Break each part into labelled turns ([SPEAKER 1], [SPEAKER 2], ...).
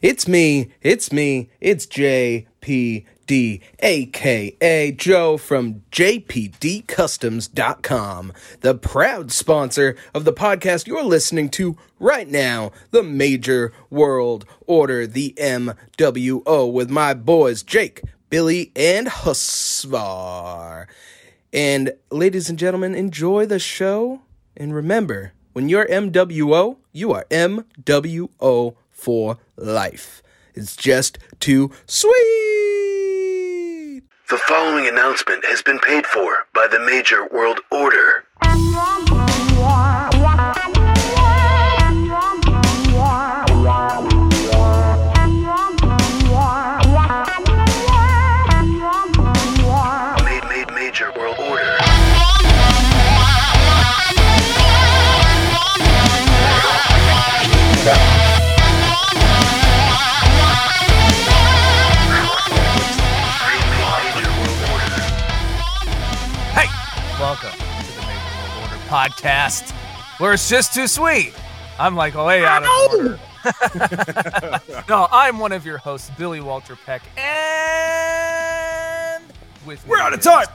[SPEAKER 1] It's me, it's me, it's JPD, aka Joe from JPDCustoms.com, the proud sponsor of the podcast you're listening to right now, The Major World Order, the MWO, with my boys Jake, Billy, and Husvar. And ladies and gentlemen, enjoy the show. And remember, when you're MWO, you are MWO for life. It's just too sweet.
[SPEAKER 2] The following announcement has been paid for by the Major World Order. Made, made, Major World Order. Made, made, Major World Order.
[SPEAKER 3] Hey, welcome to the Major World Order podcast, where it's just too sweet. I'm like way out of order. no, I'm one of your hosts, Billy Walter Peck, and with me
[SPEAKER 4] We're out of
[SPEAKER 3] is-
[SPEAKER 4] time.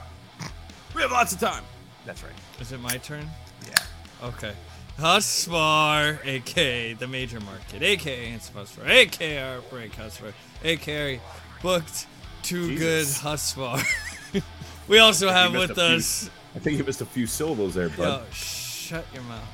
[SPEAKER 4] We have lots of time.
[SPEAKER 3] That's right.
[SPEAKER 5] Is it my turn?
[SPEAKER 3] Yeah.
[SPEAKER 5] Okay. Husvar, aka the major market, aka Ants Husvar, aka our break Husvar, aka booked too
[SPEAKER 4] Jesus.
[SPEAKER 5] good Husvar. we also have
[SPEAKER 4] missed
[SPEAKER 5] with
[SPEAKER 4] a few-
[SPEAKER 5] us.
[SPEAKER 4] I think you missed a few syllables there,
[SPEAKER 5] Oh,
[SPEAKER 4] bud.
[SPEAKER 5] shut your mouth.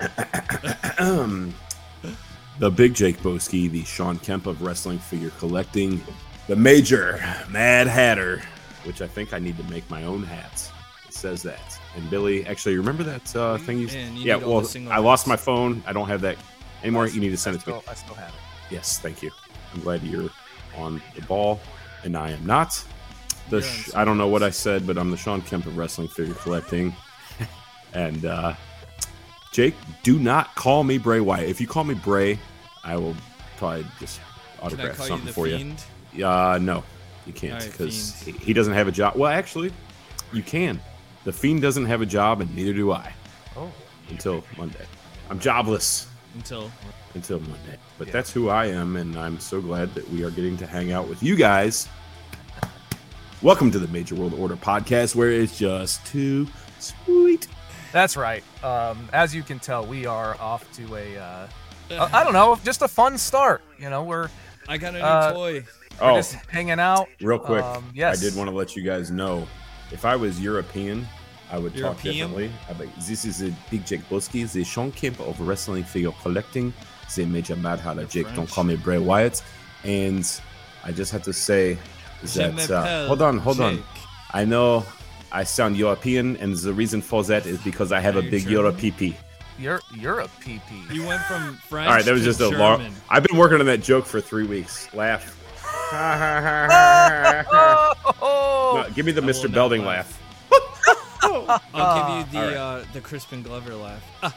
[SPEAKER 4] The big Jake Boski, the Sean Kemp of wrestling figure collecting, the major Mad Hatter, which I think I need to make my own hats. It says that. And Billy, actually, remember that uh, thing you?
[SPEAKER 5] Man, you
[SPEAKER 4] yeah.
[SPEAKER 5] need all
[SPEAKER 4] Well,
[SPEAKER 5] the single
[SPEAKER 4] I lost
[SPEAKER 5] hats.
[SPEAKER 4] my phone. I don't have that anymore. You need to send it to me.
[SPEAKER 3] Still, I still have it.
[SPEAKER 4] Yes, thank you. I'm glad you're on the ball, and I am not. The
[SPEAKER 5] You're on
[SPEAKER 4] sh- I don't know what I said, but I'm the Sean Kemp of wrestling figure collecting. and uh, Jake, do not call me Bray Wyatt. If you call me Bray, I will probably just
[SPEAKER 5] Can I
[SPEAKER 4] autograph
[SPEAKER 5] call you
[SPEAKER 4] something
[SPEAKER 5] the
[SPEAKER 4] for
[SPEAKER 5] fiend?
[SPEAKER 4] you. Uh, no, you can't
[SPEAKER 5] Alright,
[SPEAKER 4] because
[SPEAKER 5] Fiend.
[SPEAKER 4] he, he doesn't have a job. Well, actually, you can. The Fiend doesn't have a job, and neither do I
[SPEAKER 3] Oh,
[SPEAKER 4] until Monday. I'm jobless
[SPEAKER 5] Until
[SPEAKER 4] until Monday. But that's who I am, and I'm so glad that we are getting to hang out with you guys. Welcome to the Major World Order podcast, where it's just too sweet.
[SPEAKER 3] that's right. Um, as you can tell, we are off to a, uh, I- I don't know, just a fun start. You know, we're,
[SPEAKER 5] I got a new
[SPEAKER 3] Uh,
[SPEAKER 5] toy.
[SPEAKER 3] we're
[SPEAKER 4] Oh,
[SPEAKER 3] just hanging out.
[SPEAKER 4] real quick,
[SPEAKER 3] um, yes.
[SPEAKER 4] I did want to let you guys know if I was European, I would talk
[SPEAKER 5] European?
[SPEAKER 4] differently. I be, this is a Big Jake Boski, the Sean Kemp of wrestling figure collecting, the Major Mad Hatter Jake. Don't
[SPEAKER 5] French.
[SPEAKER 4] call me Bray Wyatt. And I just have to say
[SPEAKER 5] Je
[SPEAKER 4] that. Uh,
[SPEAKER 5] m'appelle
[SPEAKER 4] hold on, hold on.
[SPEAKER 5] Jake.
[SPEAKER 4] I know I sound European, and the reason for that is because I have
[SPEAKER 5] Are
[SPEAKER 4] a
[SPEAKER 5] you
[SPEAKER 4] big
[SPEAKER 5] German?
[SPEAKER 4] Euro PP.
[SPEAKER 3] You're, you're a PP.
[SPEAKER 5] You went from French.
[SPEAKER 4] All right, that was
[SPEAKER 5] to
[SPEAKER 4] just a
[SPEAKER 5] German.
[SPEAKER 4] long. I've been working on that joke for three weeks. Laugh.
[SPEAKER 3] Oh,
[SPEAKER 4] No, give me the
[SPEAKER 5] Oh. I will
[SPEAKER 4] Mr.
[SPEAKER 5] not
[SPEAKER 4] Belding
[SPEAKER 5] laugh.
[SPEAKER 4] laugh.
[SPEAKER 5] I'll give you the
[SPEAKER 4] Alright.
[SPEAKER 5] uh, the Crispin Glover laugh. Ah,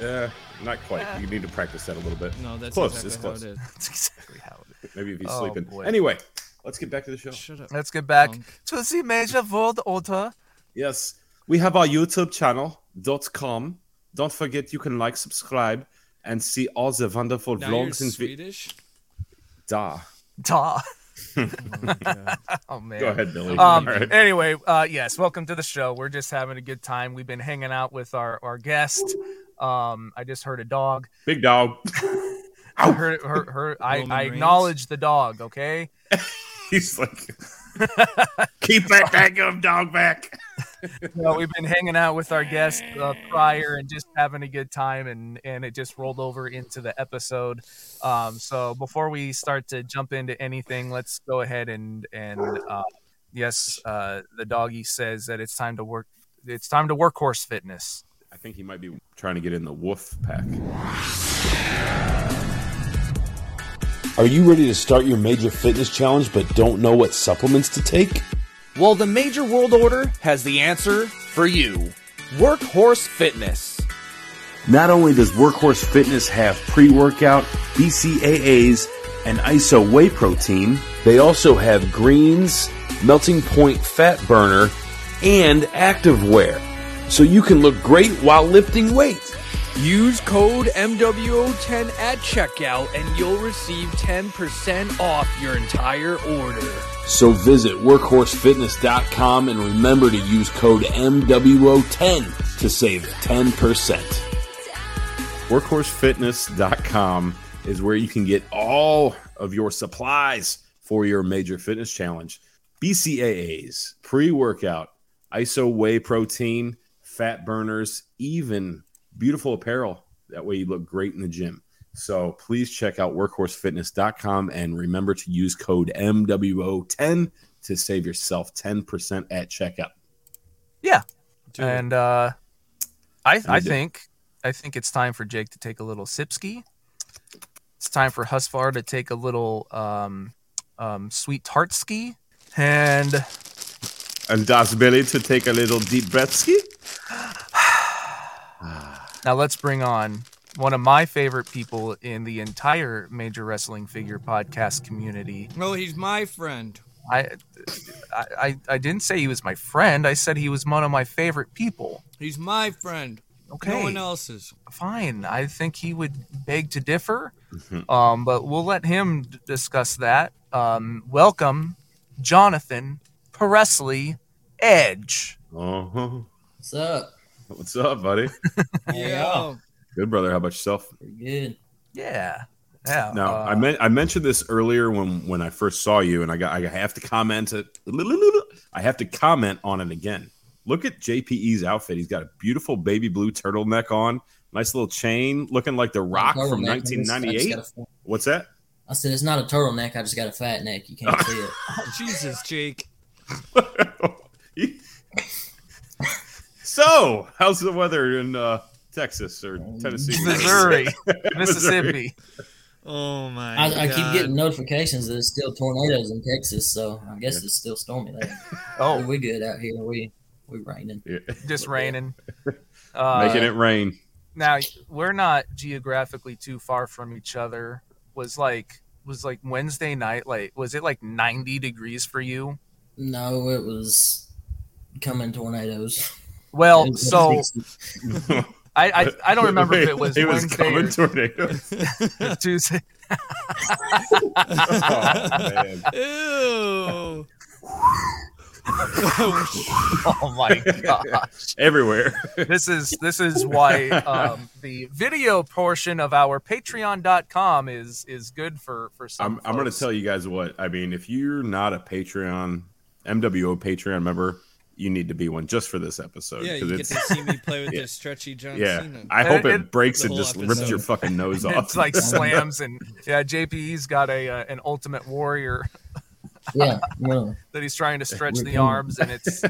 [SPEAKER 4] Uh, not quite. You need to practice that a little bit.
[SPEAKER 5] no, that's
[SPEAKER 4] close.
[SPEAKER 5] exactly
[SPEAKER 4] it's
[SPEAKER 5] how
[SPEAKER 4] close.
[SPEAKER 5] it is.
[SPEAKER 3] that's exactly how it is.
[SPEAKER 4] Maybe if he's
[SPEAKER 3] Oh,
[SPEAKER 4] sleeping.
[SPEAKER 3] boy.
[SPEAKER 4] Anyway, let's get back to the show.
[SPEAKER 5] Shut up.
[SPEAKER 3] Let's get back
[SPEAKER 5] Punk.
[SPEAKER 3] to the major world order.
[SPEAKER 4] Yes, we have our YouTube channel dot com. Don't forget you can like, subscribe, and see all the wonderful
[SPEAKER 5] Now you're
[SPEAKER 4] vlogs and vi-
[SPEAKER 5] Swedish.
[SPEAKER 4] Da.
[SPEAKER 3] Duh. oh man.
[SPEAKER 4] Go ahead, Billy.
[SPEAKER 3] Um,
[SPEAKER 4] All right.
[SPEAKER 3] Anyway, uh, yes, welcome to the show. We're just having a good time. We've been hanging out with our our guest. Um, I just heard a dog.
[SPEAKER 4] Big dog.
[SPEAKER 3] I heard her. her I,
[SPEAKER 5] Roman
[SPEAKER 3] I
[SPEAKER 5] Reigns.
[SPEAKER 3] acknowledge the dog. Okay.
[SPEAKER 4] He's like, keep that daggum dog back.
[SPEAKER 3] So we've been hanging out with our guest uh, prior and just having a good time, and and it just rolled over into the episode. Um, so before we start to jump into anything, let's go ahead and and uh, yes, uh, the doggy says that it's time to work. It's time to workhorse fitness.
[SPEAKER 4] I think he might be trying to get in the wolf pack.
[SPEAKER 6] Are you ready to start your major fitness challenge but don't know what supplements to take?
[SPEAKER 7] Well, the Major World Order has the answer for you Workhorse Fitness.
[SPEAKER 8] Not only does Workhorse Fitness have pre workout, BCAAs, and ISO whey protein,
[SPEAKER 6] They also have greens, melting point fat burner, and activewear. So you can look great while lifting weights.
[SPEAKER 7] Use code MWO10 at checkout and you'll receive 10% off your entire order.
[SPEAKER 6] So visit workhorsefitness.com and remember to use code MWO10 to save 10%.
[SPEAKER 4] WorkhorseFitness.com is where you can get all of your supplies for your major fitness challenge. BCAAs, pre workout, ISO whey protein, fat burners, even beautiful apparel. That way you look great in the gym. So please check out workhorsefitness.com and remember to use code MWO10 to save yourself 10% at checkout.
[SPEAKER 3] Yeah.
[SPEAKER 5] Do it.
[SPEAKER 3] And uh, I, I
[SPEAKER 4] did.
[SPEAKER 3] think I think it's time for Jake to take a little sip ski. It's time for Husvar to take a little um, um, sweet tart ski. And
[SPEAKER 4] And Das Billy to take a little deep breath ski.
[SPEAKER 3] now let's bring on one of my favorite people in the entire major wrestling figure podcast community.
[SPEAKER 5] No, he's my friend.
[SPEAKER 3] I, I, I, I didn't say he was my friend. I said he was one of my favorite people.
[SPEAKER 5] He's my friend.
[SPEAKER 3] Okay.
[SPEAKER 5] No one else's.
[SPEAKER 3] fine. I think he would beg to differ,
[SPEAKER 4] Mm-hmm.
[SPEAKER 3] um, but we'll let him d- discuss that. Um, welcome, Jonathan Presley Edge.
[SPEAKER 4] Oh,
[SPEAKER 9] What's up?
[SPEAKER 4] what's up, buddy?
[SPEAKER 9] Yeah.
[SPEAKER 4] Good, brother. How about yourself?
[SPEAKER 9] Pretty good.
[SPEAKER 3] Yeah, yeah.
[SPEAKER 4] Now,
[SPEAKER 3] uh,
[SPEAKER 4] I meant I mentioned this earlier when when I first saw you, and I got I have to comment it. I have to comment on it again. Look at JPE's outfit. He's got a beautiful baby blue turtleneck on, nice little chain, looking like the Rock
[SPEAKER 9] Turtleneck,
[SPEAKER 4] from
[SPEAKER 9] I just- I just
[SPEAKER 4] 1998.
[SPEAKER 9] got a fat-
[SPEAKER 4] What's that?
[SPEAKER 9] I said it's not a turtleneck. I just got a fat neck. You can't see it.
[SPEAKER 5] Jesus, Jake.
[SPEAKER 4] so, how's the weather in uh, Texas or Tennessee?
[SPEAKER 3] Missouri,
[SPEAKER 4] Missouri.
[SPEAKER 3] Mississippi.
[SPEAKER 5] Oh my
[SPEAKER 9] I, I keep
[SPEAKER 5] God.
[SPEAKER 9] getting notifications that there's still tornadoes in Texas, so I guess it's still stormy there. But
[SPEAKER 3] Oh,
[SPEAKER 9] we good out here. We we raining.
[SPEAKER 4] Yeah.
[SPEAKER 3] just raining. Uh,
[SPEAKER 4] Making it rain.
[SPEAKER 3] now we're not geographically too far from each other. Was like was like Wednesday night. Like was it like ninety degrees for you?
[SPEAKER 9] No, it was coming tornadoes.
[SPEAKER 3] Well, Oh, so I
[SPEAKER 4] I,
[SPEAKER 3] I, I don't remember if it was
[SPEAKER 4] it was
[SPEAKER 3] Wednesday
[SPEAKER 4] coming
[SPEAKER 3] or
[SPEAKER 4] tornadoes.
[SPEAKER 3] Tuesday.
[SPEAKER 4] Oh, man.
[SPEAKER 5] Ew.
[SPEAKER 3] Oh my gosh!
[SPEAKER 4] Everywhere.
[SPEAKER 3] This is this is why um, the video portion of our Patreon.com is is good for for some.
[SPEAKER 4] I'm, I'm going to tell you guys what. I mean, if you're not a Patreon, MWO Patreon member, you need to be one just for this episode.
[SPEAKER 5] Yeah,
[SPEAKER 4] 'cause
[SPEAKER 5] you get to
[SPEAKER 4] it's,
[SPEAKER 5] see me play with this stretchy John
[SPEAKER 4] yeah.
[SPEAKER 5] Cena.
[SPEAKER 4] I hope it,
[SPEAKER 3] It-
[SPEAKER 4] breaks
[SPEAKER 5] the
[SPEAKER 4] and
[SPEAKER 5] whole
[SPEAKER 4] just rips your
[SPEAKER 5] episode.
[SPEAKER 4] fucking nose off.
[SPEAKER 3] It's like slams and yeah, JPE's got a uh, an Ultimate Warrior
[SPEAKER 9] Yeah, no.
[SPEAKER 3] that he's trying to stretch
[SPEAKER 9] We're
[SPEAKER 3] the
[SPEAKER 9] doing-
[SPEAKER 3] arms, and it's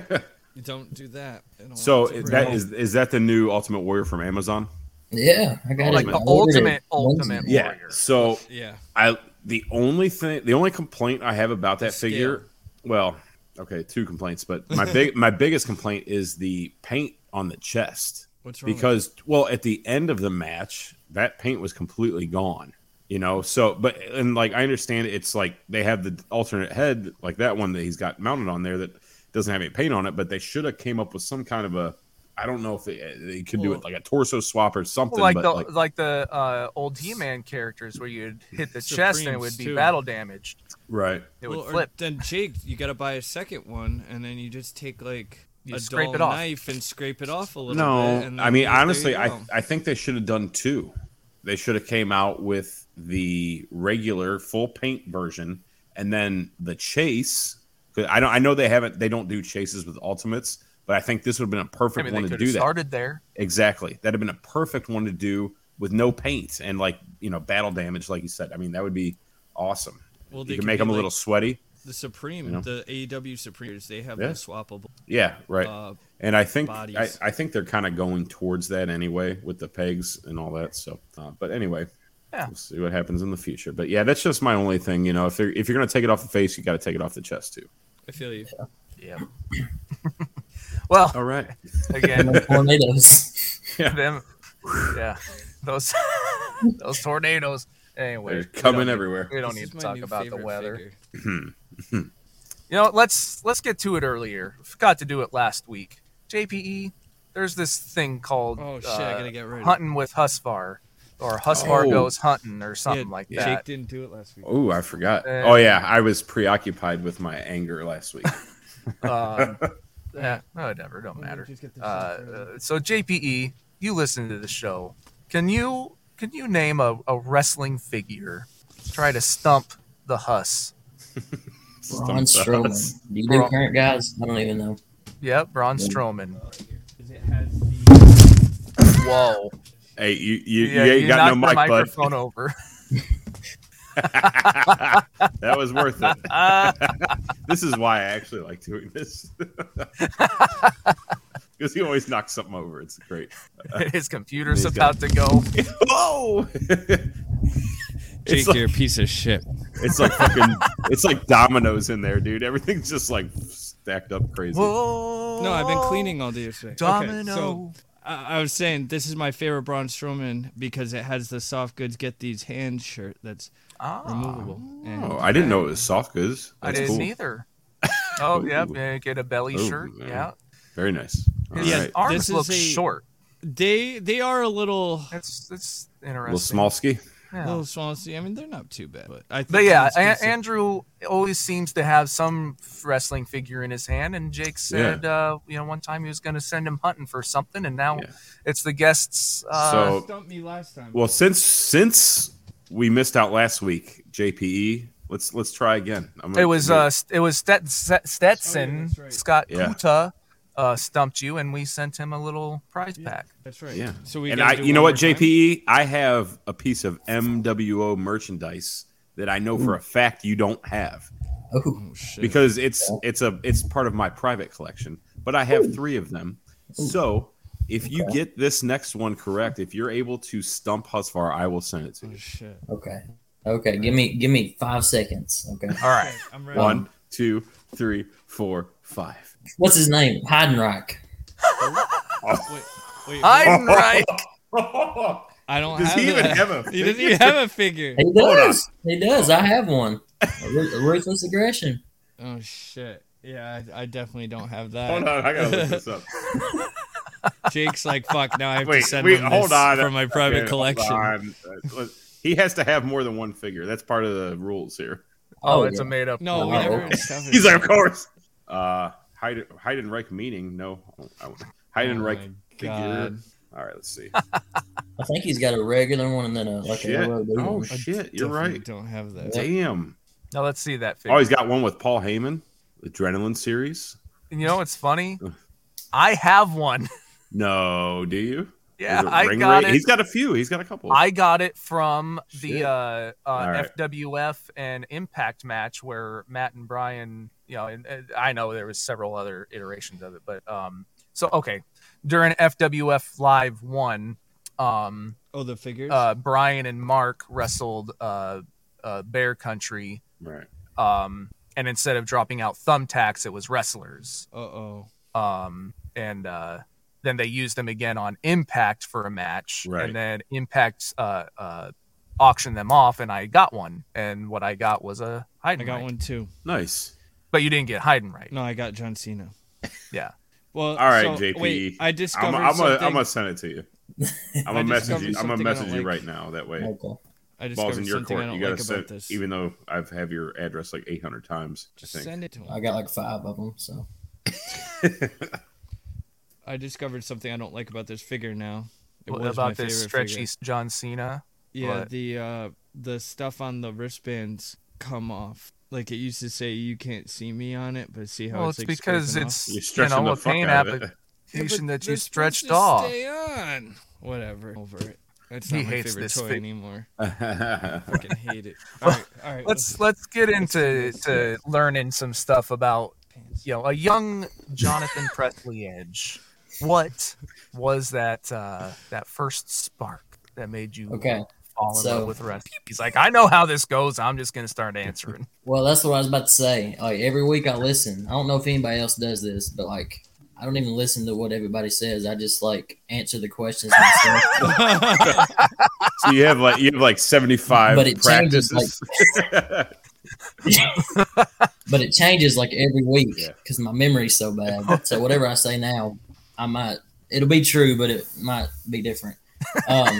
[SPEAKER 5] You don't do that. I don't
[SPEAKER 4] so
[SPEAKER 5] want to
[SPEAKER 4] is
[SPEAKER 5] bring
[SPEAKER 4] that
[SPEAKER 5] up-
[SPEAKER 4] is is that the new Ultimate Warrior from Amazon?
[SPEAKER 9] Yeah, I got
[SPEAKER 3] like
[SPEAKER 9] it.
[SPEAKER 3] the
[SPEAKER 9] ordered
[SPEAKER 3] ultimate
[SPEAKER 9] it
[SPEAKER 3] ultimate
[SPEAKER 9] Wednesday.
[SPEAKER 4] Yeah.
[SPEAKER 3] warrior.
[SPEAKER 4] So
[SPEAKER 5] yeah.
[SPEAKER 4] I the only thing the only complaint I have about that
[SPEAKER 5] Scale.
[SPEAKER 4] figure, well, okay, two complaints, but my big my biggest complaint is the paint on the chest.
[SPEAKER 5] What's wrong? Because
[SPEAKER 4] because well at the end of the match that paint was completely gone you know so but and like i understand it's like they have the alternate head like that one that he's got mounted on there that doesn't have any paint on it but they should have came up with some kind of a i don't know if they, they could do it like a torso swap or something
[SPEAKER 3] Well, like
[SPEAKER 4] but
[SPEAKER 3] the
[SPEAKER 4] like
[SPEAKER 3] like, the uh, old He-Man characters where you'd hit the chest and it would be
[SPEAKER 5] Supremes, too.
[SPEAKER 3] battle damaged.
[SPEAKER 4] right
[SPEAKER 3] It would flip.
[SPEAKER 5] Then Jake, you got to buy a second one, and then you just take like
[SPEAKER 3] You
[SPEAKER 5] a
[SPEAKER 3] scrape
[SPEAKER 5] dull
[SPEAKER 3] it off.
[SPEAKER 5] knife and scrape it off a little bit.
[SPEAKER 4] no
[SPEAKER 5] and
[SPEAKER 4] i
[SPEAKER 5] then
[SPEAKER 4] mean
[SPEAKER 5] there you
[SPEAKER 4] honestly i
[SPEAKER 5] go.
[SPEAKER 4] i think they should have done two they should have came out with the regular full paint version and then the chase 'Cause i don't i know they haven't they don't do chases with ultimates but i think this would have been a
[SPEAKER 3] I
[SPEAKER 4] perfect
[SPEAKER 3] mean, they
[SPEAKER 4] one to
[SPEAKER 3] could
[SPEAKER 4] do
[SPEAKER 3] have
[SPEAKER 4] that
[SPEAKER 3] started there.
[SPEAKER 4] exactly that'd have been a perfect one to do with no paint and like you know battle damage like you said i mean that would be awesome
[SPEAKER 5] Well, they
[SPEAKER 4] you can
[SPEAKER 5] could
[SPEAKER 4] make
[SPEAKER 5] be
[SPEAKER 4] them a
[SPEAKER 5] like
[SPEAKER 4] little sweaty
[SPEAKER 5] The Supreme,
[SPEAKER 4] you know?
[SPEAKER 5] the AEW Supremes, they have
[SPEAKER 4] Yeah.
[SPEAKER 5] the swappable.
[SPEAKER 4] yeah right
[SPEAKER 5] Uh,
[SPEAKER 4] and I think I,
[SPEAKER 5] bodies.
[SPEAKER 4] I think they're kind of going towards that anyway with the pegs and all that. So, uh, but anyway,
[SPEAKER 3] Yeah.
[SPEAKER 4] we'll see what happens in the future. But yeah, that's just my only thing. You know, if you're if you're gonna take it off the face, you got to take it off the chest too.
[SPEAKER 5] I feel you.
[SPEAKER 3] Yeah. well,
[SPEAKER 4] All right,
[SPEAKER 3] again,
[SPEAKER 9] No tornadoes.
[SPEAKER 3] them yeah those those tornadoes anyway
[SPEAKER 4] they're
[SPEAKER 3] we
[SPEAKER 4] coming
[SPEAKER 3] don't-
[SPEAKER 4] everywhere.
[SPEAKER 3] we don't
[SPEAKER 5] This
[SPEAKER 3] need
[SPEAKER 5] is
[SPEAKER 3] to
[SPEAKER 5] my
[SPEAKER 3] talk
[SPEAKER 5] new
[SPEAKER 3] about the
[SPEAKER 5] favorite
[SPEAKER 3] weather
[SPEAKER 5] figure.
[SPEAKER 3] you know let's let's get to it earlier forgot to do it last week jpe E, there's this thing called
[SPEAKER 5] Oh, shit,
[SPEAKER 3] uh,
[SPEAKER 5] I gotta get rid of it.
[SPEAKER 3] hunting with Husvar, or Husvar
[SPEAKER 4] Oh.
[SPEAKER 3] goes hunting, or something
[SPEAKER 5] Yeah,
[SPEAKER 3] like
[SPEAKER 5] Jake
[SPEAKER 3] that.
[SPEAKER 5] didn't do it last week.
[SPEAKER 4] Oh, I forgot.
[SPEAKER 3] Uh,
[SPEAKER 4] oh yeah, I was preoccupied with my anger last week.
[SPEAKER 3] Um, yeah, whatever, don't matter. Uh, uh, so JPE, you listen to the show. Can you can you name a, a wrestling figure? Try to stump the Huss.
[SPEAKER 9] Braun
[SPEAKER 4] Stump
[SPEAKER 9] Strowman.
[SPEAKER 4] us.
[SPEAKER 9] Do you do
[SPEAKER 3] Braun-
[SPEAKER 9] current guys? I don't even know.
[SPEAKER 3] Yep, Braun Strowman.
[SPEAKER 5] Uh,
[SPEAKER 3] Whoa!
[SPEAKER 4] Hey, you you,
[SPEAKER 3] Yeah,
[SPEAKER 4] you ain't got no
[SPEAKER 3] knocked
[SPEAKER 4] mic,
[SPEAKER 3] the
[SPEAKER 4] bud.
[SPEAKER 3] microphone over.
[SPEAKER 4] that was worth it. this is why I actually like doing this. Because he always knocks something over. It's great.
[SPEAKER 3] His computer's
[SPEAKER 4] He's
[SPEAKER 3] about to go.
[SPEAKER 4] Whoa!
[SPEAKER 5] Jake,
[SPEAKER 4] it's, like,
[SPEAKER 5] you're a piece of shit.
[SPEAKER 4] it's like fucking. It's like dominoes in there, dude. Everything's just like stacked up crazy.
[SPEAKER 3] Whoa!
[SPEAKER 5] No, I've been
[SPEAKER 4] Oh.
[SPEAKER 5] cleaning all day yesterday.
[SPEAKER 3] Domino.
[SPEAKER 5] I, I was saying this is my favorite Braun Strowman because it has the soft goods get these hands shirt that's
[SPEAKER 3] Ah,
[SPEAKER 5] removable. And
[SPEAKER 4] Oh, I didn't know it was soft goods.
[SPEAKER 3] I
[SPEAKER 4] That's
[SPEAKER 3] didn't
[SPEAKER 4] cool.
[SPEAKER 3] either. Oh, yeah,
[SPEAKER 4] Ooh.
[SPEAKER 3] yeah, get a belly
[SPEAKER 4] Ooh,
[SPEAKER 3] shirt.
[SPEAKER 4] yeah.
[SPEAKER 3] Yeah,
[SPEAKER 4] Very nice. All
[SPEAKER 3] his
[SPEAKER 5] Yeah,
[SPEAKER 4] right.
[SPEAKER 3] arms
[SPEAKER 5] this is
[SPEAKER 3] look
[SPEAKER 5] a-
[SPEAKER 3] short.
[SPEAKER 5] they they are a little
[SPEAKER 3] That's that's interesting.
[SPEAKER 4] Little small ski.
[SPEAKER 3] Yeah.
[SPEAKER 5] little small. See, I mean they're not too bad, but I think
[SPEAKER 3] But yeah,
[SPEAKER 5] that's
[SPEAKER 3] a-
[SPEAKER 5] decent.
[SPEAKER 3] Andrew always seems to have some wrestling figure in his hand, and Jake said, uh, you know, one time he was going to send him hunting for something, and now
[SPEAKER 4] Yeah.
[SPEAKER 3] it's the guests. Uh,
[SPEAKER 4] So-
[SPEAKER 5] stumped me last time.
[SPEAKER 4] Well, since since we missed out last week, JPE, let's let's try again. I'm gonna-
[SPEAKER 3] it was uh, st- it was Stet- Stet- Stetson
[SPEAKER 5] right.
[SPEAKER 3] Scott
[SPEAKER 4] Yeah.
[SPEAKER 3] Kuta uh, stumped you, and we sent him a little prize pack.
[SPEAKER 5] that's right.
[SPEAKER 4] Yeah.
[SPEAKER 5] So we
[SPEAKER 4] and
[SPEAKER 5] gotta
[SPEAKER 4] I,
[SPEAKER 5] do
[SPEAKER 4] you
[SPEAKER 5] one
[SPEAKER 4] know what,
[SPEAKER 5] more time?
[SPEAKER 4] JPE, I have a piece of MWO merchandise that I know for a fact you don't have
[SPEAKER 9] Oh,
[SPEAKER 5] Oh, shit.
[SPEAKER 4] because it's it's a it's part of my private collection. But I have three of them. So if you get this next one correct, if you're able to stump Husvar, I will send it to
[SPEAKER 5] Oh,
[SPEAKER 4] you.
[SPEAKER 5] shit.
[SPEAKER 9] okay. Okay, give me give me five seconds. Okay.
[SPEAKER 3] All right,
[SPEAKER 5] I'm ready.
[SPEAKER 4] One, two, three, four, five.
[SPEAKER 9] What's his name? Heidenreich.
[SPEAKER 5] Wait, wait.
[SPEAKER 3] I'm right.
[SPEAKER 5] I don't
[SPEAKER 4] Does
[SPEAKER 5] have
[SPEAKER 4] he even
[SPEAKER 5] that.
[SPEAKER 4] have a
[SPEAKER 5] He doesn't
[SPEAKER 4] figure?
[SPEAKER 5] even have a figure.
[SPEAKER 9] He does. He does. I have one. Ru- Ruthless aggression.
[SPEAKER 5] Oh shit. Yeah, I, I definitely don't have that.
[SPEAKER 4] Hold on, I gotta look this up.
[SPEAKER 5] Jake's like, fuck. Now I have
[SPEAKER 4] Wait,
[SPEAKER 5] to send
[SPEAKER 4] wait,
[SPEAKER 5] him this
[SPEAKER 4] hold on.
[SPEAKER 5] for my private
[SPEAKER 4] Okay, hold
[SPEAKER 5] collection.
[SPEAKER 4] on. Uh, He has to have more than one figure. That's part of the rules here.
[SPEAKER 3] Oh,
[SPEAKER 9] Oh,
[SPEAKER 3] it's
[SPEAKER 9] yeah.
[SPEAKER 3] a made up.
[SPEAKER 5] No, we
[SPEAKER 9] Oh,
[SPEAKER 5] never
[SPEAKER 9] okay.
[SPEAKER 5] discovered.
[SPEAKER 4] He's
[SPEAKER 5] that.
[SPEAKER 4] like, of course. Uh, Heiden, Heidenreich meaning no. I don't- Heidenreich
[SPEAKER 5] Oh my
[SPEAKER 4] figure.
[SPEAKER 5] God.
[SPEAKER 4] All right, let's see.
[SPEAKER 9] I think he's got a regular one and then a like
[SPEAKER 4] shit.
[SPEAKER 9] a LOD
[SPEAKER 4] Oh
[SPEAKER 9] one.
[SPEAKER 4] shit, you're
[SPEAKER 5] Definitely
[SPEAKER 4] right.
[SPEAKER 5] Don't have that.
[SPEAKER 4] Damn.
[SPEAKER 3] Now let's see that figure.
[SPEAKER 4] Oh, he's got one with Paul Heyman, Adrenaline series.
[SPEAKER 3] And you know what's funny? I have one.
[SPEAKER 4] No, do you?
[SPEAKER 3] Yeah,
[SPEAKER 4] Is it
[SPEAKER 3] I
[SPEAKER 4] Ring
[SPEAKER 3] got
[SPEAKER 4] Ra-
[SPEAKER 3] it.
[SPEAKER 4] He's got a few. He's got a couple.
[SPEAKER 3] I got it from
[SPEAKER 4] Shit.
[SPEAKER 3] the uh, uh,
[SPEAKER 4] right.
[SPEAKER 3] FWF and Impact match where Matt and Brian, you know, and, and I know there was several other iterations of it, but um, so okay, during FWF Live One, um,
[SPEAKER 5] Oh, the figures.
[SPEAKER 3] uh, Brian and Mark wrestled uh, uh, Bear Country,
[SPEAKER 4] right.
[SPEAKER 3] um, and instead of dropping out thumbtacks, it was wrestlers
[SPEAKER 5] uh oh.
[SPEAKER 3] um, and uh, then they used them again on Impact for a match,
[SPEAKER 4] Right.
[SPEAKER 3] and then Impact uh, uh, auctioned them off, and I got one, and what I got was a Heidenreich.
[SPEAKER 5] I got one too.
[SPEAKER 4] Nice.
[SPEAKER 3] but you didn't get Heidenreich.
[SPEAKER 5] No, I got John Cena.
[SPEAKER 3] Yeah.
[SPEAKER 5] Well,
[SPEAKER 4] All right,
[SPEAKER 5] so,
[SPEAKER 4] JP.
[SPEAKER 5] Wait, I discovered
[SPEAKER 4] I'm, I'm gonna
[SPEAKER 5] something.
[SPEAKER 4] I'm gonna send it to you. I'm
[SPEAKER 5] I
[SPEAKER 4] gonna message
[SPEAKER 5] discovered
[SPEAKER 4] you. I'm gonna
[SPEAKER 5] something I
[SPEAKER 4] message
[SPEAKER 5] don't
[SPEAKER 4] you
[SPEAKER 5] like.
[SPEAKER 4] right now. That way,
[SPEAKER 9] Okay.
[SPEAKER 5] I discovered
[SPEAKER 4] balls in your
[SPEAKER 5] something
[SPEAKER 4] court.
[SPEAKER 5] I
[SPEAKER 4] You
[SPEAKER 5] don't
[SPEAKER 4] gotta
[SPEAKER 5] like
[SPEAKER 4] send,
[SPEAKER 5] about this.
[SPEAKER 4] even though I've have your address like 800 times. I
[SPEAKER 5] Just
[SPEAKER 4] think.
[SPEAKER 5] send it to him.
[SPEAKER 9] I got like five of them. So
[SPEAKER 5] I discovered something I don't like about this figure now. It
[SPEAKER 3] What
[SPEAKER 5] was my
[SPEAKER 3] about this
[SPEAKER 5] favorite
[SPEAKER 3] stretchy
[SPEAKER 5] figure.
[SPEAKER 3] John Cena?
[SPEAKER 5] Yeah,
[SPEAKER 3] What?
[SPEAKER 5] the uh the stuff on the wristbands come off. Like it used to say, "You can't see me" on it, but see how
[SPEAKER 3] Well,
[SPEAKER 5] it's,
[SPEAKER 3] it's
[SPEAKER 5] like,
[SPEAKER 3] because
[SPEAKER 5] scraping
[SPEAKER 3] it's
[SPEAKER 5] off?
[SPEAKER 4] You're
[SPEAKER 3] you
[SPEAKER 4] stretching
[SPEAKER 3] know
[SPEAKER 4] the
[SPEAKER 3] a
[SPEAKER 4] fuck
[SPEAKER 3] pain
[SPEAKER 4] out of it.
[SPEAKER 5] Yeah,
[SPEAKER 3] application
[SPEAKER 5] but
[SPEAKER 3] that you
[SPEAKER 5] they're supposed
[SPEAKER 3] stretched
[SPEAKER 5] to
[SPEAKER 3] off.
[SPEAKER 5] Stay on. Whatever. Over it. That's
[SPEAKER 3] He
[SPEAKER 5] not my
[SPEAKER 3] hates
[SPEAKER 5] favorite
[SPEAKER 3] this
[SPEAKER 5] toy
[SPEAKER 3] fi-
[SPEAKER 5] anymore.
[SPEAKER 4] All
[SPEAKER 5] Fucking hate it. All right, all right.
[SPEAKER 3] Let's let's get into to learning some stuff about
[SPEAKER 5] Pants.
[SPEAKER 3] you know a young Jonathan Presley Edge. What was that uh, that first spark that made you
[SPEAKER 9] okay.
[SPEAKER 3] fall in
[SPEAKER 9] So-
[SPEAKER 3] love with wrestling. He's like, I know how this goes. I'm just gonna start answering.
[SPEAKER 9] Well, that's what I was about to say. Like every week I listen. I don't know if anybody else does this, but like I don't even listen to what everybody says. I just like answer the questions myself.
[SPEAKER 4] so you have like you have like 75
[SPEAKER 9] But it changes,
[SPEAKER 4] practices.
[SPEAKER 9] but it changes like every week
[SPEAKER 4] Yeah.
[SPEAKER 9] because my memory's so bad. so whatever I say now, I might It'll be true, but it might be different. Um,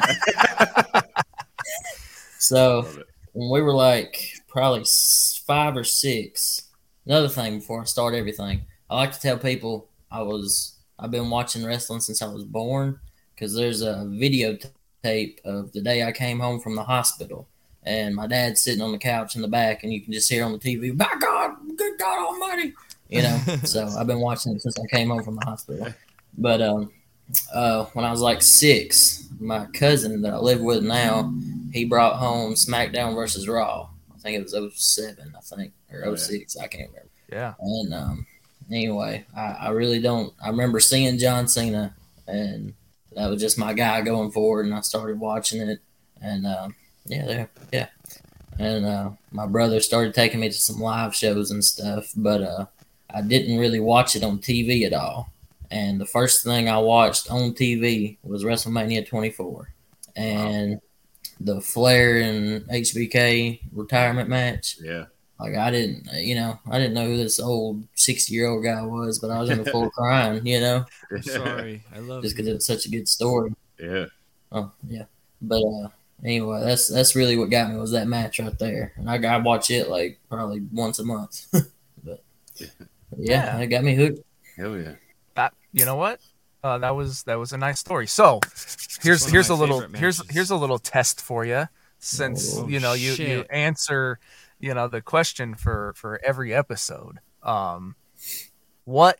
[SPEAKER 9] so when we were like probably s- five or six, another thing before I start everything, I like to tell people I was I've been watching wrestling since I was born because there's a videotape of the day I came home from the hospital. And my dad's sitting on the couch in the back, and you can just hear on the TV, "By God, good God Almighty!" You know. so I've been watching it since I came home from the hospital. But um, uh, when I was like six, my cousin that I live with now, he brought home SmackDown versus Raw. I think it was 07, I think, or 06, I can't remember.
[SPEAKER 3] Yeah.
[SPEAKER 9] And um, anyway, I, I really don't. I remember seeing John Cena, and that was just my guy going forward, and I started watching it. And um, yeah, there, yeah. And uh, my brother started taking me to some live shows and stuff, but uh, I didn't really watch it on TV at all. And the first thing I watched on TV was WrestleMania 24. And the Flair and HBK retirement match.
[SPEAKER 4] Yeah.
[SPEAKER 9] Like I didn't, you know, I didn't know who this old sixty-year-old guy was, but I was in the full crying, you know,
[SPEAKER 5] I'm sorry. I love
[SPEAKER 9] just
[SPEAKER 5] you.
[SPEAKER 9] because it's such a good story.
[SPEAKER 4] yeah.
[SPEAKER 9] Oh yeah, but uh, anyway, that's that's really what got me was that match right there, and I, I watch it like probably once a month, but yeah,
[SPEAKER 3] Yeah.
[SPEAKER 9] it got me hooked.
[SPEAKER 4] Hell yeah.
[SPEAKER 3] that you know what uh, that was that was a nice story so here's
[SPEAKER 5] one of
[SPEAKER 3] here's
[SPEAKER 5] my
[SPEAKER 3] a little
[SPEAKER 5] favorite
[SPEAKER 3] here's
[SPEAKER 5] matches.
[SPEAKER 3] here's a little test for you since
[SPEAKER 5] Oh,
[SPEAKER 3] you know you you
[SPEAKER 5] shit.
[SPEAKER 3] answer you know the question for for every episode um what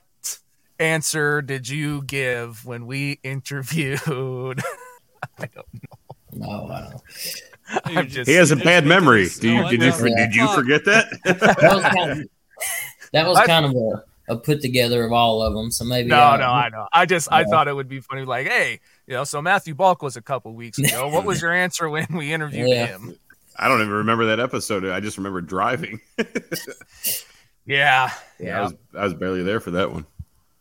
[SPEAKER 3] answer did you give when we interviewed i don't know
[SPEAKER 9] No, I don't.
[SPEAKER 5] Dude,
[SPEAKER 3] just-
[SPEAKER 8] He has a
[SPEAKER 5] there's
[SPEAKER 8] bad
[SPEAKER 5] been
[SPEAKER 8] memory.
[SPEAKER 5] this-
[SPEAKER 8] Do you
[SPEAKER 5] no,
[SPEAKER 8] did
[SPEAKER 5] I
[SPEAKER 8] you
[SPEAKER 5] know.
[SPEAKER 8] for- did you
[SPEAKER 5] Fuck.
[SPEAKER 8] forget that?
[SPEAKER 9] that was kind of, that was
[SPEAKER 3] I-
[SPEAKER 9] kind of a, a put together of all of them, so maybe
[SPEAKER 3] no
[SPEAKER 9] uh,
[SPEAKER 3] no i know i just i
[SPEAKER 9] No.
[SPEAKER 3] thought it would be funny like hey you know so matthew balk was a couple weeks ago what was your answer when we interviewed
[SPEAKER 9] Yeah.
[SPEAKER 3] him
[SPEAKER 4] I don't even remember that episode. I just remember driving.
[SPEAKER 3] yeah
[SPEAKER 4] I was I was barely there for that one.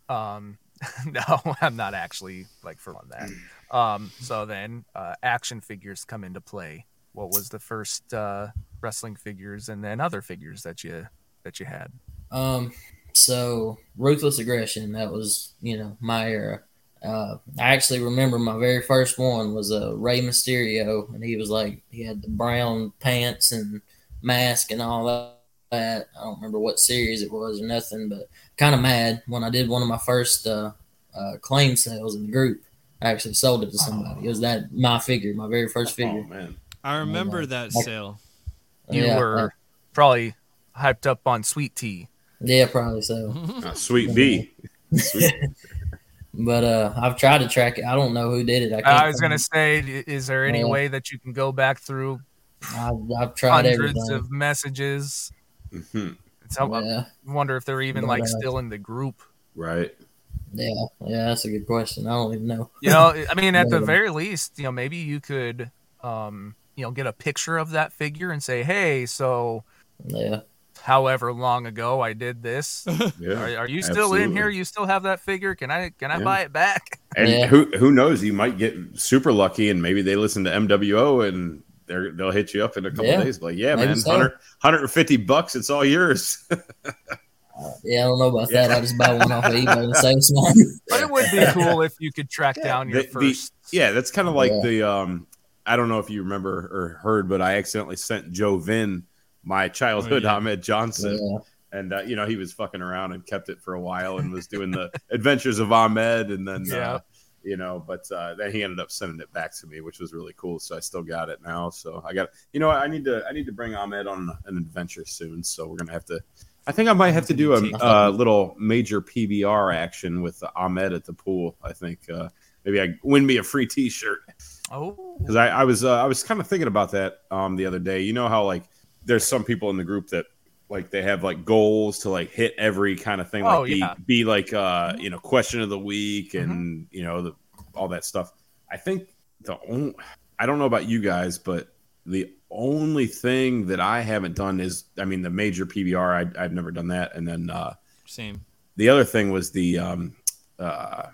[SPEAKER 3] Um, no, I'm not actually like for on that. Um, so then uh, action figures come into play. What was the first uh, wrestling figures and then other figures that you that you had?
[SPEAKER 9] Um, so ruthless aggression. That was you know my era. Uh, I actually remember my very first one was a uh, Rey Mysterio, and he was like he had the brown pants and mask and all that. That I don't remember what series it was or nothing, but kind of mad when I did one of my first uh, uh, claim sales in the group. I actually sold it to somebody. It was that my figure, my very first
[SPEAKER 4] Oh
[SPEAKER 9] figure.
[SPEAKER 4] man.
[SPEAKER 5] I remember that sale.
[SPEAKER 3] Uh-huh. You
[SPEAKER 9] Yeah,
[SPEAKER 3] were
[SPEAKER 9] uh,
[SPEAKER 3] probably hyped up on sweet tea.
[SPEAKER 9] yeah, probably so.
[SPEAKER 4] Uh, sweet B. Sweet.
[SPEAKER 9] But uh, I've tried to track it. I don't know who did it. I, can't
[SPEAKER 3] Mm-hmm. I was
[SPEAKER 9] find-
[SPEAKER 3] gonna say, i- is there any
[SPEAKER 9] Yeah.
[SPEAKER 3] way that you can go back through
[SPEAKER 9] I've, I've tried
[SPEAKER 3] hundreds
[SPEAKER 9] everything.
[SPEAKER 3] of oh, messages?
[SPEAKER 4] Mhm.
[SPEAKER 3] It's how,
[SPEAKER 9] yeah,
[SPEAKER 3] I wonder if they're even
[SPEAKER 9] Don't
[SPEAKER 3] like
[SPEAKER 9] know.
[SPEAKER 3] still in the group.
[SPEAKER 4] Right.
[SPEAKER 9] yeah, yeah. That's a good question. I don't even know.
[SPEAKER 3] you know i mean at the
[SPEAKER 9] Yeah.
[SPEAKER 3] very least you know maybe you could um you know get a picture of that figure and say hey so
[SPEAKER 9] Yeah,
[SPEAKER 3] however long ago i did this
[SPEAKER 4] Yeah.
[SPEAKER 3] are, are you still in here
[SPEAKER 4] absolutely.
[SPEAKER 3] you still have that figure can i can i
[SPEAKER 4] Yeah.
[SPEAKER 3] buy it back
[SPEAKER 4] And
[SPEAKER 9] Yeah.
[SPEAKER 4] who who knows? You might get super lucky, and maybe they listen to MWO, and they're, they'll hit you up in a couple
[SPEAKER 9] Yeah.
[SPEAKER 4] days. Like, yeah,
[SPEAKER 9] Maybe
[SPEAKER 4] man,
[SPEAKER 9] so.
[SPEAKER 4] 100, 150 bucks. It's all yours.
[SPEAKER 9] yeah. I don't know about
[SPEAKER 4] Yeah.
[SPEAKER 9] that. I just buy one off of eBay and save some money.
[SPEAKER 3] but it would be cool if you could track down your
[SPEAKER 4] The- the-
[SPEAKER 3] first
[SPEAKER 4] yeah, that's kind of like
[SPEAKER 9] Yeah.
[SPEAKER 4] the um. I don't know if you remember or heard, but I accidentally sent Joe Vin my childhood
[SPEAKER 5] Oh, yeah.
[SPEAKER 4] Ahmed Johnson,
[SPEAKER 9] Yeah,
[SPEAKER 4] and uh, you know he was fucking around and kept it for a while and was doing the Adventures of Ahmed, and then
[SPEAKER 3] Yeah.
[SPEAKER 4] uh, you know, but uh, then he ended up sending it back to me, which was really cool. So I still got it now. So I got you know I need to I need to bring Ahmed on an adventure soon. So we're gonna have to. I think I might have to do a, uh little major PBR action with Ahmed at the pool. I think uh, maybe I win me a free T-shirt
[SPEAKER 3] oh
[SPEAKER 4] because I, I was uh, I was kind of thinking about that um the other day. You know how like there's some people in the group that like they have like goals to like hit every kind of thing, like
[SPEAKER 3] Oh, yeah.
[SPEAKER 4] be, be like uh you know question of the week and you know the, all that stuff. I think the only I don't know about you guys, but the only thing that I haven't done is I mean the major PBR I, I've never done that, and then uh,
[SPEAKER 5] Same.
[SPEAKER 4] the other thing was the um uh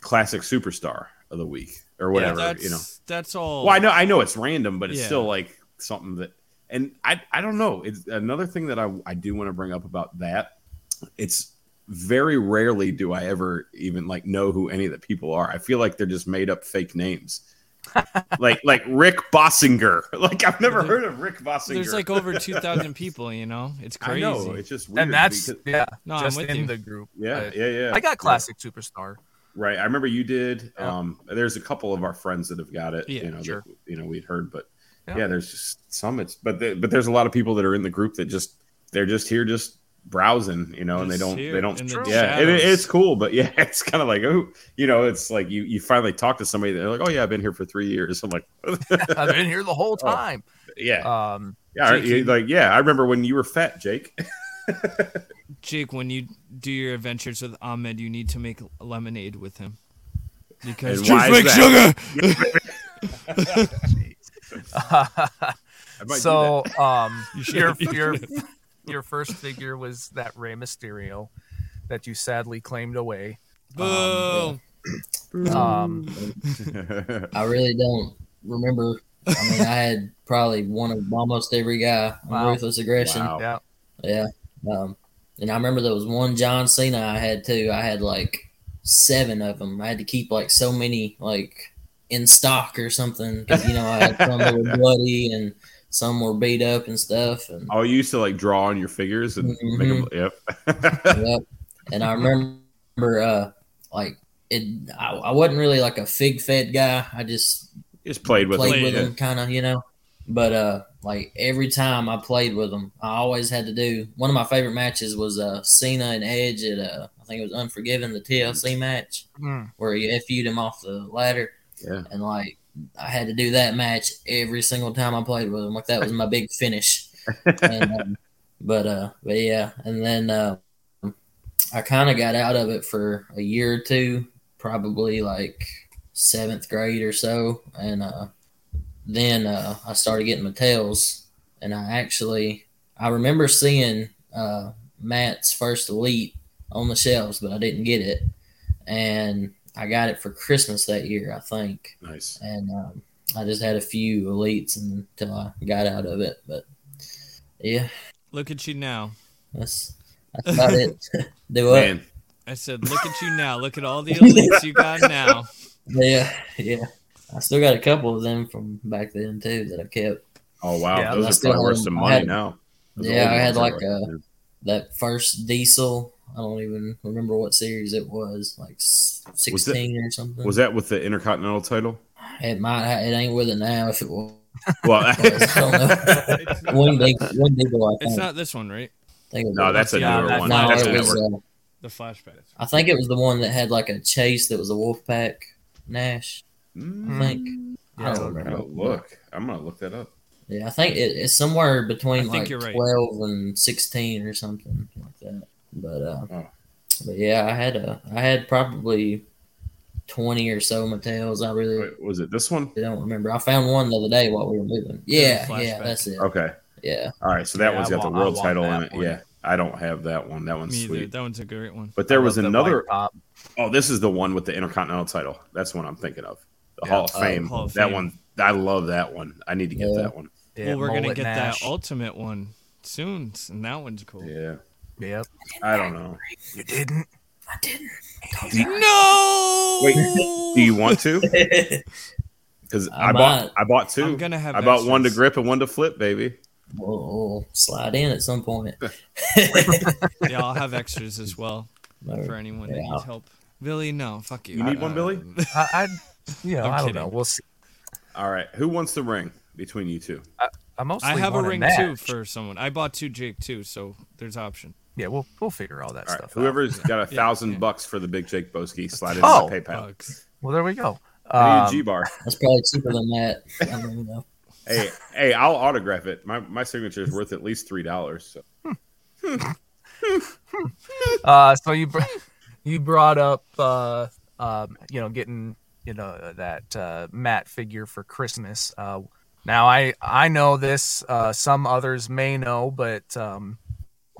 [SPEAKER 4] classic superstar of the week or whatever
[SPEAKER 5] yeah,
[SPEAKER 4] you know.
[SPEAKER 5] that's- That's all.
[SPEAKER 4] Well, I know I know it's random, but it's
[SPEAKER 5] Oh. Yeah.
[SPEAKER 4] still like something that, and I I don't know. It's another thing that I I do want to bring up about that. It's very rarely do I ever even like know who any of the people are. I feel like they're just made up fake names. like like Rick Bossinger. Like I've never heard of Rick Bossinger.
[SPEAKER 5] There's like over 2,000 people, you know? It's
[SPEAKER 4] I
[SPEAKER 5] crazy.
[SPEAKER 4] know it's just weird.
[SPEAKER 3] and that's
[SPEAKER 4] because-
[SPEAKER 3] yeah,
[SPEAKER 5] No, I'm
[SPEAKER 3] just
[SPEAKER 5] with
[SPEAKER 3] in
[SPEAKER 5] you.
[SPEAKER 3] the group.
[SPEAKER 4] yeah,
[SPEAKER 3] But
[SPEAKER 4] yeah, yeah.
[SPEAKER 3] I got classic superstar.
[SPEAKER 4] Right. I remember you did.
[SPEAKER 3] Yeah.
[SPEAKER 4] Um, there's a couple of our friends that have got it.
[SPEAKER 5] Yeah,
[SPEAKER 4] you know, that-
[SPEAKER 3] sure.
[SPEAKER 4] you know, we'd heard, but yeah,
[SPEAKER 3] Yeah.
[SPEAKER 4] there's just some. It's but the, but there's a lot of people that are in the group that just they're just here just browsing, you know, and they
[SPEAKER 5] Just
[SPEAKER 4] don't
[SPEAKER 5] here
[SPEAKER 4] they don't.
[SPEAKER 5] in the
[SPEAKER 4] yeah, it,
[SPEAKER 5] shadows.
[SPEAKER 4] it's cool, but yeah, it's kind of like oh, you know, it's like you you finally talk to somebody. They're like, oh yeah, I've been here for three years. I'm like,
[SPEAKER 3] I've been here the whole time.
[SPEAKER 4] yeah,
[SPEAKER 3] Um,
[SPEAKER 4] yeah,
[SPEAKER 5] Uh, Jake,
[SPEAKER 4] you-
[SPEAKER 5] you-
[SPEAKER 4] like yeah. I remember when you were fat, Jake.
[SPEAKER 5] Jake, when you do your adventures with Ahmed, you need to make lemonade with him. Because
[SPEAKER 4] And why is that? I might do that.
[SPEAKER 3] so um,
[SPEAKER 5] should-
[SPEAKER 3] your
[SPEAKER 5] you
[SPEAKER 3] your your first figure was that Rey Mysterio that you sadly claimed away.
[SPEAKER 5] Boo!
[SPEAKER 3] Um,
[SPEAKER 9] I really don't remember. I mean, I had probably one of almost every guy on
[SPEAKER 3] Wow.
[SPEAKER 9] Ruthless Aggression.
[SPEAKER 4] Wow.
[SPEAKER 3] yeah,
[SPEAKER 9] Yeah. Um, and I remember there was one John Cena I had too. I had like seven of them. I had to keep like so many like in stock or something because you know I had some that were bloody and some were beat up and stuff. And
[SPEAKER 4] Oh, you used to like draw on your figures and make
[SPEAKER 5] Mm-hmm.
[SPEAKER 4] them. Yep.
[SPEAKER 9] Yep. And I remember, uh, like it. I, I wasn't really like a fig fed guy. I just
[SPEAKER 4] just played with
[SPEAKER 9] played
[SPEAKER 4] them.
[SPEAKER 9] with
[SPEAKER 4] Yeah.
[SPEAKER 9] them, kind of, you know. But uh, like every time I played with them, I always had to do one of my favorite matches was uh Cena and Edge at uh I think it was Unforgiven, the TLC match
[SPEAKER 3] Mm.
[SPEAKER 9] where he FU'd him off the ladder,
[SPEAKER 4] Yeah.
[SPEAKER 9] and like I had to do that match every single time I played with him. Like that was my big finish. And, um, but uh, but yeah, and then uh, I kind of got out of it for a year or two, probably like seventh grade or so, and uh, then uh, I started getting Mattel's, and I actually I remember seeing uh, Matt's first Elite on the shelves, but I didn't get it, and I got it for Christmas that year, I think,
[SPEAKER 4] Nice.
[SPEAKER 9] and um, I just had a few Elites until I got out of it, but yeah,
[SPEAKER 5] Look at you now.
[SPEAKER 9] that's that's about it. Do what?
[SPEAKER 4] Man,
[SPEAKER 5] I said, look at you now. Look at all the elites you got now.
[SPEAKER 9] Yeah, yeah. I still got a couple of them from back then too that I kept.
[SPEAKER 4] oh wow,
[SPEAKER 3] Yeah,
[SPEAKER 9] I
[SPEAKER 4] those are
[SPEAKER 9] still
[SPEAKER 4] probably worth
[SPEAKER 9] had-
[SPEAKER 4] some
[SPEAKER 9] I
[SPEAKER 4] money
[SPEAKER 9] had-
[SPEAKER 4] now. Those
[SPEAKER 9] yeah,
[SPEAKER 4] old
[SPEAKER 9] I
[SPEAKER 4] ones
[SPEAKER 9] had
[SPEAKER 4] are
[SPEAKER 9] like
[SPEAKER 4] worth-
[SPEAKER 9] a that first diesel. I don't even remember what series it was, like s- sixteen or something.
[SPEAKER 4] Was that with the Intercontinental title?
[SPEAKER 9] It might. ha- It ain't with it now. If it was
[SPEAKER 4] Well,
[SPEAKER 9] I one big, one big one. I
[SPEAKER 5] It's
[SPEAKER 9] think.
[SPEAKER 5] not this one, right?
[SPEAKER 9] I think it was-
[SPEAKER 4] no, that's a
[SPEAKER 3] Yeah,
[SPEAKER 4] newer
[SPEAKER 3] that's-
[SPEAKER 4] one.
[SPEAKER 9] no,
[SPEAKER 4] That's a
[SPEAKER 9] it was.
[SPEAKER 4] network.
[SPEAKER 9] Uh,
[SPEAKER 5] The flashback.
[SPEAKER 9] I think it was the one that had like a chase that was a Wolfpack Nash. I
[SPEAKER 4] Mm,
[SPEAKER 9] think.
[SPEAKER 3] Yeah.
[SPEAKER 9] I don't
[SPEAKER 4] I'm gonna
[SPEAKER 9] remember.
[SPEAKER 4] look, I'm gonna look that up.
[SPEAKER 9] Yeah, I think it, it's somewhere between
[SPEAKER 5] I think
[SPEAKER 9] like
[SPEAKER 5] you're right.
[SPEAKER 9] twelve and sixteen or something like that. But uh,
[SPEAKER 4] Oh.
[SPEAKER 9] but yeah, I had a I had probably twenty or so Mattels. I really
[SPEAKER 4] Wait, was it this one?
[SPEAKER 9] don't remember. I found one the other day while we were moving. Yeah,
[SPEAKER 5] flashback.
[SPEAKER 9] yeah, that's it.
[SPEAKER 4] Okay,
[SPEAKER 9] Yeah,
[SPEAKER 4] all right. So that
[SPEAKER 3] Yeah,
[SPEAKER 4] one's
[SPEAKER 3] I
[SPEAKER 4] got the
[SPEAKER 3] want- I
[SPEAKER 4] world
[SPEAKER 3] want
[SPEAKER 4] title in
[SPEAKER 3] that
[SPEAKER 4] it.
[SPEAKER 3] one.
[SPEAKER 4] Yeah, I don't have that one. That one's
[SPEAKER 5] Me either.
[SPEAKER 4] sweet.
[SPEAKER 5] That one's a great one.
[SPEAKER 4] But there
[SPEAKER 3] I
[SPEAKER 4] was
[SPEAKER 3] love the white
[SPEAKER 4] another.
[SPEAKER 3] top.
[SPEAKER 4] Oh, this is the one with the Intercontinental title. That's what I'm thinking of. The
[SPEAKER 3] Yeah.
[SPEAKER 4] Hall of
[SPEAKER 9] Oh,
[SPEAKER 4] Fame.
[SPEAKER 5] Hall of
[SPEAKER 4] that
[SPEAKER 5] Fame.
[SPEAKER 4] one. I love that one. I need to get
[SPEAKER 9] Yeah.
[SPEAKER 4] that one.
[SPEAKER 3] Yeah,
[SPEAKER 5] well, we're gonna
[SPEAKER 3] Mullet
[SPEAKER 5] get
[SPEAKER 3] Nash.
[SPEAKER 5] that ultimate one soon, and that one's cool.
[SPEAKER 4] Yeah.
[SPEAKER 3] Yep.
[SPEAKER 4] I don't know.
[SPEAKER 3] You didn't.
[SPEAKER 9] I didn't.
[SPEAKER 5] No.
[SPEAKER 4] Wait, do you want to? Because I,
[SPEAKER 9] I
[SPEAKER 4] bought
[SPEAKER 9] might.
[SPEAKER 4] I bought 2
[SPEAKER 5] I'm gonna have
[SPEAKER 4] I bought one to
[SPEAKER 5] extras.
[SPEAKER 4] grip and one to flip, baby.
[SPEAKER 9] We'll, we'll slide in at some point.
[SPEAKER 5] yeah, I'll have extras as well for anyone that
[SPEAKER 9] Yeah.
[SPEAKER 5] needs help. Billy, no, fuck you. uh,
[SPEAKER 4] You need one, Billy?
[SPEAKER 3] I, I you know,
[SPEAKER 5] I'm
[SPEAKER 3] I don't
[SPEAKER 5] kidding.
[SPEAKER 3] know. We'll see.
[SPEAKER 4] All right. Who wants the ring between you two?
[SPEAKER 3] I mostly
[SPEAKER 5] I have a
[SPEAKER 3] want
[SPEAKER 5] ring
[SPEAKER 3] Nash.
[SPEAKER 5] too for someone. I bought two Jake too, so there's option.
[SPEAKER 3] Yeah, we'll we'll figure all that
[SPEAKER 4] All right.
[SPEAKER 3] stuff. out.
[SPEAKER 4] Whoever's got a thousand
[SPEAKER 5] yeah.
[SPEAKER 4] bucks for the big Jake Boski, slide into
[SPEAKER 3] Oh.
[SPEAKER 4] my PayPal.
[SPEAKER 5] Bugs.
[SPEAKER 3] Well, there we go.
[SPEAKER 5] Oh,
[SPEAKER 4] I
[SPEAKER 3] Um,
[SPEAKER 4] need G bar.
[SPEAKER 9] That's probably cheaper than that. I don't even know.
[SPEAKER 4] Hey, hey, I'll autograph it. My my signature is worth at least three dollars. So.
[SPEAKER 3] Uh, so you br- you brought up uh, um, you know getting you know that uh, Matt figure for Christmas. Uh, now I I know this. Uh, some others may know, but um,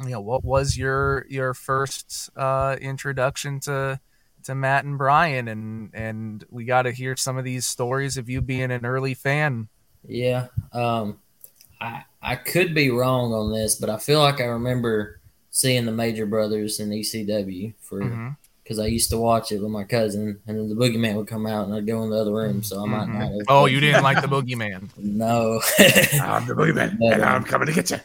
[SPEAKER 3] you know what was your your first uh, introduction to to Matt and Brian, and and we got to hear some of these stories of you being an early fan.
[SPEAKER 9] Yeah. Um, I I could be wrong on this, but I feel like I remember seeing the Major Brothers and ECW for
[SPEAKER 3] Mhm.
[SPEAKER 9] because I used to watch it with my cousin, and then the Boogeyman would come out, and I'd go in the other room, so I might
[SPEAKER 3] Mhm.
[SPEAKER 9] not. Have
[SPEAKER 3] Oh, you didn't like the boogeyman.
[SPEAKER 9] No,
[SPEAKER 4] I'm the boogeyman,
[SPEAKER 9] But,
[SPEAKER 4] and
[SPEAKER 9] uh,
[SPEAKER 4] I'm coming to get you.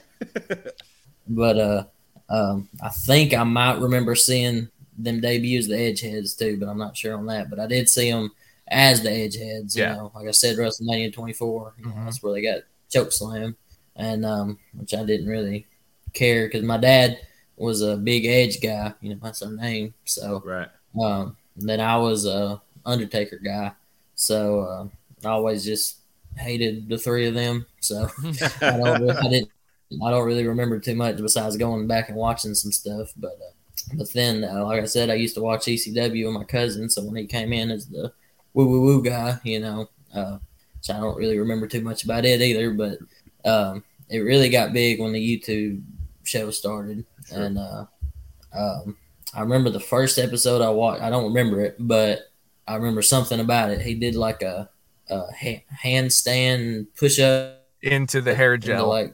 [SPEAKER 9] but uh, um, I think I might remember seeing them debut as the Edgeheads too, but I'm not sure on that. But I did see them as the Edgeheads. You
[SPEAKER 3] Yeah.
[SPEAKER 9] know, like I said, WrestleMania 24. You know,
[SPEAKER 3] Mhm.
[SPEAKER 9] That's where they got choke slam, and um, which I didn't really care because my dad was a big Edge guy. You know, that's our name. So
[SPEAKER 4] Right.
[SPEAKER 9] um, then I was a Undertaker guy, so uh, I always just hated the three of them. So I don't, really, I didn't, I don't really remember too much besides going back and watching some stuff. But uh, but then, uh, like I said, I used to watch ECW with my cousin. So when he came in as the woo woo woo guy, you know, uh, so I don't really remember too much about it either. But um, it really got big when the YouTube show started, and uh, um, I remember the first episode I watched. I don't remember it, but I remember something about it. He did like a, a ha- handstand push up,
[SPEAKER 3] Into the hair gel.
[SPEAKER 9] like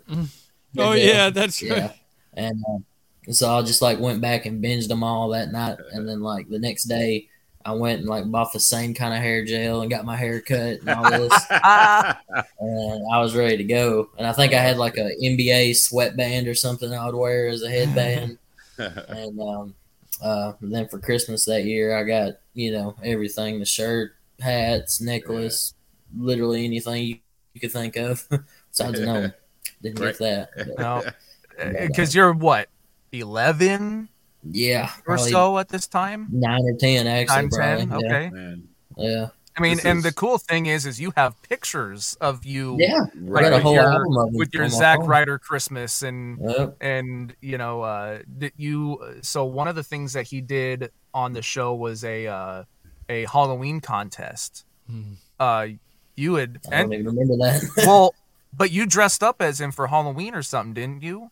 [SPEAKER 5] Oh yeah, that's right.
[SPEAKER 9] yeah. And uh, so I just like went back and binged them all that night, and then like the next day, I went and like bought the same kind of hair gel and got my hair cut and all this,
[SPEAKER 3] Ah,
[SPEAKER 9] and I was ready to go. And I think I had like a NBA sweatband or something I would wear as a headband. and um, uh, then for Christmas that year, I got you know everything: the shirt, hats, necklace, literally anything you, you could think of. Besides, no, didn't
[SPEAKER 4] Right.
[SPEAKER 9] get that. but-
[SPEAKER 3] no, because you're what, eleven
[SPEAKER 9] Yeah,
[SPEAKER 3] or
[SPEAKER 9] probably
[SPEAKER 3] so at this time?
[SPEAKER 9] nine or ten actually.
[SPEAKER 3] Time ten.
[SPEAKER 9] probably.
[SPEAKER 3] Okay.
[SPEAKER 4] Man,
[SPEAKER 9] Yeah, yeah.
[SPEAKER 3] I mean,
[SPEAKER 4] This
[SPEAKER 3] and
[SPEAKER 4] is-
[SPEAKER 3] the cool thing is, is you have pictures of you
[SPEAKER 9] yeah. I
[SPEAKER 4] right.
[SPEAKER 9] got a
[SPEAKER 3] with
[SPEAKER 9] whole
[SPEAKER 3] your-
[SPEAKER 9] album of them
[SPEAKER 3] with your
[SPEAKER 9] on my
[SPEAKER 3] Zack
[SPEAKER 9] phone.
[SPEAKER 3] Ryder Christmas and
[SPEAKER 9] Yep.
[SPEAKER 3] and you know uh that you so one of the things that he did on the show was a uh a halloween contest
[SPEAKER 5] Hmm.
[SPEAKER 3] uh you had
[SPEAKER 9] I don't
[SPEAKER 3] and
[SPEAKER 9] even remember that.
[SPEAKER 3] well but you dressed up as him for halloween or something didn't you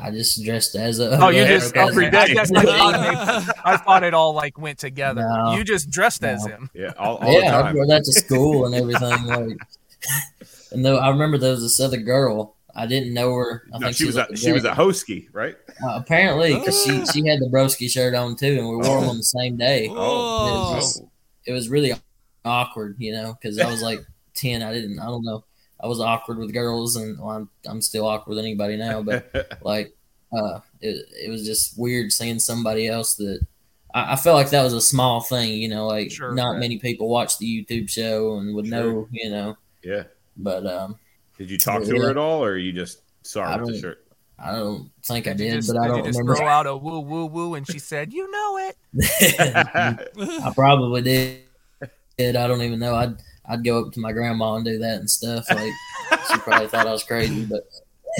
[SPEAKER 9] I just dressed as a.
[SPEAKER 3] oh you
[SPEAKER 9] a-
[SPEAKER 3] just
[SPEAKER 9] okay.
[SPEAKER 3] every day. I, guess I, thought it,
[SPEAKER 5] Ah,
[SPEAKER 3] I thought it all like went together
[SPEAKER 9] No.
[SPEAKER 3] you just dressed as
[SPEAKER 9] No.
[SPEAKER 3] him
[SPEAKER 4] Yeah, all, all
[SPEAKER 9] Yeah,
[SPEAKER 4] the
[SPEAKER 9] I
[SPEAKER 4] time.
[SPEAKER 9] wore that to school and everything. like, and though I remember there was this other girl. I didn't know her. I
[SPEAKER 4] No,
[SPEAKER 9] think
[SPEAKER 4] she was a,
[SPEAKER 9] like
[SPEAKER 4] she was
[SPEAKER 9] girl-
[SPEAKER 4] a Ah. hosky, right?
[SPEAKER 9] uh, apparently because she she had the broski shirt on too, and we wore them on the same day.
[SPEAKER 5] Oh.
[SPEAKER 9] It was- it was really awkward, you know, because I was like ten. I didn't. I don't know. I was awkward with girls, and well, I'm I'm still awkward with anybody now. But like, uh, it it was just weird seeing somebody else that I, I felt like that was a small thing, you know, like
[SPEAKER 3] Sure,
[SPEAKER 9] not
[SPEAKER 4] right.
[SPEAKER 9] many people watch the YouTube show and would know, you know.
[SPEAKER 4] yeah.
[SPEAKER 9] But um,
[SPEAKER 4] Did you talk to her at all, or you just saw
[SPEAKER 9] I
[SPEAKER 4] her with the
[SPEAKER 9] don't-
[SPEAKER 4] shirt?
[SPEAKER 9] I don't think I
[SPEAKER 3] you
[SPEAKER 9] did,
[SPEAKER 3] just,
[SPEAKER 9] but I
[SPEAKER 3] you
[SPEAKER 9] don't
[SPEAKER 3] just
[SPEAKER 9] remember.
[SPEAKER 3] throw out a woo woo woo and she said you know it
[SPEAKER 9] I probably did. Did I don't even know. I'd I'd go up to my grandma and do that and stuff. Like she probably thought I was crazy, but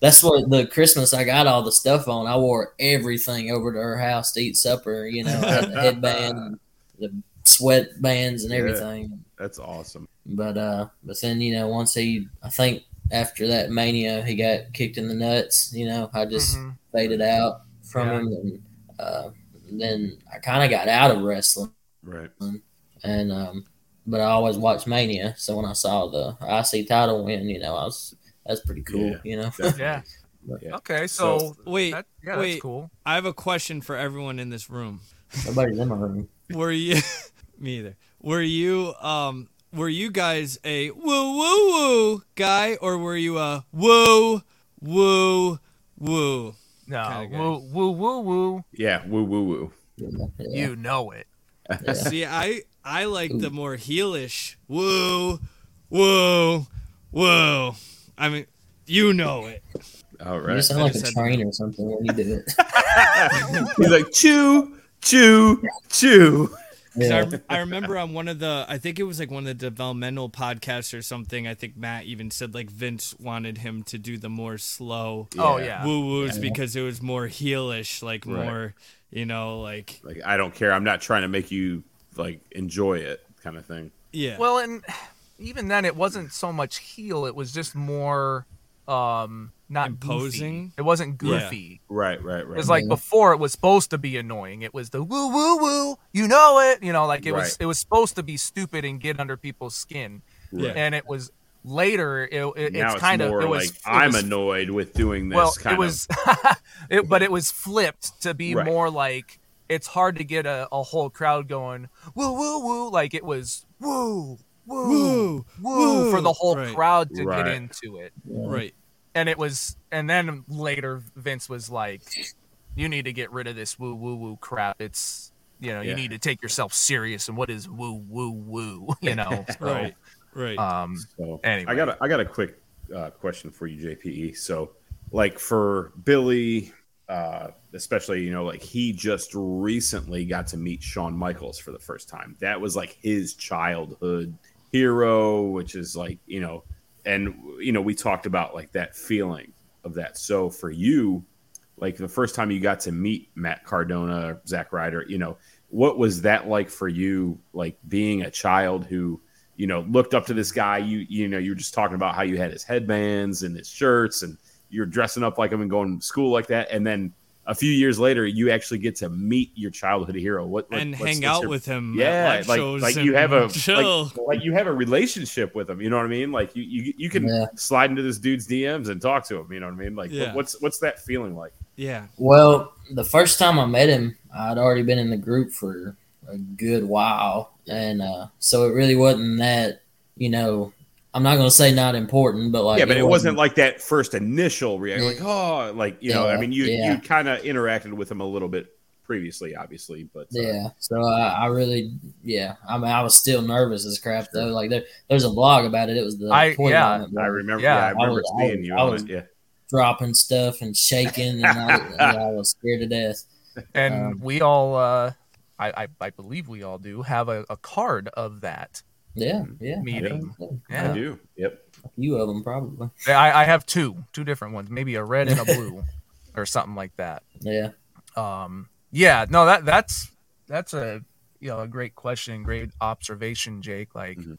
[SPEAKER 9] that's what the Christmas I got all the stuff on. I wore everything over to her house to eat supper. You know, I had the headband, and the sweatbands, and
[SPEAKER 4] Yeah.
[SPEAKER 9] everything.
[SPEAKER 4] That's awesome.
[SPEAKER 9] But uh, but then you know, once he, I think after that mania, he got kicked in the nuts. You know, I just
[SPEAKER 3] Mhm.
[SPEAKER 9] faded out from
[SPEAKER 3] Yeah.
[SPEAKER 9] him, and uh, then I kind of got out of wrestling
[SPEAKER 4] Right.
[SPEAKER 9] Mm. and um, but I always watched Mania. So when I saw the IC title win, you know, I was that's pretty cool.
[SPEAKER 4] Yeah.
[SPEAKER 9] You know,
[SPEAKER 3] yeah
[SPEAKER 4] Yeah.
[SPEAKER 3] okay so,
[SPEAKER 4] So-
[SPEAKER 5] Wait,
[SPEAKER 3] that, yeah
[SPEAKER 5] wait.
[SPEAKER 3] that's cool
[SPEAKER 5] I have a question for everyone in this room.
[SPEAKER 9] nobody's in my room.
[SPEAKER 5] Were you me either? Were you um were you guys a woo woo woo guy or were you a woo woo woo?
[SPEAKER 3] no
[SPEAKER 5] Kinda guy.
[SPEAKER 3] woo woo woo woo
[SPEAKER 4] Yeah. Woo woo woo.
[SPEAKER 9] Yeah,
[SPEAKER 3] you know it
[SPEAKER 9] yeah.
[SPEAKER 5] See, I I like the more heelish woo woo woo. I mean, you know it.
[SPEAKER 4] All
[SPEAKER 9] You
[SPEAKER 4] right.
[SPEAKER 9] sound
[SPEAKER 5] I
[SPEAKER 9] like
[SPEAKER 5] just
[SPEAKER 9] a
[SPEAKER 5] had-
[SPEAKER 9] train or something when you do it.
[SPEAKER 4] He's like chew, chew, chew.
[SPEAKER 5] 'Cause
[SPEAKER 9] Yeah.
[SPEAKER 5] I, I remember on one of the, I think it was like one of the developmental podcasts or something. I think Matt even said like Vince wanted him to do the more slow
[SPEAKER 3] oh yeah
[SPEAKER 5] woo woos because it was more heelish, like
[SPEAKER 4] Right.
[SPEAKER 5] more, you know, like
[SPEAKER 4] Like I don't care. I'm not trying to make you like enjoy it, kind of thing.
[SPEAKER 5] yeah.
[SPEAKER 3] Well, and even then, it wasn't so much heel; it was just more um not
[SPEAKER 5] Imposing?
[SPEAKER 3] Goofy. It wasn't
[SPEAKER 5] Yeah.
[SPEAKER 3] goofy.
[SPEAKER 4] Right. Right.
[SPEAKER 3] It
[SPEAKER 4] Right.
[SPEAKER 3] was like before it was supposed to be annoying. It was the woo woo woo, you know it, you know, like it was
[SPEAKER 4] Right.
[SPEAKER 3] it was supposed to be stupid and get under people's skin,
[SPEAKER 5] yeah.
[SPEAKER 3] and it was later it, it-
[SPEAKER 4] now
[SPEAKER 3] it's
[SPEAKER 4] it's,
[SPEAKER 3] kind of
[SPEAKER 4] more
[SPEAKER 3] it was
[SPEAKER 4] like I'm
[SPEAKER 3] a
[SPEAKER 4] annoyed with doing this.
[SPEAKER 3] well
[SPEAKER 4] kind
[SPEAKER 3] it was it, but it was flipped to be
[SPEAKER 4] Right.
[SPEAKER 3] more like it's hard to get a, a whole crowd going woo woo woo like it was woo woo
[SPEAKER 5] Woo,
[SPEAKER 3] woo, for the whole
[SPEAKER 5] right.
[SPEAKER 3] crowd to
[SPEAKER 4] Right.
[SPEAKER 3] get into it
[SPEAKER 5] Right.
[SPEAKER 3] and it was and then later vince was like you need to get rid of this woo woo woo crap it's you know
[SPEAKER 4] Yeah.
[SPEAKER 3] you need to take yourself serious and what is woo woo woo you know so,
[SPEAKER 5] Right. Right.
[SPEAKER 4] Uh,
[SPEAKER 3] um
[SPEAKER 4] of. So,
[SPEAKER 3] anyway.
[SPEAKER 4] I got a, I got a quick uh, question for you, JPE. So, like for Billy, uh, especially you know, like he just recently got to meet Shawn Michaels for the first time. That was like his childhood hero, which is like you know, and you know, we talked about like that feeling of that. So for you, like the first time you got to meet Matt Cardona, Zack Ryder, you know, what was that like for you? Like being a child who, you know, looked up to this guy. You, you know, you were just talking about how you had his headbands and his shirts, and you're dressing up like him and going to school like that. And then a few years later, you actually get to meet your childhood hero. What what-
[SPEAKER 5] and
[SPEAKER 4] what's-
[SPEAKER 5] hang
[SPEAKER 4] what's
[SPEAKER 5] out
[SPEAKER 4] your-
[SPEAKER 5] with him.
[SPEAKER 4] yeah,
[SPEAKER 5] at live
[SPEAKER 4] like
[SPEAKER 5] shows
[SPEAKER 4] like
[SPEAKER 5] and
[SPEAKER 4] you have a
[SPEAKER 5] chill.
[SPEAKER 4] like, like you have a relationship with him. You know what I mean? Like you you, you can
[SPEAKER 9] Yeah.
[SPEAKER 4] slide into this dude's DMs and talk to him. You know what I mean? Like what-
[SPEAKER 5] Yeah.
[SPEAKER 4] what's what's that feeling like?
[SPEAKER 5] yeah.
[SPEAKER 9] Well, the first time I met him, I'd already been in the group for a good while, and uh, so it really wasn't that you know. I'm not gonna say not important, but like
[SPEAKER 4] yeah, but it wasn't like that first initial reaction. Like oh, like you know. I
[SPEAKER 9] Yeah,
[SPEAKER 4] mean, you
[SPEAKER 9] yeah.
[SPEAKER 4] you kind of interacted with him a little bit previously, obviously, but uh,
[SPEAKER 9] Yeah. So I, I really, yeah. I mean, I was still nervous as crap though. Like there, there's a blog about it. It was the
[SPEAKER 3] I-
[SPEAKER 9] toy
[SPEAKER 3] yeah.
[SPEAKER 9] line that
[SPEAKER 4] I
[SPEAKER 9] was
[SPEAKER 4] remember.
[SPEAKER 3] Yeah,
[SPEAKER 4] Yeah, I
[SPEAKER 9] I
[SPEAKER 4] remember
[SPEAKER 9] was- I
[SPEAKER 4] seeing
[SPEAKER 9] was-
[SPEAKER 4] you
[SPEAKER 9] I
[SPEAKER 4] on
[SPEAKER 9] was-
[SPEAKER 4] it. Yeah,
[SPEAKER 9] dropping stuff and shaking, and I, and I was scared to death.
[SPEAKER 3] and
[SPEAKER 9] Um,
[SPEAKER 3] we all uh I, I i believe we all do have a, a card of that
[SPEAKER 9] Yeah, yeah.
[SPEAKER 3] meeting
[SPEAKER 9] I,
[SPEAKER 4] I
[SPEAKER 3] yeah,
[SPEAKER 4] do. Yep.
[SPEAKER 9] a few of them probably.
[SPEAKER 3] I, I have two two different ones maybe a red and a blue or something like that
[SPEAKER 9] Yeah.
[SPEAKER 3] um yeah no that that's that's a you know a great question great observation jake like
[SPEAKER 4] Mhm.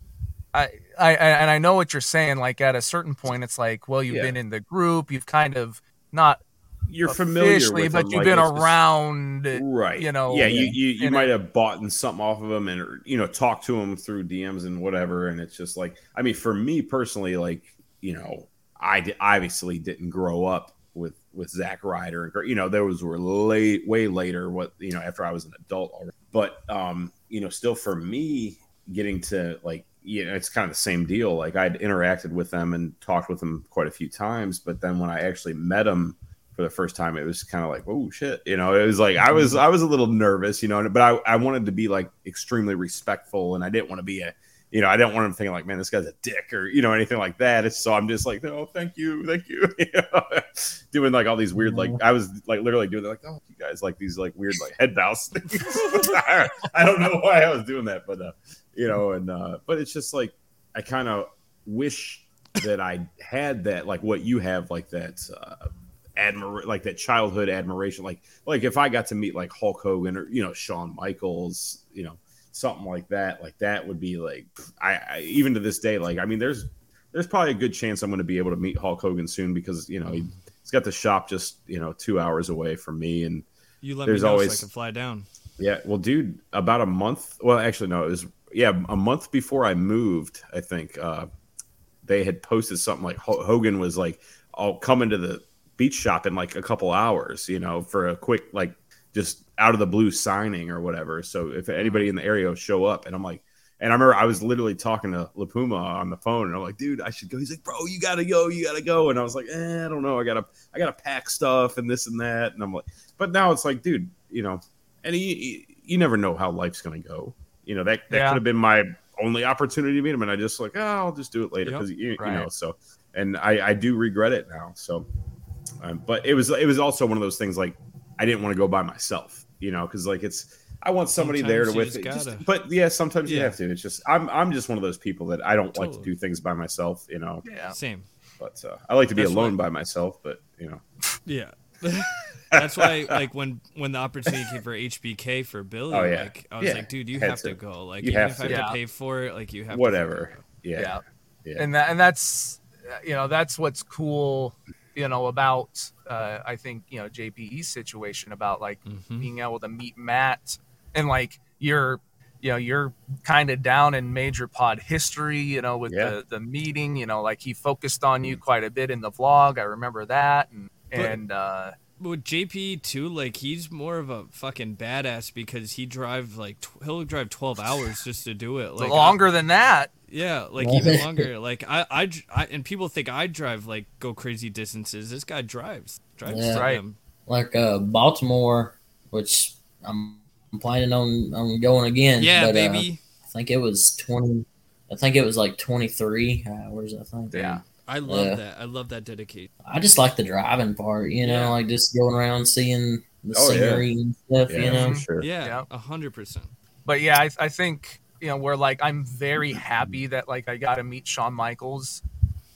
[SPEAKER 3] I, I I- and i know what you're saying like at a certain point it's like well you've
[SPEAKER 4] Yeah.
[SPEAKER 3] been in the group you've kind of not
[SPEAKER 4] You're familiar
[SPEAKER 3] officially
[SPEAKER 4] with
[SPEAKER 3] but
[SPEAKER 4] him,
[SPEAKER 3] you've
[SPEAKER 4] like,
[SPEAKER 3] been
[SPEAKER 4] it's just-
[SPEAKER 3] around
[SPEAKER 4] right
[SPEAKER 3] you know,
[SPEAKER 4] yeah, you you, you
[SPEAKER 3] and
[SPEAKER 4] might have bought in something off of them and or, you know talked to them through dms and whatever and it's just like i mean for me personally like you know i di- obviously didn't grow up with with zach ryder and you know those were late way later what you know after i was an adult already but um you know still for me getting to like you know it's kind of the same deal like i'd interacted with them and talked with them quite a few times but then when i actually met them for the first time it was kind of like oh shit you know it was like i was i was a little nervous you know but i, I wanted to be like extremely respectful and i didn't want to be a you know i didn't want him thinking like man this guy's a dick or you know anything like that it's, so i'm just like no thank you thank you, you know? doing like all these weird like i was like literally doing like oh you guys like these like weird like head bounce things i don't know why i was doing that but uh you know and uh but it's just like i kind of wish that i had that like what you have like that uh admir like that childhood admiration like like if i got to meet like hulk hogan or you know shawn michaels you know something like that like that would be like i, I even to this day like i mean there's there's probably a good chance i'm going to be able to meet hulk hogan soon because you know he, he's got the shop just you know two hours away from me and
[SPEAKER 5] You let
[SPEAKER 4] There's
[SPEAKER 5] me know
[SPEAKER 4] always-
[SPEAKER 5] so I can fly down.
[SPEAKER 4] yeah, well, dude, about a month. Well, actually, no, it was yeah, a month before I moved. I think uh, they had posted something like Ho- Hogan was like, "I'll come into the beach shop in like a couple hours," you know, for a quick like just out of the blue signing or whatever. So if anybody in the area will show up, and I'm like. And I remember I was literally talking to Lapuma on the phone, and I'm like, "Dude, I should go." He's like, "Bro, you gotta go, you gotta go." And I was like, eh, "I don't know, I gotta, I gotta pack stuff and this and that." And I'm like, "But now it's like, dude, you know, and you- you, you never know how life's going to go. You know that that
[SPEAKER 3] Yeah.
[SPEAKER 4] could have been my only opportunity to meet him, and I just like, oh, I'll just do it later
[SPEAKER 5] Yep.
[SPEAKER 4] because you, you know.
[SPEAKER 3] Right.
[SPEAKER 4] So, and I I do regret it now. So, um, but it was it was also one of those things like I didn't want to go by myself, you know, because like it's I want somebody there to
[SPEAKER 5] Sometimes you
[SPEAKER 4] with
[SPEAKER 5] just
[SPEAKER 4] it. just-
[SPEAKER 5] gotta.
[SPEAKER 4] but yeah, sometimes you
[SPEAKER 5] Yeah.
[SPEAKER 4] have to. It's just I'm I'm just one of those people that I don't like to
[SPEAKER 5] Totally.
[SPEAKER 4] do things by myself, you know.
[SPEAKER 3] yeah
[SPEAKER 5] Same.
[SPEAKER 4] But uh, I like to be
[SPEAKER 5] That's
[SPEAKER 4] alone
[SPEAKER 5] what-
[SPEAKER 4] by myself. But you know,
[SPEAKER 5] Yeah. That's why, like, when when the opportunity came for HBK for Billy,
[SPEAKER 4] Oh, yeah.
[SPEAKER 5] like, I was
[SPEAKER 4] Yeah,
[SPEAKER 5] like, dude, you
[SPEAKER 4] had
[SPEAKER 5] have to.
[SPEAKER 4] to.
[SPEAKER 5] go. Like,
[SPEAKER 4] You
[SPEAKER 5] even
[SPEAKER 4] have
[SPEAKER 5] if I have
[SPEAKER 3] to.
[SPEAKER 5] to
[SPEAKER 3] Yeah.
[SPEAKER 5] pay for it, like, you have
[SPEAKER 4] whatever.
[SPEAKER 3] yeah,
[SPEAKER 4] yeah. Yeah.
[SPEAKER 3] and that and that's uh, you know that's what's cool you know about uh, i think you know jpe's situation about like
[SPEAKER 5] To go. Mhm.
[SPEAKER 3] being able to meet Matt and like you're you know you're kind of down in major pod history you know with
[SPEAKER 4] Yeah.
[SPEAKER 3] the, the meeting you know like he focused on you quite a bit in the vlog i remember that and and uh
[SPEAKER 5] with JP too, like he's more of a fucking badass because he drive like tw- he'll drive twelve hours just to do it. Like I-
[SPEAKER 3] longer than that
[SPEAKER 5] yeah, like even longer. Like I, I, dr- I- and people think I drive like go crazy distances. This guy drives, drives
[SPEAKER 9] Yeah.
[SPEAKER 5] to
[SPEAKER 3] Right.
[SPEAKER 5] them.
[SPEAKER 9] like uh, Baltimore, which I'm I'm planning on on going again.
[SPEAKER 5] Yeah,
[SPEAKER 9] but, uh,
[SPEAKER 5] baby.
[SPEAKER 9] I think it was twenty. I think it was like twenty three hours. I think.
[SPEAKER 3] Yeah.
[SPEAKER 5] I love
[SPEAKER 9] yeah.
[SPEAKER 5] that. I love that dedication.
[SPEAKER 9] I just like the driving part, you know,
[SPEAKER 5] Yeah.
[SPEAKER 9] like just going around seeing the
[SPEAKER 4] Oh, yeah.
[SPEAKER 9] scenery and stuff,
[SPEAKER 4] Yeah,
[SPEAKER 9] you know.
[SPEAKER 4] for sure.
[SPEAKER 5] Yeah,
[SPEAKER 3] Yeah.
[SPEAKER 5] a hundred percent.
[SPEAKER 3] but yeah, I, I think you know we're like I'm very happy that like I got to meet Shawn Michaels.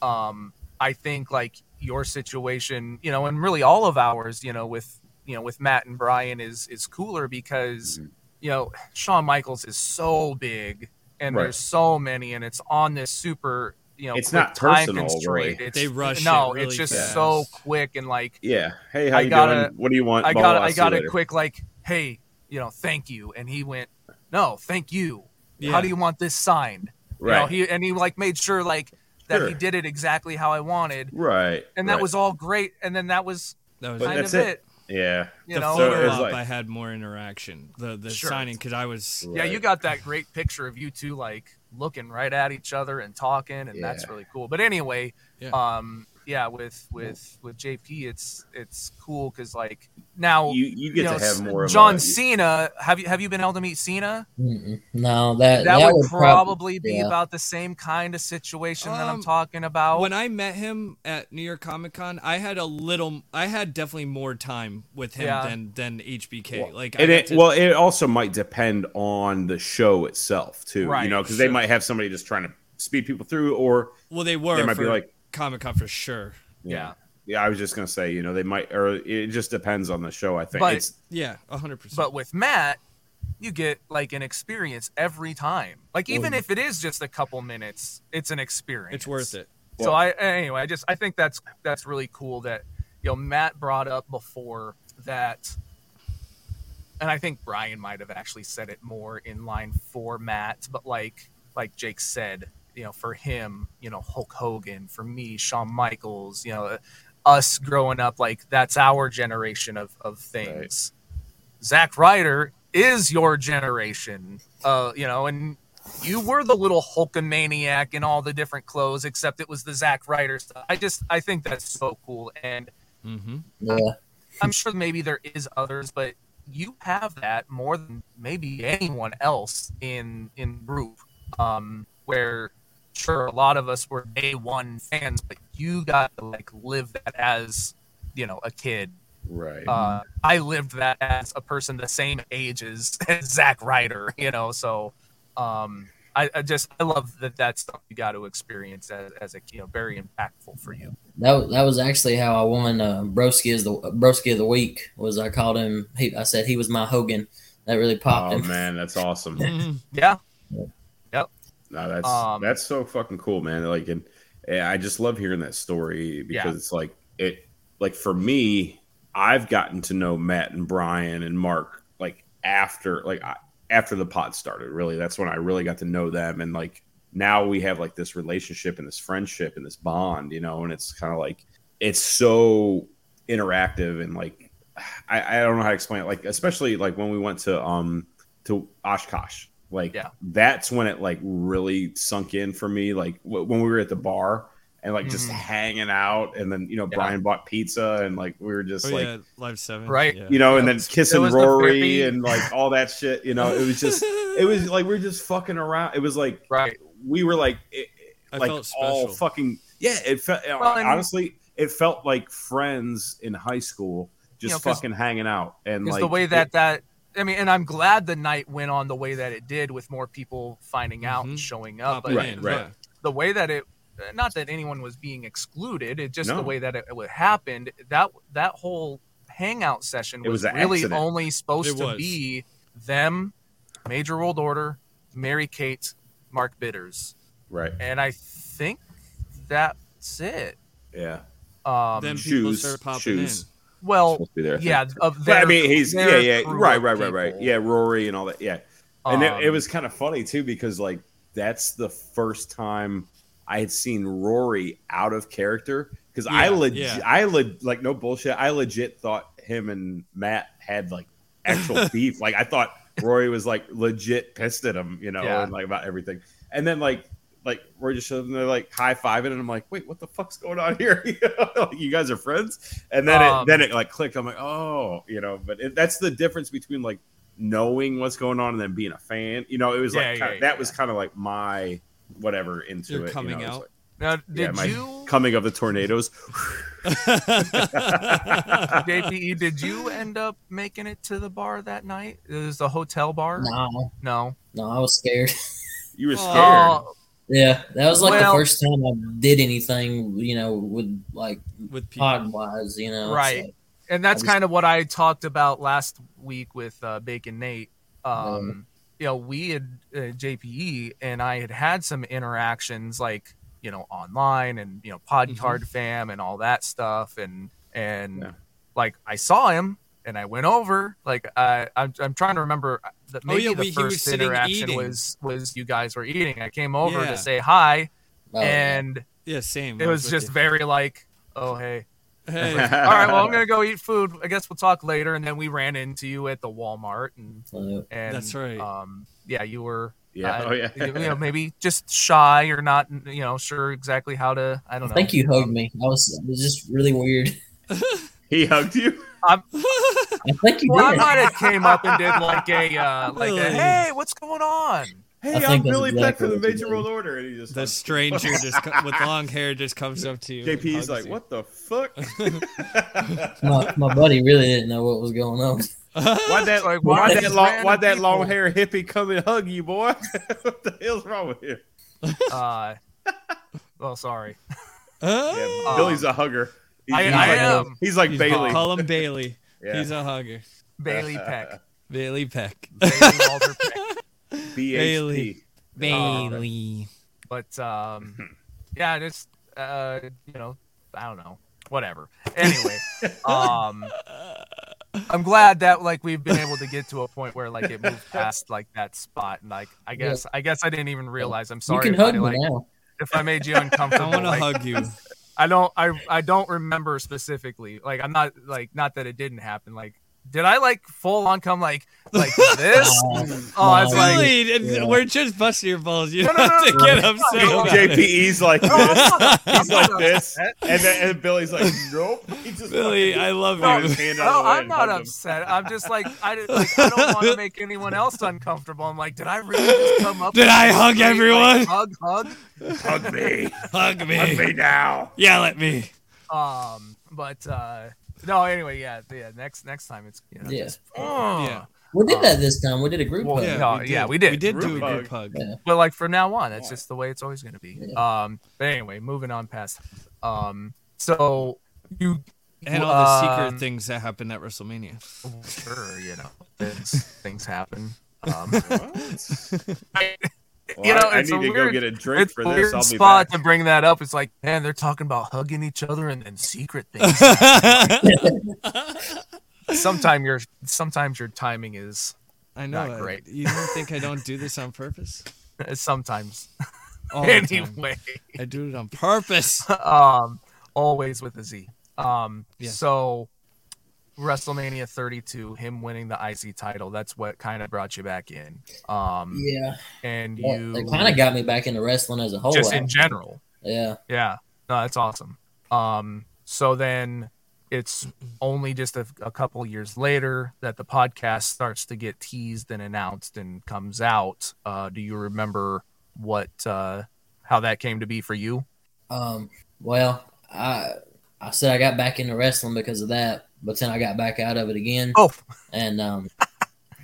[SPEAKER 3] Um, I think like your situation, you know, and really all of ours, you know, with you know with Matt and Brian is is cooler because
[SPEAKER 4] Mm-hmm.
[SPEAKER 3] you know Shawn Michaels is so big and
[SPEAKER 4] Right.
[SPEAKER 3] there's so many and it's on this super you know
[SPEAKER 4] It's
[SPEAKER 3] quick
[SPEAKER 4] not personal, really.
[SPEAKER 3] It's,
[SPEAKER 5] They rush
[SPEAKER 3] no,
[SPEAKER 5] it really
[SPEAKER 3] it's just
[SPEAKER 5] fast.
[SPEAKER 3] so quick and like
[SPEAKER 4] Yeah. Hey, how
[SPEAKER 3] I
[SPEAKER 4] you
[SPEAKER 3] gotta-
[SPEAKER 4] doing? What do you want?
[SPEAKER 3] I
[SPEAKER 4] Blah,
[SPEAKER 3] got
[SPEAKER 4] blah,
[SPEAKER 3] I
[SPEAKER 4] see
[SPEAKER 3] got
[SPEAKER 4] you
[SPEAKER 3] a
[SPEAKER 4] later.
[SPEAKER 3] quick like, hey, you know, thank you, and he went, no, thank you.
[SPEAKER 5] Yeah.
[SPEAKER 3] How do you want this signed? You know,
[SPEAKER 4] Right.
[SPEAKER 3] he and he like made sure like that he
[SPEAKER 4] Sure.
[SPEAKER 3] did it exactly how I wanted,
[SPEAKER 4] right.
[SPEAKER 3] and that
[SPEAKER 4] right.
[SPEAKER 3] was all great. And then that was
[SPEAKER 5] That was
[SPEAKER 4] But
[SPEAKER 3] kind
[SPEAKER 4] that's
[SPEAKER 3] of
[SPEAKER 4] it.
[SPEAKER 3] it.
[SPEAKER 4] Yeah.
[SPEAKER 3] You
[SPEAKER 5] the
[SPEAKER 3] know,
[SPEAKER 4] So it
[SPEAKER 5] photo
[SPEAKER 4] was
[SPEAKER 5] op.
[SPEAKER 4] like-
[SPEAKER 5] I had more interaction. The the
[SPEAKER 3] Sure.
[SPEAKER 5] signing because I was.
[SPEAKER 3] uh, yeah, you
[SPEAKER 4] Right.
[SPEAKER 3] got that great picture of you two like looking right at each other and talking, and that's
[SPEAKER 4] Yeah.
[SPEAKER 3] really cool. But anyway,
[SPEAKER 5] Yeah.
[SPEAKER 3] um, yeah, with with with JP, it's it's cool because like now.
[SPEAKER 4] You you get
[SPEAKER 3] you know,
[SPEAKER 4] to have more of
[SPEAKER 3] John
[SPEAKER 4] a,
[SPEAKER 3] Cena. Have you have you been able to meet Cena?
[SPEAKER 9] Mm-mm. No, that
[SPEAKER 3] that, would,
[SPEAKER 9] prob-
[SPEAKER 3] probably be
[SPEAKER 9] yeah.
[SPEAKER 3] about the same kind of situation that
[SPEAKER 5] Um,
[SPEAKER 3] I'm talking about.
[SPEAKER 5] When I met him at New York Comic Con, I had a little. I had definitely more time with him
[SPEAKER 3] Yeah.
[SPEAKER 5] than than HBK. like I
[SPEAKER 4] And
[SPEAKER 5] got
[SPEAKER 4] it,
[SPEAKER 5] to-
[SPEAKER 4] well, it also might depend on the show itself too,
[SPEAKER 3] Right,
[SPEAKER 4] you know, because
[SPEAKER 3] sure.
[SPEAKER 4] they might have somebody just trying to speed people through, or
[SPEAKER 5] Well, they were.
[SPEAKER 4] They might be
[SPEAKER 5] for
[SPEAKER 4] like-
[SPEAKER 5] Comic Con for sure.
[SPEAKER 3] Yeah.
[SPEAKER 4] yeah, I was just gonna say, you know, they might, or it just depends on the show. I think
[SPEAKER 3] But-
[SPEAKER 4] it's
[SPEAKER 5] Yeah, hundred percent.
[SPEAKER 3] but with Matt, you get like an experience every time. Like even if it is just a couple minutes, it's an experience.
[SPEAKER 5] It's worth it.
[SPEAKER 3] So I anyway, I just I think that's that's really cool that you know Matt brought up before that and I think Brian might have actually said it more in line for Matt, but like like Jake said, you know, for him, you know, Hulk Hogan, for me, Shawn Michaels, you know, uh, us growing up, like that's our generation of of things. Zack Ryder is your generation, uh, you know, and you were the little Hulkamaniac in all the different clothes, except it was the Zack Ryder stuff. I just I think that's so cool, and
[SPEAKER 5] Mm-hmm.
[SPEAKER 9] Yeah.
[SPEAKER 3] I'm sure maybe there is others, but you have that more than maybe anyone else in in group. Um, where sure a lot of us were day one fans, but you got to like live that as you know a kid.
[SPEAKER 4] right.
[SPEAKER 3] Uh, I lived that as a person the same age as, as Zack Ryder, you know. So um, I, I just I love that that's something you got to experience as, as a you know very impactful for you.
[SPEAKER 9] That was, that was actually how I won uh, Broski is the Broski of the week was I called him. He, I said he was my Hogan. That really popped
[SPEAKER 3] uh,
[SPEAKER 4] oh
[SPEAKER 9] him.
[SPEAKER 4] man, that's awesome.
[SPEAKER 5] Mm-hmm.
[SPEAKER 3] Yeah,
[SPEAKER 4] No, that's
[SPEAKER 3] Um,
[SPEAKER 4] that's so fucking cool, man. Like, and and I just love hearing that story because it's like it, like for me, I've gotten to know Matt and Brian and Mark like after, like I, after the pod started. Really, that's when I really got to know them, and like now we have like this relationship and this friendship and this bond, you know. And it's kind of like it's so interactive and like I, I don't know how to explain it. Like, especially like when we went to um to Oshkosh. Like
[SPEAKER 3] Yeah.
[SPEAKER 4] that's when it like really sunk in for me. Like w- when we were at the bar and like just
[SPEAKER 3] Mhm.
[SPEAKER 4] hanging out, and then you know
[SPEAKER 3] Yeah.
[SPEAKER 4] Brian bought pizza and like we were just
[SPEAKER 5] Oh
[SPEAKER 4] like
[SPEAKER 5] yeah, live seven.
[SPEAKER 3] Right.
[SPEAKER 5] Yeah.
[SPEAKER 4] you know, and then kissing
[SPEAKER 3] was the
[SPEAKER 4] Rory
[SPEAKER 3] therapy.
[SPEAKER 4] and like all that shit. You know, it was just it was like we were just fucking around. It was like
[SPEAKER 3] right.
[SPEAKER 4] we were like it,
[SPEAKER 5] I
[SPEAKER 4] like
[SPEAKER 5] felt
[SPEAKER 4] all
[SPEAKER 5] special.
[SPEAKER 4] fucking yeah. It felt
[SPEAKER 3] Well, and-
[SPEAKER 4] honestly, it felt like friends in high school just
[SPEAKER 3] know, 'cause-
[SPEAKER 4] fucking hanging out and
[SPEAKER 3] Because
[SPEAKER 4] like
[SPEAKER 3] the way
[SPEAKER 4] it-
[SPEAKER 3] that that I mean, and I'm glad the night went on the way that it did, with more people finding out
[SPEAKER 4] Mm-hmm.
[SPEAKER 5] Mhm.
[SPEAKER 3] and showing up.
[SPEAKER 5] Pop
[SPEAKER 3] But
[SPEAKER 5] it
[SPEAKER 4] Right,
[SPEAKER 5] in,
[SPEAKER 4] right.
[SPEAKER 5] yeah.
[SPEAKER 3] the way that it, not that anyone was being excluded, it just
[SPEAKER 4] No.
[SPEAKER 3] the way that it, it happened. That that whole hangout session
[SPEAKER 4] It
[SPEAKER 3] was,
[SPEAKER 4] was an
[SPEAKER 3] really
[SPEAKER 4] accident.
[SPEAKER 3] only supposed
[SPEAKER 5] It
[SPEAKER 3] to
[SPEAKER 5] was.
[SPEAKER 3] be them, Major World Order, Mary Kate, Mark Bitters,
[SPEAKER 4] right
[SPEAKER 3] and I think that's it.
[SPEAKER 4] yeah
[SPEAKER 3] Um,
[SPEAKER 5] Then people
[SPEAKER 4] shoes,
[SPEAKER 5] started popping
[SPEAKER 4] shoes.
[SPEAKER 5] in.
[SPEAKER 3] well,
[SPEAKER 4] Supposed to be there, I
[SPEAKER 3] yeah, of
[SPEAKER 4] But, I
[SPEAKER 3] their-
[SPEAKER 4] mean, he's yeah,
[SPEAKER 3] their
[SPEAKER 4] yeah,
[SPEAKER 3] crew
[SPEAKER 4] right,
[SPEAKER 3] of
[SPEAKER 4] right, right, right.
[SPEAKER 3] people.
[SPEAKER 4] Yeah, Rory and all that. Yeah,
[SPEAKER 3] Um,
[SPEAKER 4] and it, it was kind of funny too because like that's the first time I had seen Rory out of character because I
[SPEAKER 5] Yeah,
[SPEAKER 4] legit,
[SPEAKER 5] yeah.
[SPEAKER 4] I leg- like no bullshit. I legit thought him and Matt had like actual beef. Like I thought Rory was like legit pissed at him, you know,
[SPEAKER 3] Yeah.
[SPEAKER 4] and like about everything. And then like like Rory just showed them they're like high fiving, and I'm like, wait, what the fuck's going on here? you, know, like, you guys are friends? And then
[SPEAKER 3] Um,
[SPEAKER 4] it then it like clicked. I'm like, oh, you know, but it, that's the difference between like knowing what's going on and then being a fan. You know, it was
[SPEAKER 3] Yeah,
[SPEAKER 4] like kinda,
[SPEAKER 3] yeah,
[SPEAKER 4] that
[SPEAKER 3] yeah.
[SPEAKER 4] was kind of like my whatever into
[SPEAKER 5] Your
[SPEAKER 4] it. you
[SPEAKER 5] coming
[SPEAKER 4] know, it was
[SPEAKER 5] out.
[SPEAKER 4] like-
[SPEAKER 3] Now,
[SPEAKER 4] yeah,
[SPEAKER 3] did
[SPEAKER 4] my
[SPEAKER 3] you,
[SPEAKER 4] coming of the tornadoes.
[SPEAKER 3] JPE, E, did you end up making it to the bar that night? It was the hotel bar?
[SPEAKER 9] No,
[SPEAKER 3] No.
[SPEAKER 9] no, I was scared.
[SPEAKER 4] You were scared.
[SPEAKER 3] Oh,
[SPEAKER 9] yeah, that was like
[SPEAKER 3] Well-
[SPEAKER 9] the first time I did anything, you know, with like
[SPEAKER 5] with people.
[SPEAKER 3] Uh,
[SPEAKER 9] pod wise, you know. it's
[SPEAKER 3] Right.
[SPEAKER 9] like-
[SPEAKER 3] and that's
[SPEAKER 9] I was-
[SPEAKER 3] kind of what I talked about last week with uh, Bacon Nate. Um, You know, we had uh, JPE and I had had some interactions like you know online and you know Podcard Fam and all that stuff, and and
[SPEAKER 4] Yeah.
[SPEAKER 3] like I saw him and I went over. Like I, I'm, I'm trying to remember uh, that
[SPEAKER 5] Oh,
[SPEAKER 3] maybe
[SPEAKER 5] yeah,
[SPEAKER 3] the
[SPEAKER 5] we- he was
[SPEAKER 3] first
[SPEAKER 5] sitting
[SPEAKER 3] interaction
[SPEAKER 5] eating.
[SPEAKER 3] was was you guys were eating. I came over
[SPEAKER 5] Yeah.
[SPEAKER 3] to say hi,
[SPEAKER 9] oh, yeah.
[SPEAKER 3] and
[SPEAKER 5] Yeah, same.
[SPEAKER 3] it
[SPEAKER 5] I
[SPEAKER 3] was
[SPEAKER 5] with
[SPEAKER 3] just
[SPEAKER 5] you.
[SPEAKER 3] very like, oh hey.
[SPEAKER 5] Hey.
[SPEAKER 3] All right, well, I'm gonna go eat food. I guess we'll talk later. And then we ran into you at the Walmart, and
[SPEAKER 9] Uh,
[SPEAKER 3] and
[SPEAKER 5] That's right.
[SPEAKER 3] Um, yeah, you were.
[SPEAKER 4] yeah.
[SPEAKER 3] uh,
[SPEAKER 4] oh yeah.
[SPEAKER 3] you know, maybe just shy or not, you know, sure exactly how to. I don't know.
[SPEAKER 9] I think you hugged me. I was, it was just really weird.
[SPEAKER 4] he hugged you.
[SPEAKER 9] I think you
[SPEAKER 3] Well, I
[SPEAKER 9] did.
[SPEAKER 3] might have came up and did like a uh, like a
[SPEAKER 5] Really?
[SPEAKER 3] hey, what's going on?
[SPEAKER 4] Hey, I'm
[SPEAKER 9] think that's
[SPEAKER 4] Billy Peck
[SPEAKER 9] exactly
[SPEAKER 4] from the
[SPEAKER 9] what he
[SPEAKER 4] Major
[SPEAKER 9] did.
[SPEAKER 4] World Order, and he just
[SPEAKER 5] the stranger just co- with long hair just comes up to you. and
[SPEAKER 4] JP's
[SPEAKER 5] hugs
[SPEAKER 4] like,
[SPEAKER 5] you.
[SPEAKER 4] what the fuck?
[SPEAKER 9] my, my buddy really didn't know what was going on.
[SPEAKER 4] Why that
[SPEAKER 3] Like, why
[SPEAKER 4] why
[SPEAKER 3] these
[SPEAKER 4] that long
[SPEAKER 3] random
[SPEAKER 4] why that long
[SPEAKER 3] people?
[SPEAKER 4] hair hippie come and hug you, boy? what the hell's wrong with you?
[SPEAKER 3] Uh, well, sorry.
[SPEAKER 5] Oh.
[SPEAKER 4] Yeah, Billy's a hugger. He's,
[SPEAKER 3] I-
[SPEAKER 4] he's
[SPEAKER 3] I
[SPEAKER 4] like,
[SPEAKER 3] am.
[SPEAKER 4] He's like
[SPEAKER 5] He's-
[SPEAKER 4] Bailey.
[SPEAKER 5] Call him Bailey.
[SPEAKER 4] Yeah.
[SPEAKER 5] He's a hugger.
[SPEAKER 3] Bailey Peck,
[SPEAKER 5] Bailey Peck.
[SPEAKER 3] Bailey Walter Peck.
[SPEAKER 4] BHP.
[SPEAKER 5] Bailey.
[SPEAKER 3] But um, yeah, just uh, you know, I don't know, whatever. Anyway, um, I'm glad that like we've been able to get to a point where like it moved past like that spot, and like I guess I guess I didn't even realize. I'm
[SPEAKER 9] You
[SPEAKER 3] sorry
[SPEAKER 9] can
[SPEAKER 3] if I,
[SPEAKER 9] hug me
[SPEAKER 3] like
[SPEAKER 9] now.
[SPEAKER 3] if I made you
[SPEAKER 5] I
[SPEAKER 3] uncomfortable.
[SPEAKER 5] want to
[SPEAKER 3] like,
[SPEAKER 5] hug you.
[SPEAKER 3] I don't I I don't remember specifically. Like I'm not like not that it didn't happen. Like did I like full on come like like this?
[SPEAKER 9] Oh,
[SPEAKER 3] oh, I was like.
[SPEAKER 5] Bailey, and
[SPEAKER 9] Yeah.
[SPEAKER 5] we're just busting your balls. You
[SPEAKER 3] No,
[SPEAKER 5] don't
[SPEAKER 3] no,
[SPEAKER 5] have
[SPEAKER 3] no,
[SPEAKER 5] to
[SPEAKER 3] no,
[SPEAKER 5] get
[SPEAKER 3] no,
[SPEAKER 5] upset.
[SPEAKER 3] no,
[SPEAKER 5] about it.
[SPEAKER 4] JPE's like
[SPEAKER 3] "Oh, I'm
[SPEAKER 4] this,
[SPEAKER 3] not- I'm
[SPEAKER 4] he's
[SPEAKER 3] not
[SPEAKER 4] like this,
[SPEAKER 3] upset."
[SPEAKER 4] and then and Billy's like, nope. He just
[SPEAKER 5] Billy, I love
[SPEAKER 4] fucking
[SPEAKER 5] you.
[SPEAKER 4] his hand out
[SPEAKER 3] No,
[SPEAKER 4] of the way
[SPEAKER 3] Oh, I'm
[SPEAKER 4] and
[SPEAKER 3] not
[SPEAKER 4] hugged him.
[SPEAKER 3] upset. I'm just like I, didn't- like, I don't want to make anyone else uncomfortable. I'm like, did I really just come up?
[SPEAKER 5] Did
[SPEAKER 3] with
[SPEAKER 5] I
[SPEAKER 3] this
[SPEAKER 5] hug
[SPEAKER 3] great, like,
[SPEAKER 5] everyone?
[SPEAKER 3] hug, hug.
[SPEAKER 4] Hug me,
[SPEAKER 5] Hug
[SPEAKER 4] hug
[SPEAKER 5] me.
[SPEAKER 4] me now.
[SPEAKER 5] Yell at me.
[SPEAKER 3] Um, but uh, no. Anyway, yeah, yeah. Next next time, it's you know,
[SPEAKER 9] Yeah.
[SPEAKER 3] just, uh,
[SPEAKER 5] Yeah.
[SPEAKER 9] We did that this time. We did a group
[SPEAKER 3] Well,
[SPEAKER 9] hug.
[SPEAKER 3] yeah. no, we did.
[SPEAKER 5] We did do a
[SPEAKER 4] Group
[SPEAKER 5] group hug.
[SPEAKER 3] But like from now on, that's just the way it's always going to be. Um, but anyway, moving on past. Um, so you
[SPEAKER 5] And all the
[SPEAKER 3] um,
[SPEAKER 5] secret things that happened at WrestleMania.
[SPEAKER 3] Sure, you know, things, things happen. Um,
[SPEAKER 4] Well,
[SPEAKER 3] You know,
[SPEAKER 4] I, I
[SPEAKER 3] it's
[SPEAKER 4] need
[SPEAKER 3] a
[SPEAKER 4] to go
[SPEAKER 3] weird-
[SPEAKER 4] get a drink
[SPEAKER 3] it's
[SPEAKER 4] for
[SPEAKER 3] a
[SPEAKER 4] this.
[SPEAKER 3] weird
[SPEAKER 4] I'll be
[SPEAKER 3] spot to
[SPEAKER 4] back.
[SPEAKER 3] bring that up. It's like, man, they're talking about hugging each other and then secret things. Sometime your sometimes your timing is
[SPEAKER 5] I know.
[SPEAKER 3] Not
[SPEAKER 5] I-
[SPEAKER 3] great.
[SPEAKER 5] You don't think I don't do this on purpose?
[SPEAKER 3] sometimes
[SPEAKER 5] All the time.
[SPEAKER 3] anyway.
[SPEAKER 5] I do it on purpose.
[SPEAKER 3] Um, always with a Z. Um,
[SPEAKER 5] Yes.
[SPEAKER 3] so WrestleMania 32, him winning the IC title. That's what kind of brought you back in. Um,
[SPEAKER 9] Yeah.
[SPEAKER 3] and
[SPEAKER 9] That-
[SPEAKER 3] you
[SPEAKER 9] that kind of got me back into wrestling as a whole.
[SPEAKER 3] just
[SPEAKER 9] I-
[SPEAKER 3] in general.
[SPEAKER 9] yeah.
[SPEAKER 3] Yeah, no, that's awesome. Um, so then it's only just a, a couple years later that the podcast starts to get teased and announced and comes out. Uh, do you remember what uh, how that came to be for you?
[SPEAKER 9] Um. Well, I I said I got back into wrestling because of that, but then I got back out of it again,
[SPEAKER 3] Oh,
[SPEAKER 9] and um,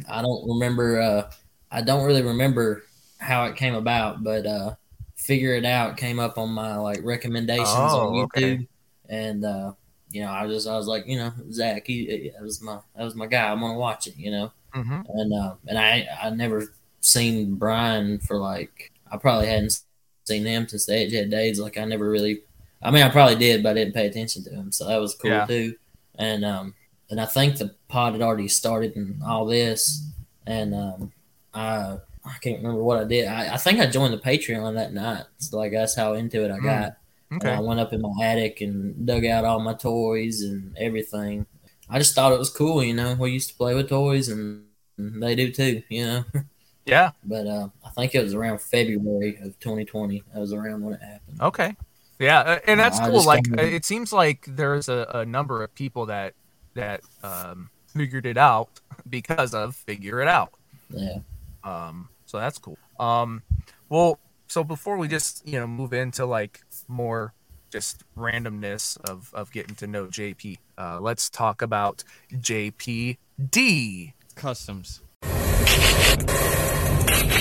[SPEAKER 9] I don't remember. Uh, I don't really remember how it came about, but uh, figure it out came up on my like recommendations
[SPEAKER 3] Oh,
[SPEAKER 9] on YouTube,
[SPEAKER 3] okay.
[SPEAKER 9] and uh, you know, I just I was like, you know, Zach, he, that was my that was my guy. I'm gonna watch it, you know.
[SPEAKER 3] hmm
[SPEAKER 9] and uh, and I I never seen Brian for like I probably hadn't seen him since the Edgehead days. Like I never really, I mean I probably did, but I didn't pay attention to him, so that was cool
[SPEAKER 3] Yeah.
[SPEAKER 9] too. And um and I think the pod had already started and all this, and um I I can't remember what I did. I, I think I joined the Patreon that night. So like that's how into it I got. And
[SPEAKER 3] Okay.
[SPEAKER 9] I went up in my attic and dug out all my toys and everything. I just thought it was cool, you know. We used to play with toys, and they do too, you know.
[SPEAKER 3] Yeah.
[SPEAKER 9] But uh, I think it was around February of 2020. That was around when it happened.
[SPEAKER 3] Okay. Yeah, uh, and that's
[SPEAKER 9] I
[SPEAKER 3] cool.
[SPEAKER 9] just
[SPEAKER 3] Like,
[SPEAKER 9] don't-
[SPEAKER 3] uh, it seems like there's a, a number of people that that um, figured it out because of figure it out.
[SPEAKER 9] Yeah.
[SPEAKER 3] Um, so that's cool. Um, well, so before we just you know move into like more just randomness of of getting to know JP, uh, let's talk about JPD.
[SPEAKER 5] Customs.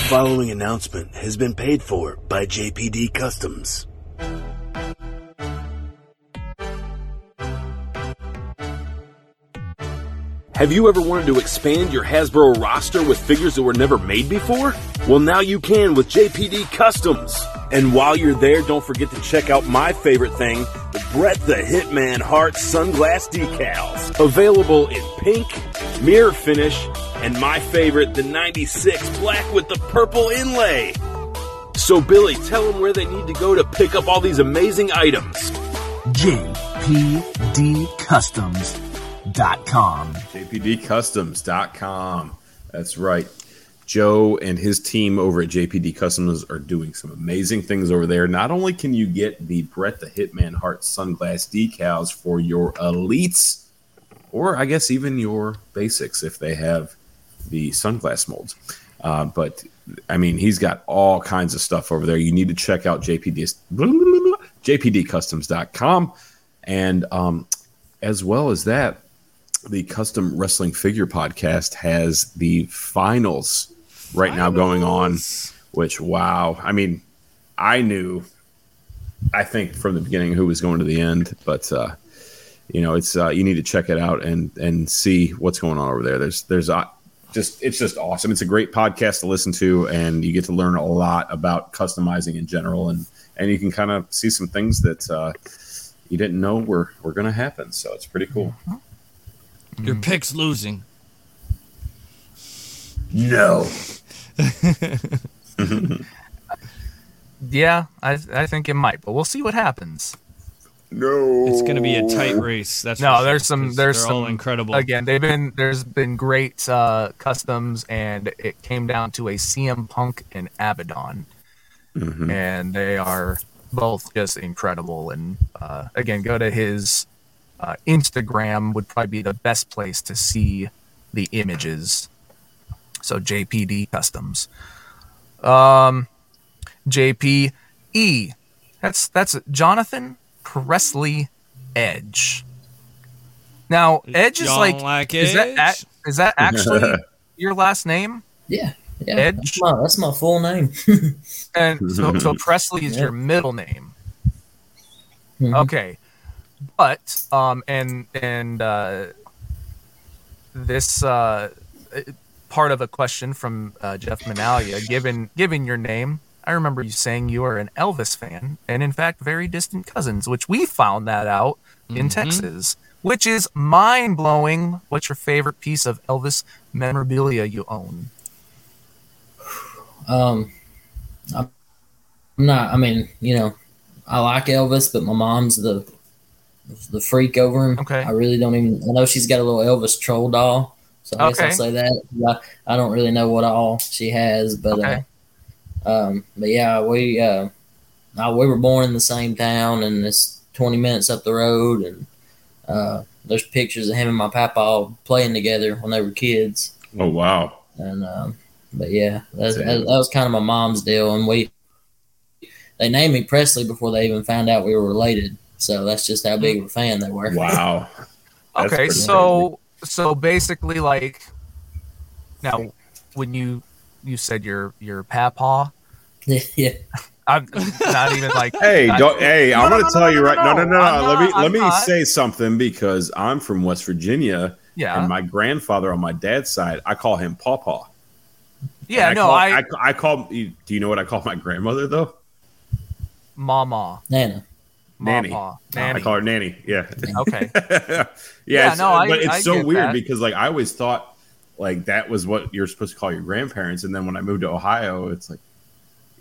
[SPEAKER 2] Following announcement has been paid for by JPD Customs.
[SPEAKER 6] Have you ever wanted to expand your Hasbro roster with figures that were never made before? Well, now you can with JPD Customs. And while you're there, don't forget to check out my favorite thing, the Brett the Hitman Heart Sunglass Decals. Available in pink, mirror finish, and my favorite, the 96 black with the purple inlay. So, Billy, tell them where they need to go to pick up all these amazing items.
[SPEAKER 10] JPDcustoms.com.
[SPEAKER 4] JPDcustoms.com. That's right. Joe and his team over at JPD Customs are doing some amazing things over there. Not only can you get the Brett the Hitman Heart sunglass decals for your elites, or I guess even your basics if they have the sunglass molds, uh, but I mean, he's got all kinds of stuff over there. You need to check out JPD, JPDcustoms.com. And um, as well as that, the custom wrestling figure podcast has the finals right now going on which wow i mean i knew i think from the beginning who was going to the end but uh you know it's uh you need to check it out and and see what's going on over there there's there's uh, just it's just awesome it's a great podcast to listen to and you get to learn a lot about customizing in general and and you can kind of see some things that uh you didn't know were were going to happen so it's pretty cool
[SPEAKER 3] Mm-hmm.
[SPEAKER 5] Your pick's losing.
[SPEAKER 4] no
[SPEAKER 3] Yeah, I I think it might, but we'll see what happens.
[SPEAKER 4] No.
[SPEAKER 5] It's going to be a tight race. That's for
[SPEAKER 3] No,
[SPEAKER 5] sure,
[SPEAKER 3] there's some
[SPEAKER 5] 'cause
[SPEAKER 3] there's
[SPEAKER 5] they're
[SPEAKER 3] some
[SPEAKER 5] all incredible.
[SPEAKER 3] Again, they've been there's been great uh, customs, and it came down to a CM Punk and Abaddon, and they are both just incredible. And uh, again, go to his uh, Instagram would probably be the best place to see the images. So JPD Customs, um, JPE. That's that's Jonathan Presley Edge. Now Edge is
[SPEAKER 5] Don't
[SPEAKER 3] like,
[SPEAKER 5] like
[SPEAKER 3] is that
[SPEAKER 5] Edge?
[SPEAKER 3] ac- is that actually your last name?
[SPEAKER 9] Yeah. Yeah.
[SPEAKER 3] Edge?
[SPEAKER 9] That's my, that's my full name.
[SPEAKER 3] And so, so Presley is your middle name. Okay, but um and and uh, this uh, part of a question from uh, Jeff Manalia. Given given your name, I remember you saying you are an Elvis fan, and in fact, very distant cousins, which we found that out in Texas, which is mind blowing. What's your favorite piece of Elvis memorabilia you own?
[SPEAKER 9] Um, I'm I'm not. I mean, you know, I like Elvis, but my mom's the the freak over him.
[SPEAKER 3] Okay.
[SPEAKER 9] I really don't even. I know she's got a little Elvis troll doll, so I guess
[SPEAKER 3] Okay.
[SPEAKER 9] I'll say that. I, I don't really know what all she has, but
[SPEAKER 3] Okay.
[SPEAKER 9] uh, um, but yeah, we uh, uh, we were born in the same town, and it's twenty minutes up the road, and uh, there's pictures of him and my papa playing together when they were kids.
[SPEAKER 4] oh wow
[SPEAKER 9] And um, but yeah, that, that,
[SPEAKER 4] Damn.
[SPEAKER 9] that was kind of my mom's deal. And we they named me Presley before they even found out we were related. So that's just how big of a fan they were.
[SPEAKER 4] Wow. That's
[SPEAKER 3] okay
[SPEAKER 4] pretty
[SPEAKER 3] so so basically like now when you you said your your papa
[SPEAKER 9] yeah.
[SPEAKER 3] i'm not even like
[SPEAKER 4] Hey,
[SPEAKER 3] I-
[SPEAKER 4] don't, hey!
[SPEAKER 3] No,
[SPEAKER 4] I'm
[SPEAKER 3] no,
[SPEAKER 4] gonna
[SPEAKER 3] no,
[SPEAKER 4] tell
[SPEAKER 3] no,
[SPEAKER 4] you
[SPEAKER 3] no,
[SPEAKER 4] right. No,
[SPEAKER 3] no,
[SPEAKER 4] no, no.
[SPEAKER 3] I'm
[SPEAKER 4] let me
[SPEAKER 3] not,
[SPEAKER 4] let
[SPEAKER 3] I'm
[SPEAKER 4] me
[SPEAKER 3] not.
[SPEAKER 4] say something because I'm from West Virginia,
[SPEAKER 3] yeah
[SPEAKER 4] and my grandfather on my dad's side, I call him Pawpaw.
[SPEAKER 3] yeah
[SPEAKER 4] And I
[SPEAKER 3] no
[SPEAKER 4] call,
[SPEAKER 3] i,
[SPEAKER 4] I, I call. Do you know what I call my grandmother though?
[SPEAKER 3] mama
[SPEAKER 9] Nana.
[SPEAKER 4] Nanny.
[SPEAKER 3] mama nanny
[SPEAKER 4] I call her Nanny. Yeah.
[SPEAKER 3] okay
[SPEAKER 4] yeah, it's-
[SPEAKER 3] no, I-
[SPEAKER 4] but it's
[SPEAKER 3] I
[SPEAKER 4] so
[SPEAKER 3] get
[SPEAKER 4] weird
[SPEAKER 3] that.
[SPEAKER 4] because like I always thought like that was what you're supposed to call your grandparents. And then when I moved to Ohio, it's like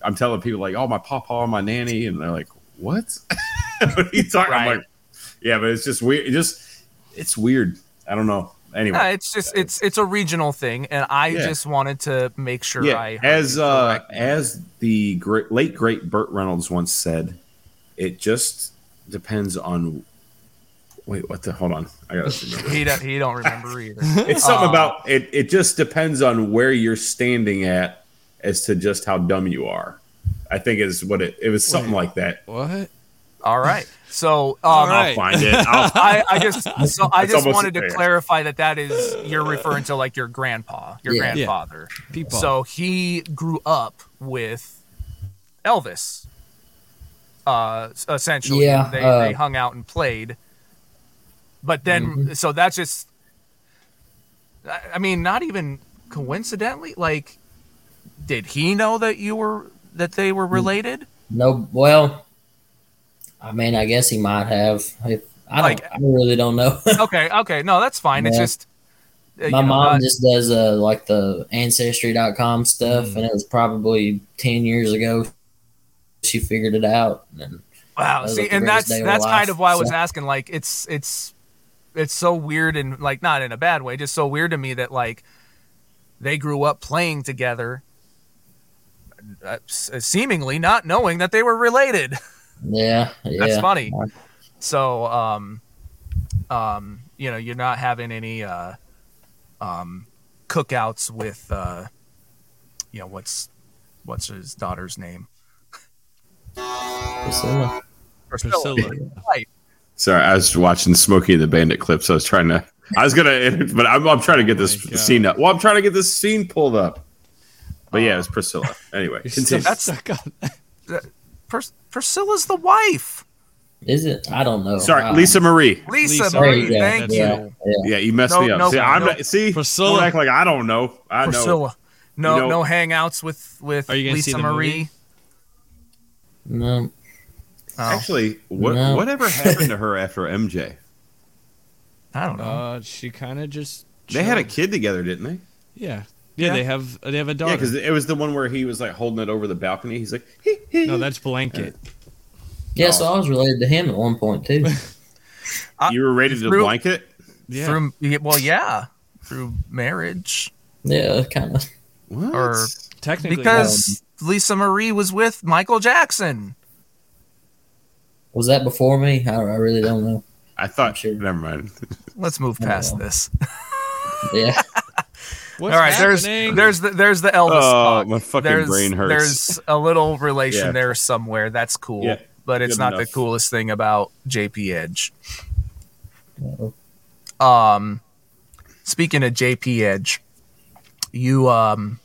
[SPEAKER 4] I'm telling people like, "Oh, my papa, my nanny," and they're like, "What? what are you talking?" I'm
[SPEAKER 3] Right.
[SPEAKER 4] like, "Yeah, but it's just weird. It just it's weird. I don't know." Anyway,
[SPEAKER 3] Yeah, it's just it's it's a regional thing, and I
[SPEAKER 4] Yeah.
[SPEAKER 3] just wanted to make sure
[SPEAKER 4] yeah,
[SPEAKER 3] I heard
[SPEAKER 4] as
[SPEAKER 3] you
[SPEAKER 4] uh,
[SPEAKER 3] correctly.
[SPEAKER 4] as the great, late great Burt Reynolds once said, it just depends on. Wait, what the? Hold on, I gotta remember.
[SPEAKER 3] he don't, he don't remember either.
[SPEAKER 4] It's something
[SPEAKER 3] Uh,
[SPEAKER 4] about it. It just depends on where you're standing at as to just how dumb you are. I think is what it. It was something like that.
[SPEAKER 5] What?
[SPEAKER 3] All right, so um,
[SPEAKER 5] right.
[SPEAKER 4] Find it. I'll,
[SPEAKER 3] I, I just so I
[SPEAKER 4] It's
[SPEAKER 3] just
[SPEAKER 4] almost
[SPEAKER 3] wanted to
[SPEAKER 4] fair.
[SPEAKER 3] clarify that that is you're referring to like your grandpa, your
[SPEAKER 5] Yeah.
[SPEAKER 9] Yeah.
[SPEAKER 3] grandfather.
[SPEAKER 5] People.
[SPEAKER 3] So he grew up with Elvis. Uh, s- essentially,
[SPEAKER 9] Yeah,
[SPEAKER 3] they,
[SPEAKER 9] uh,
[SPEAKER 3] they hung out and played. But then,
[SPEAKER 9] mm-hmm.
[SPEAKER 3] so that's just. I I mean, not even coincidentally. Like, did he know that you were that they
[SPEAKER 9] Mm.
[SPEAKER 3] were related?
[SPEAKER 9] No, well, I mean, I guess he might have. If, I don't.
[SPEAKER 3] Like-
[SPEAKER 9] I really don't know.
[SPEAKER 3] okay, okay, no, that's fine. It's
[SPEAKER 9] Yeah.
[SPEAKER 3] just uh,
[SPEAKER 9] My
[SPEAKER 3] you know,
[SPEAKER 9] mom
[SPEAKER 3] not-
[SPEAKER 9] just does uh, like the ancestry.com stuff, and it was probably 10 years ago she figured it out. And
[SPEAKER 3] Wow.
[SPEAKER 9] That was,
[SPEAKER 3] See,
[SPEAKER 9] like, the
[SPEAKER 3] and that's
[SPEAKER 9] greatest day of my
[SPEAKER 3] that's
[SPEAKER 9] life,
[SPEAKER 3] kind of why I was
[SPEAKER 9] so.
[SPEAKER 3] asking. Like, it's it's it's so weird and like not in a bad way, just so weird to me that like they grew up playing together, uh, s- seemingly not knowing that they were related.
[SPEAKER 9] yeah, yeah.
[SPEAKER 3] That's funny. So, um, um, you know, you're not having any uh, um, cookouts with, uh, you know, what's what's his daughter's name?
[SPEAKER 9] Priscilla.
[SPEAKER 5] Priscilla.
[SPEAKER 3] Right.
[SPEAKER 4] sorry, I was watching Smokey and the Bandit clips. I was trying to. I was gonna, but I'm, I'm trying to get this
[SPEAKER 5] Oh my God.
[SPEAKER 4] scene up. Well, I'm trying to get this scene pulled up. But yeah, it's Priscilla. Anyway, continue.
[SPEAKER 3] That's- Pris- Priscilla's the wife.
[SPEAKER 9] Is it? I don't know.
[SPEAKER 4] Sorry,
[SPEAKER 9] I-
[SPEAKER 4] Lisa Marie.
[SPEAKER 3] Lisa,
[SPEAKER 5] Lisa
[SPEAKER 3] Marie,
[SPEAKER 9] Marie, yeah,
[SPEAKER 3] thank
[SPEAKER 5] that's
[SPEAKER 3] you.
[SPEAKER 5] right.
[SPEAKER 9] Yeah, yeah.
[SPEAKER 4] Yeah, you messed
[SPEAKER 3] No,
[SPEAKER 4] me up.
[SPEAKER 3] no,
[SPEAKER 4] see, I'm
[SPEAKER 3] no.
[SPEAKER 4] not, see,
[SPEAKER 5] Priscilla.
[SPEAKER 4] Don't act like I don't know. I know.
[SPEAKER 3] Priscilla. No,
[SPEAKER 4] You know-
[SPEAKER 3] no hangouts with with
[SPEAKER 5] Are you gonna
[SPEAKER 3] Lisa
[SPEAKER 5] see the
[SPEAKER 3] Marie.
[SPEAKER 5] movie?
[SPEAKER 9] No,
[SPEAKER 3] Oh,
[SPEAKER 4] Actually, what
[SPEAKER 9] No.
[SPEAKER 4] whatever happened to her after MJ?
[SPEAKER 3] I don't know.
[SPEAKER 5] Uh, she kind of just.
[SPEAKER 4] They had a
[SPEAKER 5] chilled.
[SPEAKER 4] kid together, didn't they?
[SPEAKER 5] Yeah. yeah.
[SPEAKER 3] Yeah.
[SPEAKER 5] They have. They have a
[SPEAKER 4] Yeah,
[SPEAKER 5] daughter.
[SPEAKER 4] because it was the one where he was like holding it over the balcony. He's like, hee, hee.
[SPEAKER 5] no, that's blanket.
[SPEAKER 9] yeah. So I was related to him at one point too.
[SPEAKER 4] you were rated to
[SPEAKER 3] Uh, Through-
[SPEAKER 4] blanket.
[SPEAKER 5] Yeah.
[SPEAKER 3] Through yeah, well, yeah, through marriage
[SPEAKER 9] yeah, kind of.
[SPEAKER 4] What?
[SPEAKER 3] Or-
[SPEAKER 5] Technically,
[SPEAKER 3] because Lisa Marie was with Michael Jackson.
[SPEAKER 9] Was that before me? I, I really don't know.
[SPEAKER 4] I thought.
[SPEAKER 9] Sure.
[SPEAKER 4] Never mind.
[SPEAKER 3] Let's move past this.
[SPEAKER 9] Yeah,
[SPEAKER 5] What's
[SPEAKER 3] All right,
[SPEAKER 5] happening?
[SPEAKER 3] there's there's the there's the Elvis.
[SPEAKER 4] Oh,
[SPEAKER 3] talk.
[SPEAKER 4] my fucking
[SPEAKER 3] there's,
[SPEAKER 4] brain hurts.
[SPEAKER 3] There's a little relation
[SPEAKER 4] Yeah.
[SPEAKER 3] there somewhere. That's cool,
[SPEAKER 4] Yeah,
[SPEAKER 3] but it's
[SPEAKER 4] good
[SPEAKER 3] not
[SPEAKER 4] enough.
[SPEAKER 3] the coolest thing about JP Edge. Um, speaking of JP Edge, you um,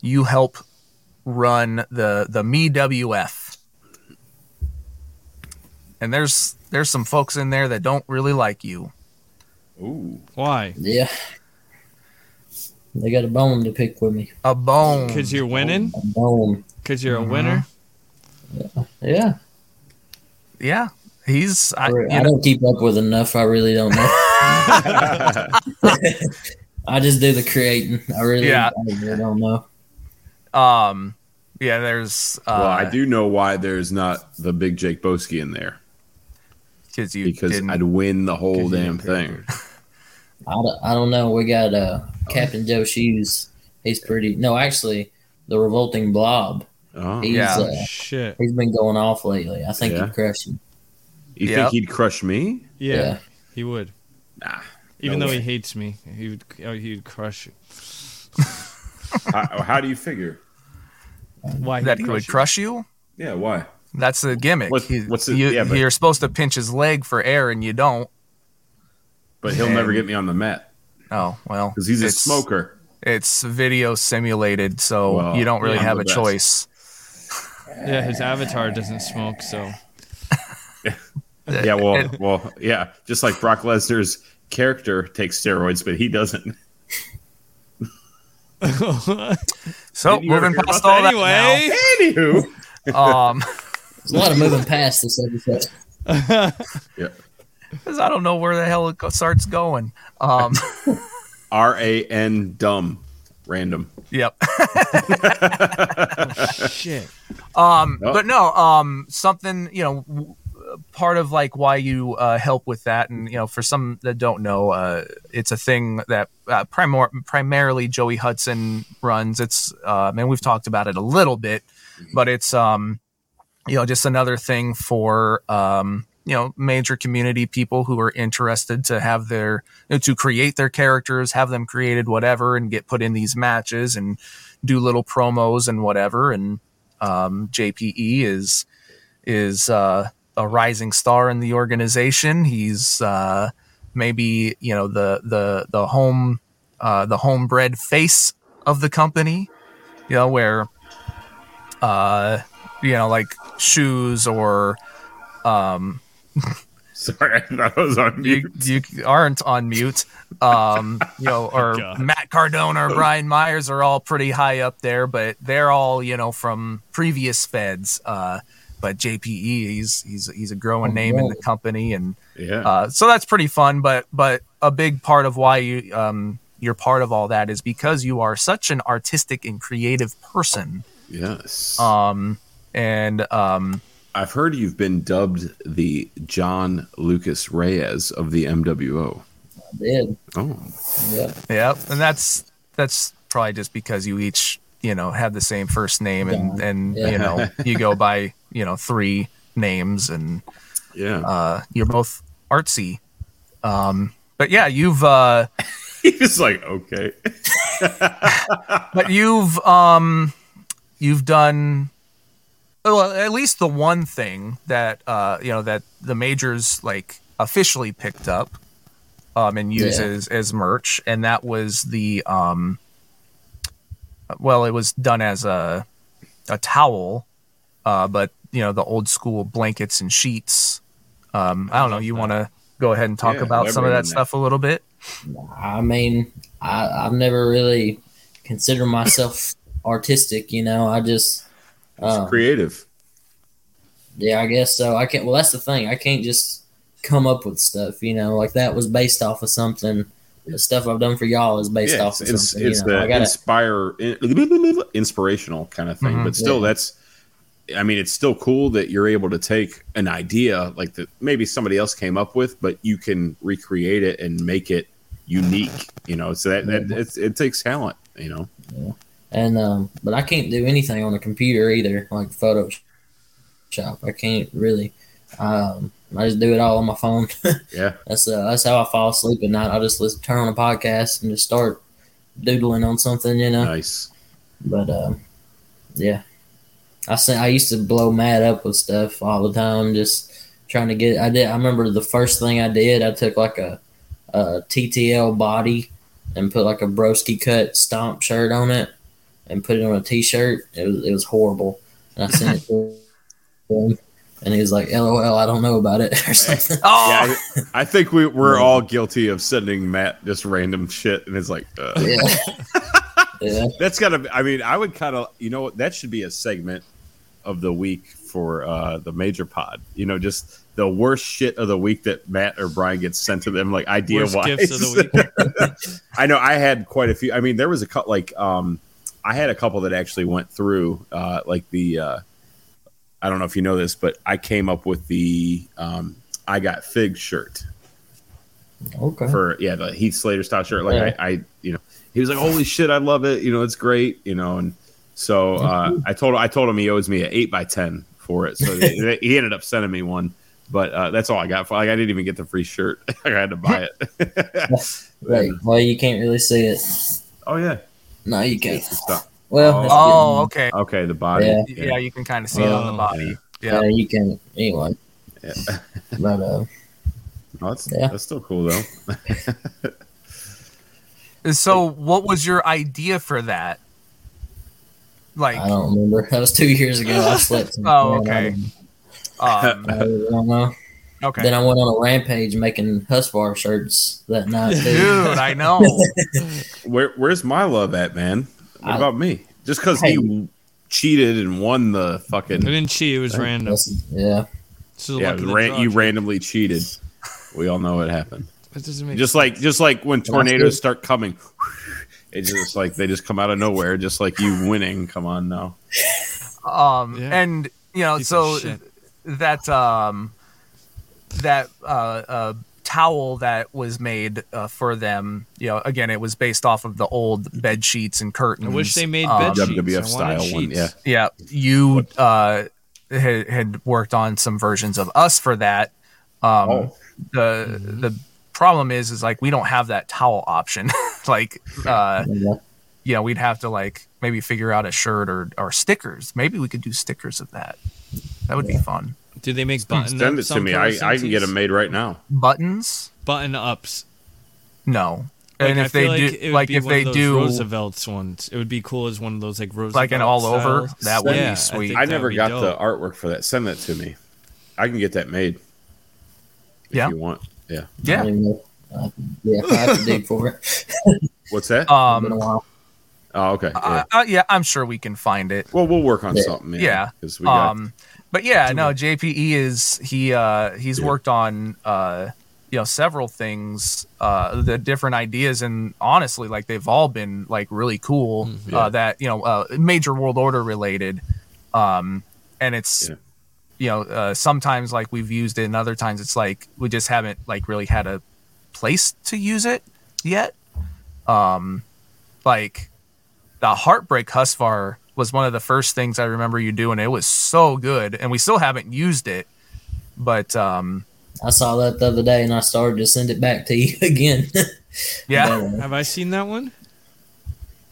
[SPEAKER 3] you help run the E the MeWF, and there's there's some folks in there that don't really like you.
[SPEAKER 4] Ooh.
[SPEAKER 5] why?
[SPEAKER 9] yeah. They got a bone to pick with me.
[SPEAKER 3] A bone.
[SPEAKER 5] Because you're winning.
[SPEAKER 9] A bone.
[SPEAKER 5] Because you're a
[SPEAKER 3] Mm-hmm.
[SPEAKER 5] winner.
[SPEAKER 9] Yeah.
[SPEAKER 3] Yeah, he's I,
[SPEAKER 9] I,
[SPEAKER 3] you
[SPEAKER 9] I
[SPEAKER 3] know,
[SPEAKER 9] don't keep up with enough. I really don't know. I just do the creating. I really,
[SPEAKER 3] Yeah.
[SPEAKER 9] I really don't know.
[SPEAKER 3] Um, yeah, there's uh,
[SPEAKER 4] well, I do know why there's not the big Jake Boski in there
[SPEAKER 3] because you
[SPEAKER 4] because
[SPEAKER 3] didn't.
[SPEAKER 4] I'd win the whole
[SPEAKER 5] 'Cause you
[SPEAKER 4] damn
[SPEAKER 5] didn't pick
[SPEAKER 4] thing.
[SPEAKER 9] I don't, I don't know. We got uh, Captain Joe Shoes. He's pretty. No, actually, the Revolting Blob.
[SPEAKER 4] Oh,
[SPEAKER 9] He's
[SPEAKER 3] Yeah.
[SPEAKER 9] uh,
[SPEAKER 5] Shit.
[SPEAKER 9] he's been going off lately. I think
[SPEAKER 4] Yeah.
[SPEAKER 9] he crushed him.
[SPEAKER 4] you
[SPEAKER 3] yeah.
[SPEAKER 4] think he'd crush me?
[SPEAKER 5] Yeah.
[SPEAKER 9] yeah.
[SPEAKER 5] He would.
[SPEAKER 4] Nah.
[SPEAKER 5] Even
[SPEAKER 4] No
[SPEAKER 5] though
[SPEAKER 4] way.
[SPEAKER 5] he hates me, he would. oh, He would crush. you.
[SPEAKER 4] how, how do you figure?
[SPEAKER 5] Why
[SPEAKER 3] that
[SPEAKER 5] he'd
[SPEAKER 3] he would
[SPEAKER 5] you.
[SPEAKER 3] crush you.
[SPEAKER 4] Yeah. Why?
[SPEAKER 3] That's the gimmick.
[SPEAKER 4] What-
[SPEAKER 3] He-
[SPEAKER 4] what's the-
[SPEAKER 3] you,
[SPEAKER 4] yeah, but-
[SPEAKER 3] you're supposed to pinch his leg for air, and you don't.
[SPEAKER 4] But he'll never get me on the mat
[SPEAKER 3] Oh well,
[SPEAKER 4] because he's a
[SPEAKER 3] it's-
[SPEAKER 4] smoker.
[SPEAKER 3] It's video simulated, so
[SPEAKER 4] Well,
[SPEAKER 3] you don't really
[SPEAKER 4] I'm
[SPEAKER 3] have
[SPEAKER 4] the
[SPEAKER 3] a
[SPEAKER 4] best.
[SPEAKER 3] choice.
[SPEAKER 5] Yeah, his avatar doesn't smoke, so
[SPEAKER 4] Yeah. Well. Well. Yeah. Just like Brock Lesnar's character takes steroids, but he doesn't.
[SPEAKER 3] So
[SPEAKER 4] you ever
[SPEAKER 3] moving
[SPEAKER 4] hear
[SPEAKER 3] past
[SPEAKER 5] But
[SPEAKER 3] all
[SPEAKER 5] anyway,
[SPEAKER 4] Anywho.
[SPEAKER 3] that now, um,
[SPEAKER 9] There's a lot of moving past this episode.
[SPEAKER 3] 'cause I don't know where the hell it go- starts going. Um,
[SPEAKER 4] R A N dumb. Random.
[SPEAKER 3] Yep.
[SPEAKER 5] Shit.
[SPEAKER 3] Um,
[SPEAKER 4] Yep.
[SPEAKER 3] But no, um, something you know, w- part of like why you uh, help with that, and you know, for some that don't know, uh, it's a thing that uh, primor- primarily Joey Hudson runs. It's um, and we've talked about it a little bit, but it's um, you know, just another thing for um, you know, major community people who are interested to have their you know, to create their characters, have them created, whatever, and get put in these matches and do little promos and whatever and um, JPE is is uh, a rising star in the organization. He's uh, maybe you know the the the home uh, the homebred face of the company. You know where uh, you know like shoes or um,
[SPEAKER 4] Sorry, that was on
[SPEAKER 3] you,
[SPEAKER 4] mute. Oh,
[SPEAKER 3] you aren't on mute. Um, you know, or Matt Cardona or Brian Myers are all pretty high up there, but they're all you know from previous feds. Uh, but JPE, he's he's he's a growing name in the company, and
[SPEAKER 4] yeah.
[SPEAKER 3] uh, so that's pretty fun. But but a big part of why you um, you're part of all that is because you are such an artistic and creative person.
[SPEAKER 4] yes.
[SPEAKER 3] Um, and um,
[SPEAKER 4] I've heard you've been dubbed the John Lucas Reyes of the MWO.
[SPEAKER 9] I did.
[SPEAKER 4] Oh,
[SPEAKER 9] Yeah.
[SPEAKER 3] Yeah, and that's that's probably just because you each you know have the same first name and and
[SPEAKER 9] Yeah.
[SPEAKER 3] you know you go by you know three names and
[SPEAKER 4] yeah.
[SPEAKER 3] uh, you're both artsy. Um, but yeah, you've uh,
[SPEAKER 4] he was like, okay.
[SPEAKER 3] but you've um, you've done well at least the one thing that uh, you know that the majors like officially picked up um, and use
[SPEAKER 9] Yeah.
[SPEAKER 3] as, as merch, and that was the um, well, it was done as a a towel, uh, but you know the old school blankets and sheets. Um, I don't know. You want to go ahead and talk
[SPEAKER 4] Yeah,
[SPEAKER 3] about some of
[SPEAKER 4] elaborate on
[SPEAKER 3] that
[SPEAKER 4] that.
[SPEAKER 3] stuff a little bit?
[SPEAKER 9] I mean, I, I've never really considered myself artistic. You know, I just uh,
[SPEAKER 4] Creative.
[SPEAKER 9] yeah, I guess so. I can't. Well, that's the thing. I can't just come up with stuff. You know, like that was based off of something. The stuff I've done for y'all is based
[SPEAKER 4] Yeah,
[SPEAKER 9] off
[SPEAKER 4] it's
[SPEAKER 9] of
[SPEAKER 4] it's,
[SPEAKER 9] something.
[SPEAKER 4] it's
[SPEAKER 9] you know, I
[SPEAKER 4] the
[SPEAKER 9] gotta,
[SPEAKER 4] inspire, in- inspirational kind of thing.
[SPEAKER 3] Mhm.
[SPEAKER 4] but still,
[SPEAKER 9] Mm-hmm, Yeah.
[SPEAKER 4] that's, I mean, it's still cool that you're able to take an idea like that maybe somebody else came up with, but you can recreate it and make it unique. You know, so that,
[SPEAKER 9] Mm-hmm.
[SPEAKER 4] that it's, it takes talent. You know,
[SPEAKER 9] and um, but I can't do anything on a computer either, like Photoshop. I can't really. Um, I just do it all on my phone.
[SPEAKER 4] yeah.
[SPEAKER 9] That's uh, that's how I fall asleep at night. I just listen, turn on a podcast and just start doodling on something, you know.
[SPEAKER 4] Nice.
[SPEAKER 9] But uh, yeah, I say I used to blow Matt up with stuff all the time, just trying to get. I did. I remember the first thing I did. I took like a, a TTL body and put like a broski cut stomp shirt on it and put it on a T-shirt. It was it was horrible, and I sent it to him, and he was like, "LOL, I don't know about it" or something.
[SPEAKER 3] Oh,
[SPEAKER 4] Yeah, I, I think we, we're all guilty of sending Matt just random shit, and it's like, uh,
[SPEAKER 9] yeah. yeah.
[SPEAKER 4] that's gotta. Be, I mean, I would kind of, you know, what that should be a segment of the week for uh, the major pod. You know, just the worst shit of the week that Matt or Brian gets sent to them, like idea
[SPEAKER 5] Worst
[SPEAKER 4] wise.
[SPEAKER 5] gifts of the week.
[SPEAKER 4] I know I had quite a few. I mean, there was a couple like um, I had a couple that actually went through uh, like the uh, I don't know if you know this, but I came up with the um, I got fig shirt.
[SPEAKER 9] Okay.
[SPEAKER 4] for yeah the Heath Slater style shirt. Like
[SPEAKER 9] Yeah.
[SPEAKER 4] I, I, you know, he was like, "Holy shit, I love it! You know, it's great!" You know, and so uh, I told I told him he owes me an eight by ten for it. So they- they- he ended up sending me one, but uh, that's all I got. For, like I didn't even get the free shirt. I had to buy it.
[SPEAKER 9] Right. Well, you can't really see it.
[SPEAKER 4] oh yeah,
[SPEAKER 9] No, you can't.
[SPEAKER 4] It's the stuff.
[SPEAKER 9] Well, it's
[SPEAKER 3] oh, okay.
[SPEAKER 4] okay, the body.
[SPEAKER 9] Yeah.
[SPEAKER 3] Yeah, you can kind of see it on the
[SPEAKER 5] Oh.
[SPEAKER 3] body. Yeah.
[SPEAKER 9] getting- uh, you can. Anyway.
[SPEAKER 4] Yeah.
[SPEAKER 9] But uh,
[SPEAKER 4] No, that's
[SPEAKER 9] Yeah.
[SPEAKER 4] that's still cool though.
[SPEAKER 3] So, what was your idea for that? Like,
[SPEAKER 9] I don't remember. That was two years ago. I slept. since
[SPEAKER 3] Oh,
[SPEAKER 9] then. I
[SPEAKER 3] okay. um,
[SPEAKER 9] don't- I don't know.
[SPEAKER 3] okay.
[SPEAKER 9] Then I went on a rampage making Husvar shirts that night. Too.
[SPEAKER 3] Dude, I know.
[SPEAKER 4] Where where's my love at, man? What
[SPEAKER 9] I-
[SPEAKER 4] about me? Just because
[SPEAKER 9] Hey.
[SPEAKER 4] he cheated and won the
[SPEAKER 5] I
[SPEAKER 4] fucking
[SPEAKER 5] didn't cheat. It was random.
[SPEAKER 9] That's- yeah.
[SPEAKER 5] This is the
[SPEAKER 4] yeah,
[SPEAKER 5] luck of the
[SPEAKER 4] ran,
[SPEAKER 5] draw.
[SPEAKER 4] you randomly cheated. We all know what happened.
[SPEAKER 5] That doesn't make
[SPEAKER 4] Just
[SPEAKER 5] sense.
[SPEAKER 4] like just like when
[SPEAKER 9] good.
[SPEAKER 4] tornadoes start coming, it's just like they just come out of nowhere, just like you winning. Come on now.
[SPEAKER 3] Um,
[SPEAKER 5] Yeah.
[SPEAKER 3] and you know,
[SPEAKER 5] Piece of
[SPEAKER 3] so
[SPEAKER 5] shit.
[SPEAKER 3] that um, that uh, uh, towel that was made uh, for them, you know, again, it was based off of the old bed sheets and curtains.
[SPEAKER 5] I wish they made
[SPEAKER 3] um,
[SPEAKER 5] bed sheets.
[SPEAKER 4] WWF
[SPEAKER 5] I wanted
[SPEAKER 4] Ah, style one,
[SPEAKER 5] sheets.
[SPEAKER 4] yeah.
[SPEAKER 3] Yeah, you uh, had, had worked on some versions of us for that. Um, The the problem is, is like we don't have that towel option. like, uh, you know, we'd have to like maybe figure out a shirt or or stickers. Maybe we could do stickers of that. That would be fun.
[SPEAKER 5] Do they make button
[SPEAKER 4] Send it
[SPEAKER 5] ups
[SPEAKER 4] to
[SPEAKER 5] on
[SPEAKER 4] me. I, I can get
[SPEAKER 5] Photosynthesis?
[SPEAKER 4] them made right now.
[SPEAKER 3] Buttons?
[SPEAKER 5] button ups.
[SPEAKER 3] No. and
[SPEAKER 5] Like,
[SPEAKER 3] if
[SPEAKER 5] I
[SPEAKER 3] they
[SPEAKER 5] feel
[SPEAKER 3] do,
[SPEAKER 5] like, it would
[SPEAKER 3] like
[SPEAKER 5] be
[SPEAKER 3] if
[SPEAKER 5] one of
[SPEAKER 3] they
[SPEAKER 5] those
[SPEAKER 3] do,
[SPEAKER 5] Roosevelt's ones, it would be cool as one of those like Roosevelt
[SPEAKER 3] like an all over,
[SPEAKER 5] style.
[SPEAKER 3] that would
[SPEAKER 5] Yeah, I
[SPEAKER 3] be sweet.
[SPEAKER 5] think
[SPEAKER 4] I
[SPEAKER 5] that
[SPEAKER 4] never
[SPEAKER 5] would be
[SPEAKER 4] got
[SPEAKER 5] dope.
[SPEAKER 4] the artwork for that. Send that to me. I can get that made. If
[SPEAKER 3] Yeah.
[SPEAKER 4] you want. Yeah.
[SPEAKER 9] I
[SPEAKER 3] yeah.
[SPEAKER 9] don't even know. Uh, yeah, I have to dig for it.
[SPEAKER 4] What's that?
[SPEAKER 9] It's been a
[SPEAKER 3] Um,
[SPEAKER 9] while.
[SPEAKER 4] oh, okay. Yeah.
[SPEAKER 3] I, I, yeah, I'm sure we can find it.
[SPEAKER 4] well, we'll work on
[SPEAKER 9] yeah.
[SPEAKER 4] something. Man,
[SPEAKER 3] uh, Yeah.
[SPEAKER 4] 'cause we got,
[SPEAKER 3] um but yeah no jpe is he uh he's worked on uh you know several things uh the different ideas and honestly like they've all been like really
[SPEAKER 4] Mm,
[SPEAKER 3] cool uh that you know uh major world order related um and it's
[SPEAKER 4] Yeah.
[SPEAKER 3] you know uh sometimes like we've used it and other times it's like we just haven't like really had a place to use it yet um like the heartbreak husvar was one of the first things i remember you doing it was so good and we still haven't used it but um
[SPEAKER 9] I saw that the other day and I started to send it back to you again. uh,
[SPEAKER 3] yeah
[SPEAKER 5] Have I seen that one?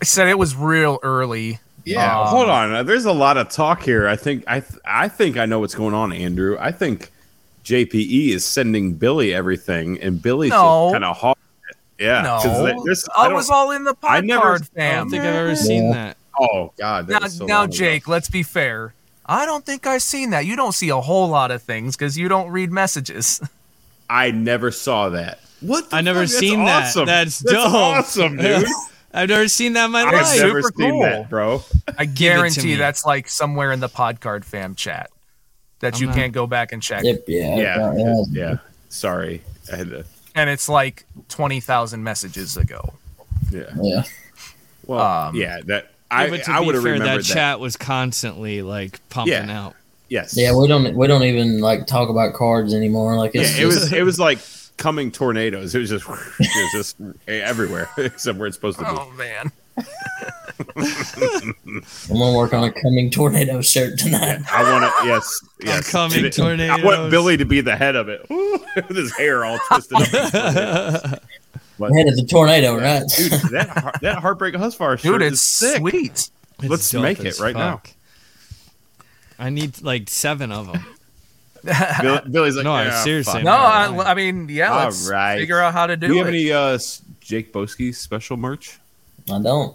[SPEAKER 3] i said it was real early
[SPEAKER 4] Yeah,
[SPEAKER 3] Um,
[SPEAKER 4] hold on. Uh, There's a lot of talk here. I think I th- I think I know what's going on, Andrew. I think JPE is sending Billy everything, and Billy's
[SPEAKER 3] No.
[SPEAKER 4] kind of hard. Yeah, 'cause
[SPEAKER 3] no
[SPEAKER 4] they- there's-
[SPEAKER 3] i,
[SPEAKER 4] don't-
[SPEAKER 3] was all in the
[SPEAKER 4] I
[SPEAKER 3] pod
[SPEAKER 4] never-
[SPEAKER 3] card
[SPEAKER 5] I
[SPEAKER 3] fam
[SPEAKER 5] don't think I've ever seen that.
[SPEAKER 4] Oh God! that
[SPEAKER 3] now,
[SPEAKER 4] was so
[SPEAKER 3] now
[SPEAKER 4] long ago.
[SPEAKER 3] jake let's be fair i don't think i've seen that you don't see a whole lot of things because you don't read messages
[SPEAKER 4] I never saw that. What? the
[SPEAKER 5] I never
[SPEAKER 4] fuck? That's
[SPEAKER 5] seen that.
[SPEAKER 4] awesome.
[SPEAKER 5] That's dope.
[SPEAKER 4] awesome, dude.
[SPEAKER 5] I've never seen that in my
[SPEAKER 4] I've
[SPEAKER 5] life.
[SPEAKER 4] never
[SPEAKER 3] super
[SPEAKER 4] seen
[SPEAKER 3] cool.
[SPEAKER 4] that, bro.
[SPEAKER 3] i
[SPEAKER 5] it to
[SPEAKER 3] guarantee
[SPEAKER 5] me.
[SPEAKER 3] that's like somewhere in the pod card fam chat that
[SPEAKER 5] I'm
[SPEAKER 3] you
[SPEAKER 5] not-
[SPEAKER 3] can't go back and check
[SPEAKER 9] yep, yeah,
[SPEAKER 4] Yeah,
[SPEAKER 9] right, yeah.
[SPEAKER 4] yeah. Sorry, I had to.
[SPEAKER 3] and it's like 20,000 messages ago
[SPEAKER 4] Yeah.
[SPEAKER 9] yeah.
[SPEAKER 4] Well,
[SPEAKER 3] Um,
[SPEAKER 4] yeah. That
[SPEAKER 5] Yeah,
[SPEAKER 4] I
[SPEAKER 5] but to
[SPEAKER 4] I
[SPEAKER 5] be
[SPEAKER 4] would have
[SPEAKER 5] fair,
[SPEAKER 4] remembered
[SPEAKER 5] that, chat was constantly like pumping
[SPEAKER 4] Yeah.
[SPEAKER 5] out.
[SPEAKER 4] Yes.
[SPEAKER 9] Yeah, we don't we don't even like talk about cards anymore. Like it's
[SPEAKER 4] Yeah, it
[SPEAKER 9] just-
[SPEAKER 4] was it was like coming tornadoes. It was just it was just everywhere except where it's supposed to be.
[SPEAKER 3] oh man
[SPEAKER 9] I'm gonna work on a coming tornado shirt tonight.
[SPEAKER 4] I want to yes yes.
[SPEAKER 5] Coming
[SPEAKER 4] It- I want
[SPEAKER 5] tornadoes.
[SPEAKER 4] Billy to be the head of it with his hair all twisted up.
[SPEAKER 9] Head of the tornado, right?
[SPEAKER 4] Dude, that heart- that heartbreak husfar shirt
[SPEAKER 3] dude
[SPEAKER 4] is
[SPEAKER 3] it's
[SPEAKER 4] sick.
[SPEAKER 3] sweet
[SPEAKER 5] It's
[SPEAKER 4] Let's
[SPEAKER 5] dope
[SPEAKER 4] make
[SPEAKER 5] as
[SPEAKER 4] it right now.
[SPEAKER 5] fuck. I need like seven of them.
[SPEAKER 4] Bill- Billy's like,
[SPEAKER 5] No,
[SPEAKER 4] yeah,
[SPEAKER 5] seriously,
[SPEAKER 4] fuck.
[SPEAKER 3] no I,
[SPEAKER 5] Alright.
[SPEAKER 3] I mean yeah let's
[SPEAKER 4] Alright.
[SPEAKER 3] figure out how to
[SPEAKER 4] Do
[SPEAKER 3] do
[SPEAKER 4] you
[SPEAKER 3] it
[SPEAKER 4] have any uh, s- Jake Boski special merch?
[SPEAKER 9] I don't.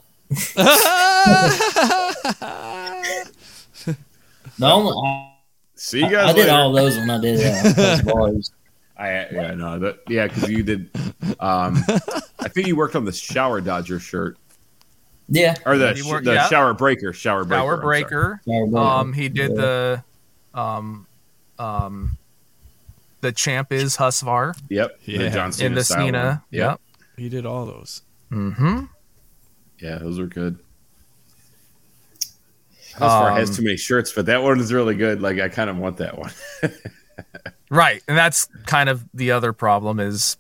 [SPEAKER 9] No, I,
[SPEAKER 4] See you guys.
[SPEAKER 9] I did
[SPEAKER 4] later.
[SPEAKER 9] all those when I did uh, those bars.
[SPEAKER 4] I yeah no that yeah because you did. Um, I think you worked on the shower dodger shirt
[SPEAKER 9] Yeah.
[SPEAKER 4] or the
[SPEAKER 3] He worked-
[SPEAKER 4] the
[SPEAKER 3] yeah.
[SPEAKER 4] shower breaker shower breaker
[SPEAKER 3] power
[SPEAKER 4] I'm sorry.
[SPEAKER 3] breaker
[SPEAKER 9] Oh,
[SPEAKER 3] um he did the um um the champ is husvar
[SPEAKER 4] Yep.
[SPEAKER 5] Yeah.
[SPEAKER 4] The John Cena
[SPEAKER 3] in the
[SPEAKER 4] style one.
[SPEAKER 3] Cena.
[SPEAKER 4] Yep.
[SPEAKER 3] yep
[SPEAKER 5] he did all those.
[SPEAKER 3] mm-hmm
[SPEAKER 4] Yeah, those were good. Husfar has
[SPEAKER 3] Um,
[SPEAKER 4] too many shirts, but that one is really good. Like I kind of want that one.
[SPEAKER 3] right and that's kind of the other problem is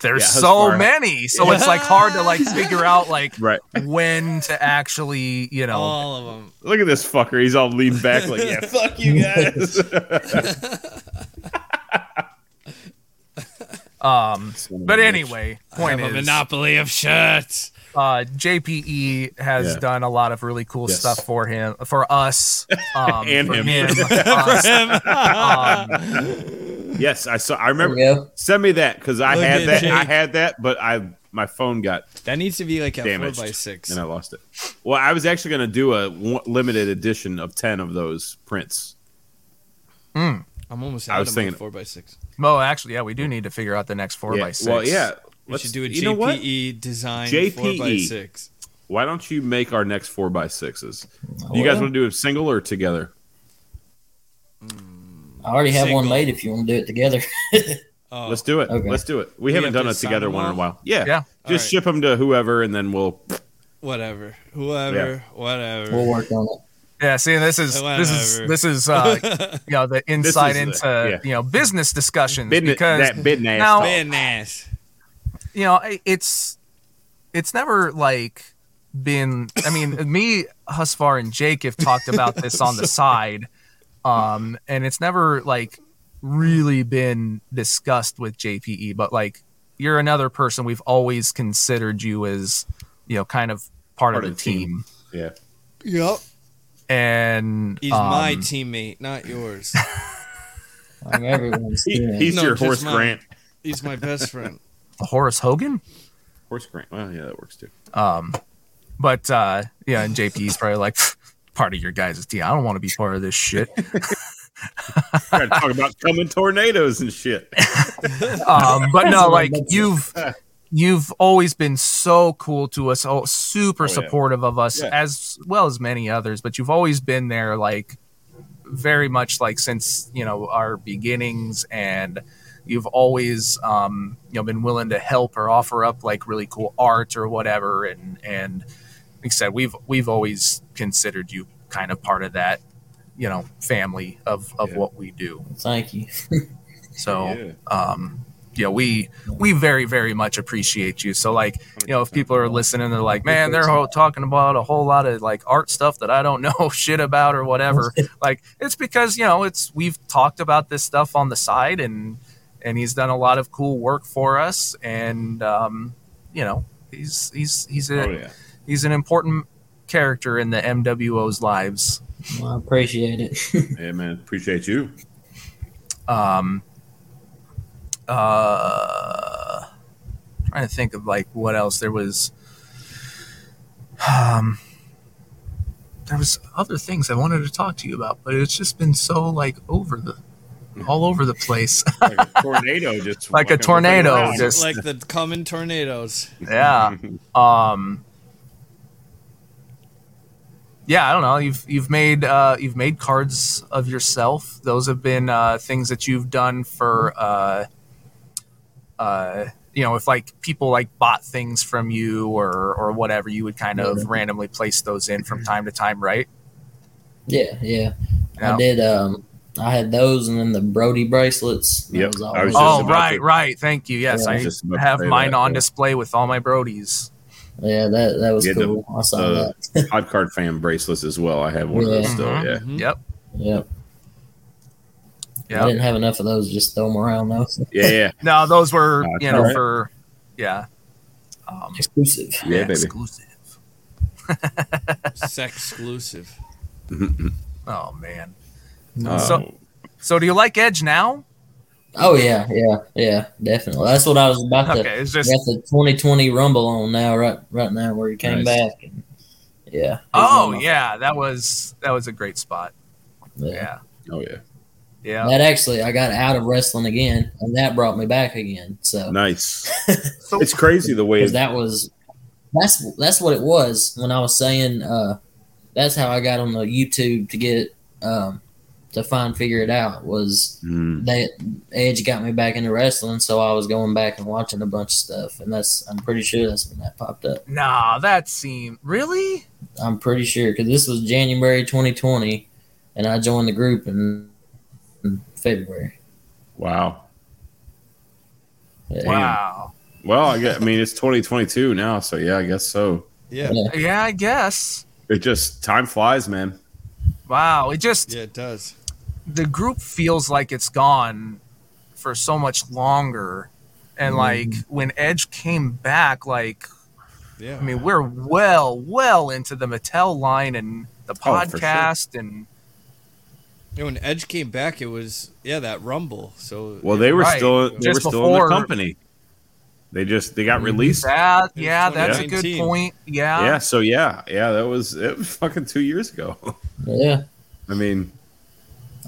[SPEAKER 3] there's
[SPEAKER 4] Yeah,
[SPEAKER 3] so
[SPEAKER 4] Husvar-
[SPEAKER 3] many so it's like hard to like figure out like
[SPEAKER 4] Right.
[SPEAKER 3] when to actually you know
[SPEAKER 5] All of them.
[SPEAKER 4] Look at this fucker. He's all leaned back like, yeah, fuck you guys.
[SPEAKER 3] um but anyway point
[SPEAKER 5] I have a
[SPEAKER 3] is
[SPEAKER 5] monopoly of shirts.
[SPEAKER 3] uh, JPE has
[SPEAKER 4] Yeah.
[SPEAKER 3] done a lot of really cool
[SPEAKER 4] Yes.
[SPEAKER 3] stuff for him, for us, um,
[SPEAKER 4] And
[SPEAKER 3] for
[SPEAKER 4] him.
[SPEAKER 3] us. Um,
[SPEAKER 4] yes, I saw I
[SPEAKER 9] There we
[SPEAKER 4] remember
[SPEAKER 9] go.
[SPEAKER 4] send me that because I
[SPEAKER 5] Look
[SPEAKER 4] had
[SPEAKER 5] at
[SPEAKER 4] that. I
[SPEAKER 5] Jake.
[SPEAKER 4] had that, but I my phone got
[SPEAKER 5] that needs to be like a
[SPEAKER 4] Damaged.
[SPEAKER 5] four by six.
[SPEAKER 4] and I lost it. Well, I was actually going to do a one, limited edition of 10 of those prints.
[SPEAKER 5] I'm almost
[SPEAKER 4] I
[SPEAKER 5] out
[SPEAKER 4] was
[SPEAKER 5] of
[SPEAKER 4] thinking-
[SPEAKER 5] my four by six.
[SPEAKER 3] Mo, actually, yeah, we do need to figure out the next four
[SPEAKER 4] yeah.
[SPEAKER 3] by six.
[SPEAKER 4] Well, yeah.
[SPEAKER 5] We should do a E.
[SPEAKER 4] you know what? E.
[SPEAKER 5] JPE design four by
[SPEAKER 4] JPE.
[SPEAKER 5] six.
[SPEAKER 4] Why don't you make our next four by sixes? Do you guys
[SPEAKER 9] Well,
[SPEAKER 4] want to do it single or together?
[SPEAKER 9] I already have one
[SPEAKER 5] Single.
[SPEAKER 9] made. If you want to do it together,
[SPEAKER 5] Oh,
[SPEAKER 4] Let's do it.
[SPEAKER 9] Okay.
[SPEAKER 4] Let's do it. We, haven't
[SPEAKER 5] have
[SPEAKER 4] done
[SPEAKER 5] to
[SPEAKER 4] a
[SPEAKER 5] sign
[SPEAKER 4] together
[SPEAKER 5] them
[SPEAKER 4] one in a
[SPEAKER 5] off?
[SPEAKER 4] while. Yeah.
[SPEAKER 3] Yeah.
[SPEAKER 4] Just
[SPEAKER 5] Alright.
[SPEAKER 4] ship them to whoever, and then we'll.
[SPEAKER 5] whatever, whoever, whatever.
[SPEAKER 9] We'll work on it.
[SPEAKER 3] Yeah, see, this is this is
[SPEAKER 5] Whatever.
[SPEAKER 3] this is uh, you know the insight
[SPEAKER 4] the-
[SPEAKER 3] into
[SPEAKER 4] yeah.
[SPEAKER 3] you know business discussions
[SPEAKER 4] Bid,
[SPEAKER 3] because
[SPEAKER 4] that bid ass.
[SPEAKER 3] now-
[SPEAKER 4] talk.
[SPEAKER 5] Man, Nash.
[SPEAKER 3] you know i- it's it's never like been i mean me husfar and jake have talked about this on the side um and it's never like really been discussed with jpe but like you're another person we've always considered you as you know kind of part, of the, team.
[SPEAKER 4] Yeah.
[SPEAKER 5] Yep.
[SPEAKER 3] and
[SPEAKER 5] He's
[SPEAKER 3] um,
[SPEAKER 5] my teammate, not yours.
[SPEAKER 9] I'm everyone's
[SPEAKER 4] He-
[SPEAKER 9] doing it.
[SPEAKER 4] he's
[SPEAKER 5] No,
[SPEAKER 4] your
[SPEAKER 5] just
[SPEAKER 4] Horace
[SPEAKER 5] mine.
[SPEAKER 4] Grant.
[SPEAKER 5] He's my best friend.
[SPEAKER 3] horace hogan
[SPEAKER 4] Horace Grant. Well, yeah, that works too.
[SPEAKER 3] but uh yeah and jpe's probably like part of your guys' team i don't want to be part of this shit
[SPEAKER 4] Try to talk about coming tornadoes and shit.
[SPEAKER 3] um, but no,
[SPEAKER 9] That's
[SPEAKER 3] like
[SPEAKER 9] what I meant.
[SPEAKER 3] you've you've always been so cool to us, oh, super
[SPEAKER 4] yeah.
[SPEAKER 3] supportive of us
[SPEAKER 4] Yeah.
[SPEAKER 3] as well as many others. But you've always been there, like very much like since you know our beginnings, and you've always um, you know been willing to help or offer up like really cool art or whatever. And and like I said, we've we've always considered you kind of part of that you know family of of
[SPEAKER 4] Yeah.
[SPEAKER 3] what we do.
[SPEAKER 9] Thank you.
[SPEAKER 3] So
[SPEAKER 4] Yeah.
[SPEAKER 3] um yeah we we very very much appreciate you so like you know if people are listening they're like man they're all talking about a whole lot of like art stuff that i don't know shit about or whatever like it's because you know it's we've talked about this stuff on the side and and he's done a lot of cool work for us and um you know he's he's he's a
[SPEAKER 4] Oh yeah.
[SPEAKER 3] he's an important character in the mwo's lives
[SPEAKER 9] Well, I appreciate it.
[SPEAKER 4] Hey man, appreciate you.
[SPEAKER 3] um uh trying to think of like what else there was um there was other things i wanted to talk to you about but it's just been so like over the all over the place
[SPEAKER 4] Like a tornado just
[SPEAKER 3] Like a
[SPEAKER 4] walking
[SPEAKER 3] tornado,
[SPEAKER 4] around.
[SPEAKER 3] just-
[SPEAKER 5] like the common tornadoes.
[SPEAKER 3] yeah um yeah i don't know you've you've made uh you've made cards of yourself those have been uh things that you've done for uh uh you know if like people like bought things from you or or whatever you would kind of randomly place those in from time to time right
[SPEAKER 9] yeah, yeah.
[SPEAKER 3] Yeah.
[SPEAKER 9] I did. Um, I had those, and then the Brody bracelets. That
[SPEAKER 4] Yep,
[SPEAKER 9] was
[SPEAKER 4] I was
[SPEAKER 9] always-
[SPEAKER 4] just
[SPEAKER 3] oh
[SPEAKER 4] about
[SPEAKER 3] right
[SPEAKER 4] to-
[SPEAKER 3] right thank you yes
[SPEAKER 9] Yeah, I
[SPEAKER 4] was just about
[SPEAKER 3] i
[SPEAKER 4] to
[SPEAKER 3] have
[SPEAKER 4] say
[SPEAKER 3] mine
[SPEAKER 4] that,
[SPEAKER 3] on
[SPEAKER 4] yeah.
[SPEAKER 3] display with all my brodies
[SPEAKER 9] yeah, that that was
[SPEAKER 4] Yeah, the- uh,
[SPEAKER 9] cool. I saw
[SPEAKER 4] the-
[SPEAKER 9] that.
[SPEAKER 4] Hot card fan bracelets as well. I have one of those
[SPEAKER 9] Yeah.
[SPEAKER 4] still. Yeah.
[SPEAKER 5] Mhm.
[SPEAKER 3] yep
[SPEAKER 9] Yep. I
[SPEAKER 3] yep
[SPEAKER 9] didn't have enough of those. Just throw them around though.
[SPEAKER 4] Yeah. Yeah.
[SPEAKER 3] no those were
[SPEAKER 4] That's
[SPEAKER 3] you know
[SPEAKER 4] all right.
[SPEAKER 3] for yeah um,
[SPEAKER 9] Exclusive.
[SPEAKER 4] Yeah, baby.
[SPEAKER 3] Exclusive.
[SPEAKER 5] Sex exclusive.
[SPEAKER 3] Oh man.
[SPEAKER 4] Uh,
[SPEAKER 3] So- So do you like Edge now?
[SPEAKER 9] Oh yeah, yeah, yeah. Definitely. That's what I was about to.
[SPEAKER 3] Okay, it's just
[SPEAKER 9] Got the 2020 Rumble on now, right? Right now, where he came
[SPEAKER 4] Nice.
[SPEAKER 9] back. And, yeah.
[SPEAKER 3] oh
[SPEAKER 9] He's
[SPEAKER 3] yeah, that was that was a great spot.
[SPEAKER 9] one of my-
[SPEAKER 3] Yeah,
[SPEAKER 4] oh yeah.
[SPEAKER 3] yeah.
[SPEAKER 9] That actually, I got out of wrestling again, and that brought me back again. So
[SPEAKER 4] Nice. it's crazy the way.
[SPEAKER 9] because that was that's that's what it was when I was saying uh, that's how I got on the YouTube to get um, to find figure it out was
[SPEAKER 4] Mm,
[SPEAKER 9] that Edge got me back into wrestling, so I was going back and watching a bunch of stuff, and that's I'm pretty sure that's when that popped up.
[SPEAKER 3] Nah, that seemed really.
[SPEAKER 9] I'm pretty sure because this was January 2020, and I joined the group in, in February.
[SPEAKER 4] wow.
[SPEAKER 9] Yeah.
[SPEAKER 4] Damn.
[SPEAKER 3] Wow.
[SPEAKER 4] Well, I, guess, I mean, it's 2022 now, so yeah, I guess so.
[SPEAKER 5] Yeah,
[SPEAKER 3] Yeah, I guess.
[SPEAKER 4] It just time flies, man.
[SPEAKER 3] Wow. It just
[SPEAKER 5] yeah, it does.
[SPEAKER 3] the group feels like it's gone for so much longer, and
[SPEAKER 4] Mm-hmm.
[SPEAKER 3] like when Edge came back, like
[SPEAKER 5] Yeah,
[SPEAKER 3] I mean, we're well, well into the Mattel line and the
[SPEAKER 4] Oh, for sure.
[SPEAKER 3] podcast, and
[SPEAKER 5] Yeah, when Edge came back, it was yeah that rumble. So
[SPEAKER 4] Well, they were
[SPEAKER 3] Right.
[SPEAKER 4] still they
[SPEAKER 3] Just
[SPEAKER 4] were still
[SPEAKER 3] before-
[SPEAKER 4] in the company. They just they got released.
[SPEAKER 3] that, yeah, that's a good
[SPEAKER 5] 2019.
[SPEAKER 3] point.
[SPEAKER 4] yeah. So yeah, yeah, that was it. Was fucking two years ago.
[SPEAKER 9] yeah.
[SPEAKER 4] I mean,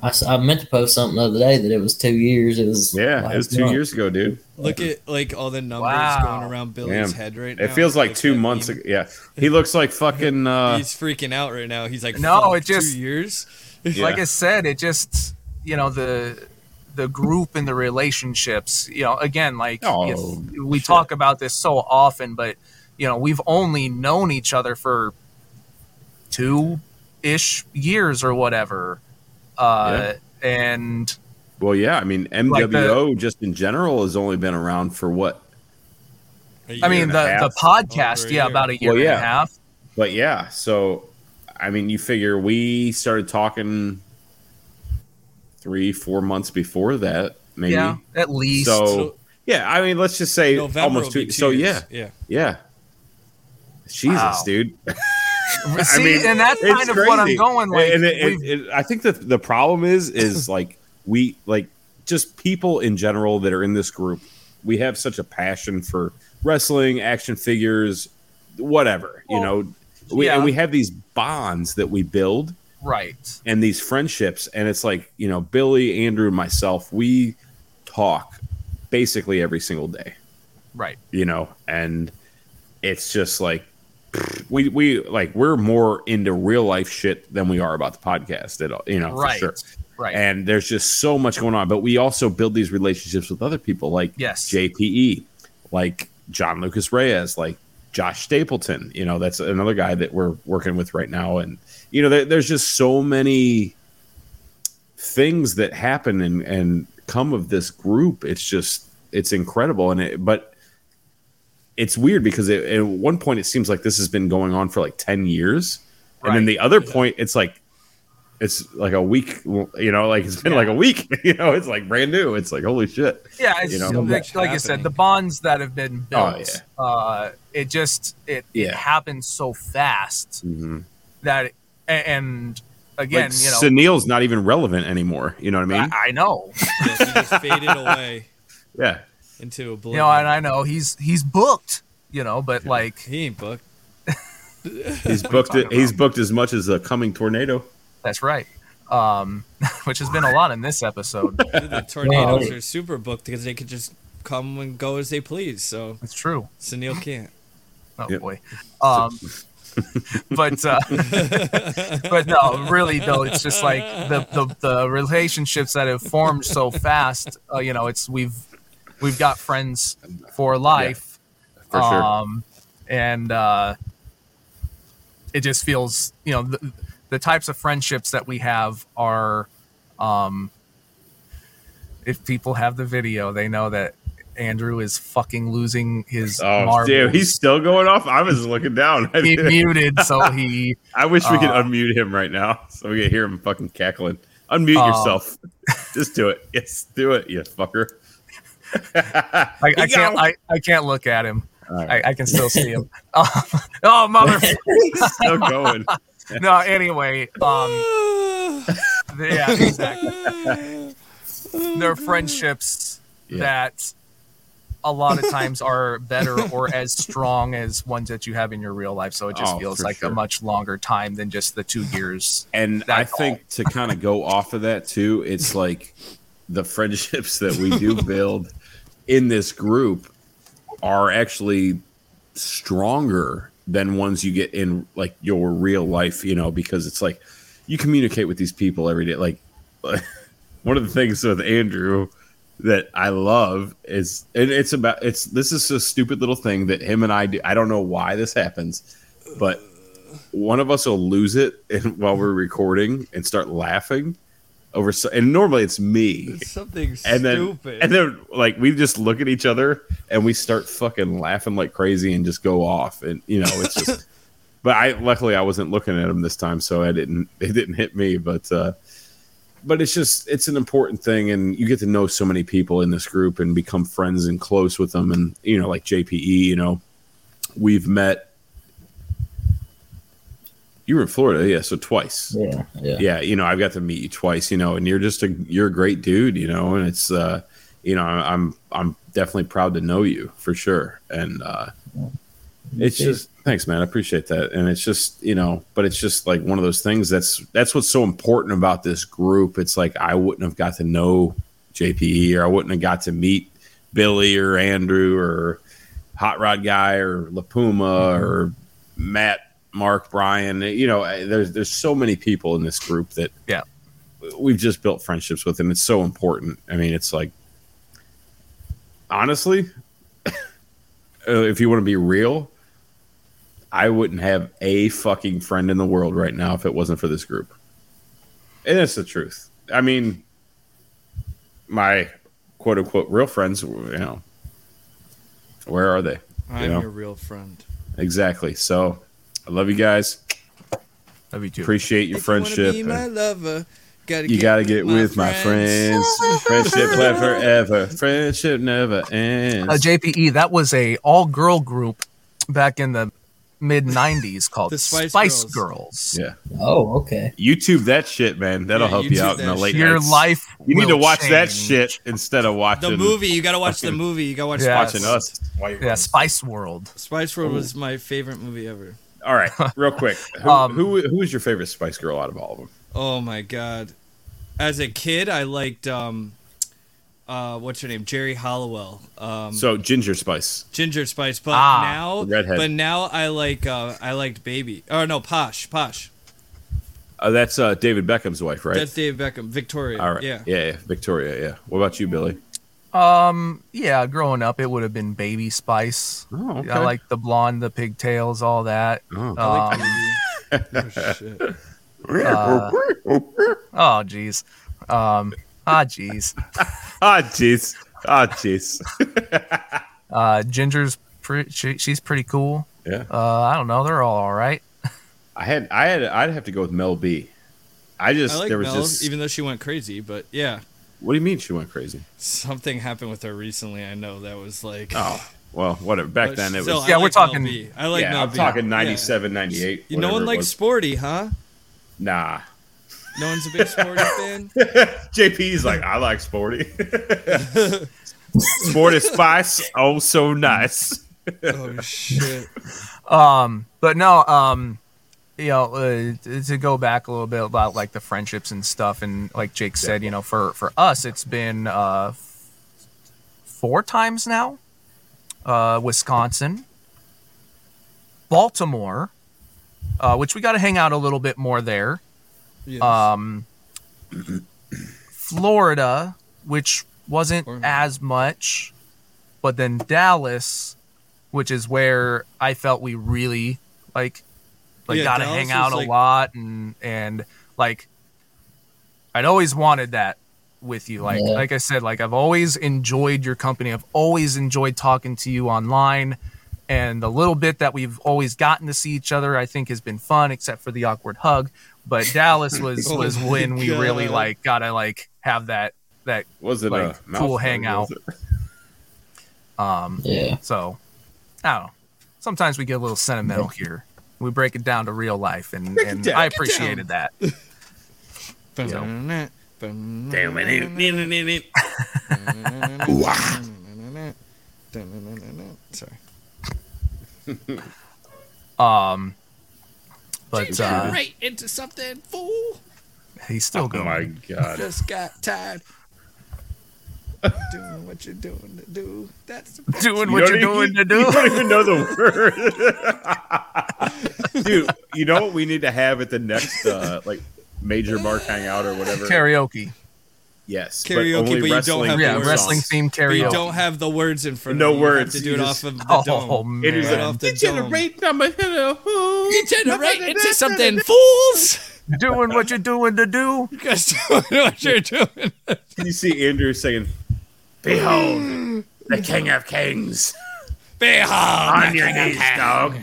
[SPEAKER 9] I, s- I meant to post something the other day that it was two years. It was
[SPEAKER 4] yeah,
[SPEAKER 9] last
[SPEAKER 4] it was two
[SPEAKER 9] month.
[SPEAKER 4] years ago, dude.
[SPEAKER 5] look at like all the numbers
[SPEAKER 3] Wow.
[SPEAKER 5] going around Billy's
[SPEAKER 4] Damn.
[SPEAKER 5] head right now.
[SPEAKER 4] It feels like two
[SPEAKER 5] that
[SPEAKER 4] months
[SPEAKER 5] meme.
[SPEAKER 4] ago. Yeah, he looks like fucking. Uh,
[SPEAKER 5] He's freaking out right now. He's like,
[SPEAKER 3] No,
[SPEAKER 5] "Fuck,
[SPEAKER 3] it just-
[SPEAKER 5] two years.
[SPEAKER 4] yeah.
[SPEAKER 3] like I said, it just you know the the group and the relationships. You know, again, like
[SPEAKER 4] Oh,
[SPEAKER 3] if- we
[SPEAKER 4] shit.
[SPEAKER 3] talk about this so often, but you know, we've only known each other for two ish years or whatever. Uh, And
[SPEAKER 4] Well, yeah, I mean MWO
[SPEAKER 3] Like the-
[SPEAKER 4] just in general has only been around for what?
[SPEAKER 5] A
[SPEAKER 3] I mean,
[SPEAKER 4] and a
[SPEAKER 3] the, the
[SPEAKER 4] half.
[SPEAKER 3] podcast,
[SPEAKER 5] Over a
[SPEAKER 3] yeah,
[SPEAKER 5] year.
[SPEAKER 3] about a year
[SPEAKER 4] Well,
[SPEAKER 3] and
[SPEAKER 4] yeah.
[SPEAKER 3] a half.
[SPEAKER 4] But yeah, so I mean, you figure we started talking three, four months before that, maybe.
[SPEAKER 3] Yeah, at least.
[SPEAKER 4] So
[SPEAKER 5] So-
[SPEAKER 4] yeah, I mean, let's just say
[SPEAKER 5] November
[SPEAKER 4] almost
[SPEAKER 5] will be
[SPEAKER 4] two. So yeah,
[SPEAKER 5] years. yeah.
[SPEAKER 4] yeah. Jesus,
[SPEAKER 3] Wow.
[SPEAKER 4] dude.
[SPEAKER 3] See, and that's
[SPEAKER 4] it's
[SPEAKER 3] kind of what I'm
[SPEAKER 4] crazy.
[SPEAKER 3] going like.
[SPEAKER 4] and it,
[SPEAKER 3] we've-
[SPEAKER 4] it, it- I think the the problem is is like we like just people in general that are in this group. We have such a passion for wrestling, action figures, whatever you know. We
[SPEAKER 3] yeah.
[SPEAKER 4] and we have these bonds that we build
[SPEAKER 3] right.
[SPEAKER 4] and these friendships, and it's like you know Billy, Andrew, and myself. We talk basically every single day
[SPEAKER 3] Right.
[SPEAKER 4] you know and it's just like pfft, we we like we're more into real life shit than we are about the podcast at all you know
[SPEAKER 3] Right.
[SPEAKER 4] for sure
[SPEAKER 3] Right.
[SPEAKER 4] and there's just so much going on but we also build these relationships with other people like
[SPEAKER 3] Yes.
[SPEAKER 4] jpe like john lucas reyes like josh stapleton you know that's another guy that we're working with right now and you know there, there's just so many things that happen and and come of this group it's just it's incredible and it but it's weird because it, at one point it seems like this has been going on for like 10 years and then
[SPEAKER 3] Right.
[SPEAKER 4] the other point it's like it's like a week you know like it's been like a week you know it's like brand new it's like holy shit
[SPEAKER 3] yeah, it's,
[SPEAKER 4] you know?
[SPEAKER 5] So
[SPEAKER 3] like,
[SPEAKER 5] much
[SPEAKER 3] like I said,
[SPEAKER 5] happening.
[SPEAKER 3] the bonds that have been
[SPEAKER 4] Oh,
[SPEAKER 3] built, uh, it just it, it
[SPEAKER 4] Yeah.
[SPEAKER 3] happens so fast
[SPEAKER 4] Mhm.
[SPEAKER 3] that it- a- and
[SPEAKER 4] like
[SPEAKER 3] again, you know,
[SPEAKER 4] Sunil's not even relevant anymore you know what i mean
[SPEAKER 3] I, I know,
[SPEAKER 5] Yes, he just faded away
[SPEAKER 4] yeah
[SPEAKER 5] into
[SPEAKER 3] you
[SPEAKER 5] oblivion.
[SPEAKER 3] know, and I know he's he's booked, you know, but like
[SPEAKER 5] he ain't booked.
[SPEAKER 4] he's booked it, he's booked as much as a coming tornado
[SPEAKER 3] that's right. Um, which has been a lot in this episode.
[SPEAKER 5] The tornadoes
[SPEAKER 9] Wow.
[SPEAKER 5] are super booked because they could just come and go as they please. So
[SPEAKER 3] It's true.
[SPEAKER 5] Sunil can't.
[SPEAKER 3] Oh
[SPEAKER 4] Yep.
[SPEAKER 3] boy. Um, but uh, but no, really though, it's just like the, the the relationships that have formed so fast. Uh, you know, it's we've we've got friends for life,
[SPEAKER 4] for sure
[SPEAKER 3] um, and uh, it just feels you know the, the types of friendships that we have are. Um, if people have the video, they know that Andrew is fucking losing his.
[SPEAKER 4] oh
[SPEAKER 3] marbles
[SPEAKER 4] damn he's still going off i was looking down
[SPEAKER 3] he muted, so he.
[SPEAKER 4] i wish we could
[SPEAKER 3] uh,
[SPEAKER 4] unmute him right now so we could hear him fucking cackling unmute
[SPEAKER 3] Uh,
[SPEAKER 4] yourself just do it yes do it you fucker
[SPEAKER 3] I, I can't. I, I can't look at him. I, I can still see him. Um, oh mother!
[SPEAKER 4] He's still going
[SPEAKER 3] no. Anyway, um, yeah, exactly. They're friendships
[SPEAKER 4] Yeah.
[SPEAKER 3] that a lot of times are better or as strong as ones that you have in your real life. So it just
[SPEAKER 4] Oh,
[SPEAKER 3] feels
[SPEAKER 4] for
[SPEAKER 3] like
[SPEAKER 4] sure.
[SPEAKER 3] a much longer time than just the two years.
[SPEAKER 4] And I
[SPEAKER 3] That's
[SPEAKER 4] think to kind of go off of that too, it's like the friendships that we do build in this group are actually stronger than ones you get in like your real life, you know, because it's like you communicate with these people every day. Like one of the things with Andrew that I love is and it's about it's this is a stupid little thing that him and I do. I don't know why this happens, but one of us will lose it and, while we're recording and start laughing over so, and normally it's me
[SPEAKER 5] Something
[SPEAKER 4] and then
[SPEAKER 5] stupid.
[SPEAKER 4] and then like we just look at each other and we start fucking laughing like crazy and just go off and you know it's just but I luckily I wasn't looking at him this time so I didn't it didn't hit me but uh but it's just it's an important thing and you get to know so many people in this group and become friends and close with them and you know like JPE you know we've met you were in Florida yeah so twice
[SPEAKER 9] Yeah, yeah.
[SPEAKER 4] yeah you know i've got to meet you twice you know and you're just a you're a great dude you know and it's uh you know i'm i'm definitely proud to know you for sure and uh it's
[SPEAKER 9] too.
[SPEAKER 4] just thanks man i appreciate that and it's just you know but it's just like one of those things that's that's what's so important about this group it's like i wouldn't have got to know jpe or i wouldn't have got to meet billy or andrew or hot rod guy or lapuma or matt mark brian you know I- there's there's so many people in this group that
[SPEAKER 3] Yeah.
[SPEAKER 4] we've just built friendships with him. It's so important. I mean, it's like honestly, uh, if you want to be real, I wouldn't have a fucking friend in the world right now if it wasn't for this group. And that's the truth. I mean, my quote unquote real friends, you know, where are they?
[SPEAKER 5] I'm
[SPEAKER 4] Yeah.
[SPEAKER 5] your real friend.
[SPEAKER 4] Exactly. So I love you guys.
[SPEAKER 10] Love you too.
[SPEAKER 4] Appreciate your
[SPEAKER 5] If you wanna
[SPEAKER 4] friendship.
[SPEAKER 5] be my lover, gotta
[SPEAKER 4] You
[SPEAKER 5] get
[SPEAKER 4] gotta get with my
[SPEAKER 5] friends.
[SPEAKER 4] friends. Friendship left forever. Friendship never ends.
[SPEAKER 3] Uh, JPE, that was a all girl group back in the mid 90s called
[SPEAKER 5] The Spice
[SPEAKER 3] Spice,
[SPEAKER 5] Girls.
[SPEAKER 3] Girls.
[SPEAKER 4] yeah.
[SPEAKER 9] Oh, okay.
[SPEAKER 4] YouTube that shit, man. That'll
[SPEAKER 5] Yeah,
[SPEAKER 4] help
[SPEAKER 5] YouTube
[SPEAKER 4] you out in
[SPEAKER 5] that
[SPEAKER 4] the late
[SPEAKER 5] shit.
[SPEAKER 3] Your
[SPEAKER 4] nights.
[SPEAKER 3] life.
[SPEAKER 4] You need
[SPEAKER 3] will
[SPEAKER 4] to watch that
[SPEAKER 3] change.
[SPEAKER 4] shit instead of watching
[SPEAKER 5] The movie. You gotta watch the
[SPEAKER 4] Fucking-
[SPEAKER 5] movie. You gotta watch
[SPEAKER 3] Yeah.
[SPEAKER 5] Spice
[SPEAKER 4] Watching us. While you're-
[SPEAKER 3] Yeah, Spice World.
[SPEAKER 5] Spice World was
[SPEAKER 4] Oh.
[SPEAKER 5] my favorite movie ever.
[SPEAKER 4] All right, real quick. Who,
[SPEAKER 3] Um,
[SPEAKER 4] who who is your favorite Spice Girl out of all of them?
[SPEAKER 5] Oh my god. As a kid, I liked um, uh, what's her name, Jerry Hollowell, um,
[SPEAKER 4] So Ginger Spice.
[SPEAKER 5] Ginger Spice. But
[SPEAKER 3] Ah.
[SPEAKER 5] now,
[SPEAKER 4] Redhead.
[SPEAKER 5] but now I like uh, I liked Baby. Oh no, Posh, Posh.
[SPEAKER 4] Uh, that's uh, David Beckham's wife, right?
[SPEAKER 5] That's Dave Beckham, Victoria.
[SPEAKER 4] all right.
[SPEAKER 5] Yeah.
[SPEAKER 4] yeah, yeah. Victoria. Yeah. What about you, Billy?
[SPEAKER 3] Um, yeah, growing up, it would have been Baby Spice.
[SPEAKER 4] Oh, okay.
[SPEAKER 3] I like the blonde, the pigtails, all that.
[SPEAKER 4] Oh.
[SPEAKER 3] Um, uh, oh, jeez. Um, ah, jeez.
[SPEAKER 4] Ah, jeez. Ah, jeez.
[SPEAKER 3] Uh, Ginger's pretty. She, she's pretty cool.
[SPEAKER 4] Yeah.
[SPEAKER 3] Uh, I don't know. They're all all right.
[SPEAKER 4] I had I had I'd have to go with Mel B. I just
[SPEAKER 5] I like
[SPEAKER 4] there was
[SPEAKER 5] Mel,
[SPEAKER 4] just
[SPEAKER 5] even though she went crazy. But yeah,
[SPEAKER 4] what do you mean she went crazy?
[SPEAKER 5] something happened with her recently. I know that was like.
[SPEAKER 4] Oh, well, whatever. Back then it
[SPEAKER 5] Still,
[SPEAKER 4] was
[SPEAKER 5] I
[SPEAKER 3] Yeah, we're
[SPEAKER 5] like Mel
[SPEAKER 3] talking-
[SPEAKER 5] B. I like
[SPEAKER 4] yeah,
[SPEAKER 5] Mel
[SPEAKER 4] I'm
[SPEAKER 5] B.
[SPEAKER 4] talking
[SPEAKER 5] Yeah.
[SPEAKER 4] 97, 98.
[SPEAKER 5] You- No
[SPEAKER 4] whatever
[SPEAKER 5] one
[SPEAKER 4] it
[SPEAKER 5] likes
[SPEAKER 4] was.
[SPEAKER 5] sporty, huh?
[SPEAKER 4] Nah.
[SPEAKER 5] No one's a big sporty fan.
[SPEAKER 4] JP's like, I like sporty. sporty spice, oh so nice.
[SPEAKER 5] Oh shit.
[SPEAKER 3] Um, but no, um, you know, uh, t- to go back a little bit about like the friendships and stuff, and like Jake said, you know, for for us, it's been uh, f- four times now. Uh, Wisconsin, Baltimore, uh, which we got to hang out a little bit more there.
[SPEAKER 5] Yes.
[SPEAKER 4] Uh,
[SPEAKER 3] Um, Florida, which wasn't
[SPEAKER 5] Florida.
[SPEAKER 3] as much, but then Dallas, which is where I felt we really like like
[SPEAKER 5] Yeah,
[SPEAKER 3] got to
[SPEAKER 5] Dallas
[SPEAKER 3] hang
[SPEAKER 5] was,
[SPEAKER 3] out
[SPEAKER 5] like-
[SPEAKER 3] a lot and and like I'd always wanted that with you like
[SPEAKER 9] Yeah.
[SPEAKER 3] like I said like I've always enjoyed your company. I've always enjoyed talking to you online and the little bit that we've always gotten to see each other I think has been fun except for the awkward hug, but Dallas was
[SPEAKER 5] Oh
[SPEAKER 3] was
[SPEAKER 5] my
[SPEAKER 3] when we really
[SPEAKER 5] God.
[SPEAKER 3] like got to like have that that
[SPEAKER 4] Was it
[SPEAKER 3] Like,
[SPEAKER 4] a
[SPEAKER 3] cool
[SPEAKER 4] mouth thing,
[SPEAKER 3] hangout.
[SPEAKER 4] was it?
[SPEAKER 3] um
[SPEAKER 9] Yeah.
[SPEAKER 3] So, I don't know. Sometimes we get a little sentimental here. We break it down to real life, and, and
[SPEAKER 5] down.
[SPEAKER 3] I
[SPEAKER 5] Break it
[SPEAKER 3] appreciated that.
[SPEAKER 5] Ba-na-na-na,
[SPEAKER 6] Damn it.
[SPEAKER 5] ba-na-na-na-na, ba-na-na-na-na, da-na-na-na-na. Sorry.
[SPEAKER 3] Um, but uh,
[SPEAKER 5] Right into something, fool.
[SPEAKER 3] he's still
[SPEAKER 4] Oh
[SPEAKER 3] going.
[SPEAKER 4] my god.
[SPEAKER 5] Just got tired. Doing what you're doing to do. That's the fuck-
[SPEAKER 3] doing what
[SPEAKER 4] don't
[SPEAKER 3] you're doing
[SPEAKER 4] even-
[SPEAKER 3] to do.
[SPEAKER 4] You don't even know the word. Dude, you know what we need to have at the next uh, like major mark hangout or whatever?
[SPEAKER 3] Karaoke,
[SPEAKER 4] Yes.
[SPEAKER 5] Karaoke,
[SPEAKER 4] only
[SPEAKER 5] but you don't
[SPEAKER 4] wrestling
[SPEAKER 5] have the
[SPEAKER 3] yeah,
[SPEAKER 5] Karaoke.
[SPEAKER 3] wrestling
[SPEAKER 4] songs.
[SPEAKER 3] themed
[SPEAKER 5] But you
[SPEAKER 3] karaoke.
[SPEAKER 5] don't have the words in front
[SPEAKER 4] No
[SPEAKER 5] of you.
[SPEAKER 4] words,
[SPEAKER 5] You have to do
[SPEAKER 4] you
[SPEAKER 5] it
[SPEAKER 4] just-
[SPEAKER 5] off of the
[SPEAKER 3] oh
[SPEAKER 5] dome.
[SPEAKER 3] man,
[SPEAKER 4] It is
[SPEAKER 5] Right off the dome.
[SPEAKER 4] number hello.
[SPEAKER 5] Generate into something, fools.
[SPEAKER 3] doing what you're doing to do.
[SPEAKER 5] You guys doing what you're doing.
[SPEAKER 4] Can you see Andrew saying, Behold, the King of Kings
[SPEAKER 5] Behold.
[SPEAKER 4] on your knees, dog?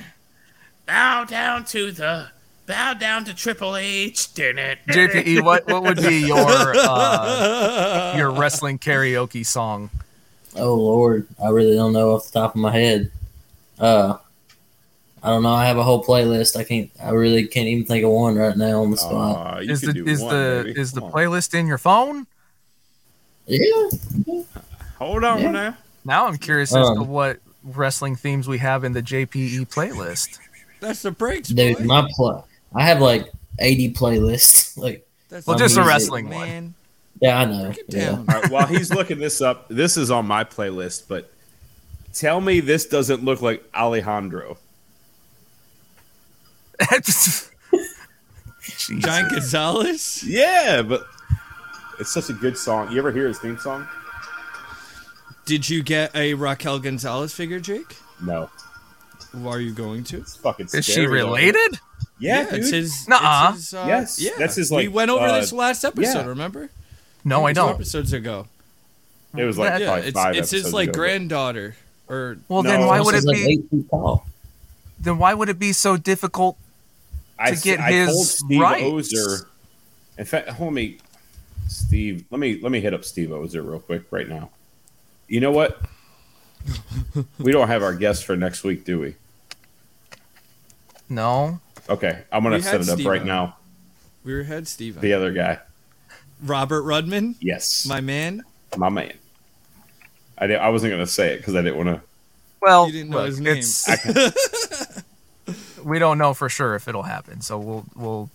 [SPEAKER 10] Bow down to the. Bow down to Triple H. Didn't.
[SPEAKER 3] JPE, E, what what would be your uh, your wrestling karaoke song?
[SPEAKER 9] Oh Lord, I really don't know off the top of my head. Uh, I don't know. I have a whole playlist. I can't. I really can't even think of one right now on the spot.
[SPEAKER 4] Aw, you
[SPEAKER 3] Is
[SPEAKER 4] could
[SPEAKER 3] the
[SPEAKER 4] do
[SPEAKER 3] is
[SPEAKER 4] one,
[SPEAKER 3] the
[SPEAKER 4] baby.
[SPEAKER 3] is the
[SPEAKER 4] Come on.
[SPEAKER 3] playlist in your phone?
[SPEAKER 9] yeah.
[SPEAKER 4] Hold on
[SPEAKER 9] Yeah.
[SPEAKER 4] now.
[SPEAKER 3] Now I'm curious as to
[SPEAKER 9] Um,
[SPEAKER 3] what wrestling themes we have in the JPE playlist.
[SPEAKER 5] That's the breaks,
[SPEAKER 9] Dude,
[SPEAKER 5] boy.
[SPEAKER 9] my play. I have like eighty playlists. Like,
[SPEAKER 5] That's
[SPEAKER 3] Well,
[SPEAKER 5] the
[SPEAKER 9] just a
[SPEAKER 5] music,
[SPEAKER 3] wrestling one.
[SPEAKER 5] Um, man.
[SPEAKER 9] yeah, I know.
[SPEAKER 5] Get
[SPEAKER 9] Yeah.
[SPEAKER 5] down.
[SPEAKER 4] All right, while he's looking this up, this is on my playlist, but tell me this doesn't look like Alejandro.
[SPEAKER 3] Jesus.
[SPEAKER 5] John Gonzalez.
[SPEAKER 4] Yeah, but It's such a good song. You ever hear his theme song?
[SPEAKER 5] Did you get a Raquel Gonzalez figure, Jake?
[SPEAKER 4] No.
[SPEAKER 5] Are you going to?
[SPEAKER 4] It's fucking
[SPEAKER 3] Is she
[SPEAKER 4] stereo.
[SPEAKER 3] related?
[SPEAKER 4] Yeah, dude.
[SPEAKER 5] it's his.
[SPEAKER 3] Nuh-uh.
[SPEAKER 5] it's his, uh,
[SPEAKER 4] Yes,
[SPEAKER 5] yeah.
[SPEAKER 4] that's his,
[SPEAKER 5] we
[SPEAKER 4] like,
[SPEAKER 5] went over
[SPEAKER 4] uh,
[SPEAKER 5] this last episode.
[SPEAKER 4] yeah.
[SPEAKER 5] Remember?
[SPEAKER 3] No, I
[SPEAKER 5] Two
[SPEAKER 3] don't.
[SPEAKER 5] Episodes ago.
[SPEAKER 4] It was like
[SPEAKER 5] Yeah,
[SPEAKER 4] probably
[SPEAKER 5] it's
[SPEAKER 4] five
[SPEAKER 5] it's his
[SPEAKER 4] episodes
[SPEAKER 5] like
[SPEAKER 4] ago, but-
[SPEAKER 5] granddaughter or
[SPEAKER 3] Well, then
[SPEAKER 4] No.
[SPEAKER 3] why
[SPEAKER 4] This
[SPEAKER 3] would it
[SPEAKER 9] This is like
[SPEAKER 3] be?
[SPEAKER 9] eight feet tall.
[SPEAKER 3] Then why would it be so difficult?
[SPEAKER 4] I,
[SPEAKER 3] to
[SPEAKER 4] s-
[SPEAKER 3] get
[SPEAKER 4] I
[SPEAKER 3] his
[SPEAKER 4] told Steve
[SPEAKER 3] rights.
[SPEAKER 4] Ozer. In fact, homie, Steve, let me let me hit up Steve Ozer real quick right now. You know what? we don't have our guest for next week, do we?
[SPEAKER 3] No.
[SPEAKER 4] Okay, I'm gonna
[SPEAKER 5] We
[SPEAKER 4] set
[SPEAKER 5] had
[SPEAKER 4] it up
[SPEAKER 5] Steve
[SPEAKER 4] right
[SPEAKER 5] on.
[SPEAKER 4] now.
[SPEAKER 5] we were had Steve. on.
[SPEAKER 4] The other guy,
[SPEAKER 5] Robert Rudman,
[SPEAKER 4] yes, my,
[SPEAKER 5] my man.
[SPEAKER 4] man. I di- I wasn't gonna say it because I didn't want to.
[SPEAKER 3] Well,
[SPEAKER 5] You didn't know
[SPEAKER 3] look,
[SPEAKER 5] his name.
[SPEAKER 3] it's- we don't know for sure if it'll happen, so we'll we'll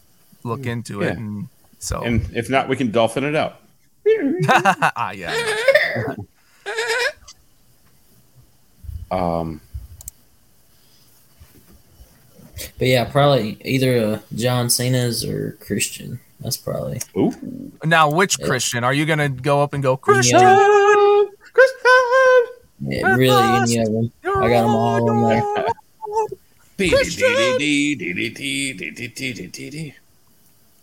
[SPEAKER 3] look into it.
[SPEAKER 4] Hmm. Yeah.
[SPEAKER 3] And so
[SPEAKER 4] And if not, we can dolphin it out.
[SPEAKER 3] ah, yeah,
[SPEAKER 4] Um,
[SPEAKER 9] But yeah, probably either uh, John Cena's or Christian. That's probably.
[SPEAKER 4] ooh,
[SPEAKER 3] Now, which Christian are you gonna go up and go Christian?
[SPEAKER 9] Yeah, really, any of them. I got them all on there.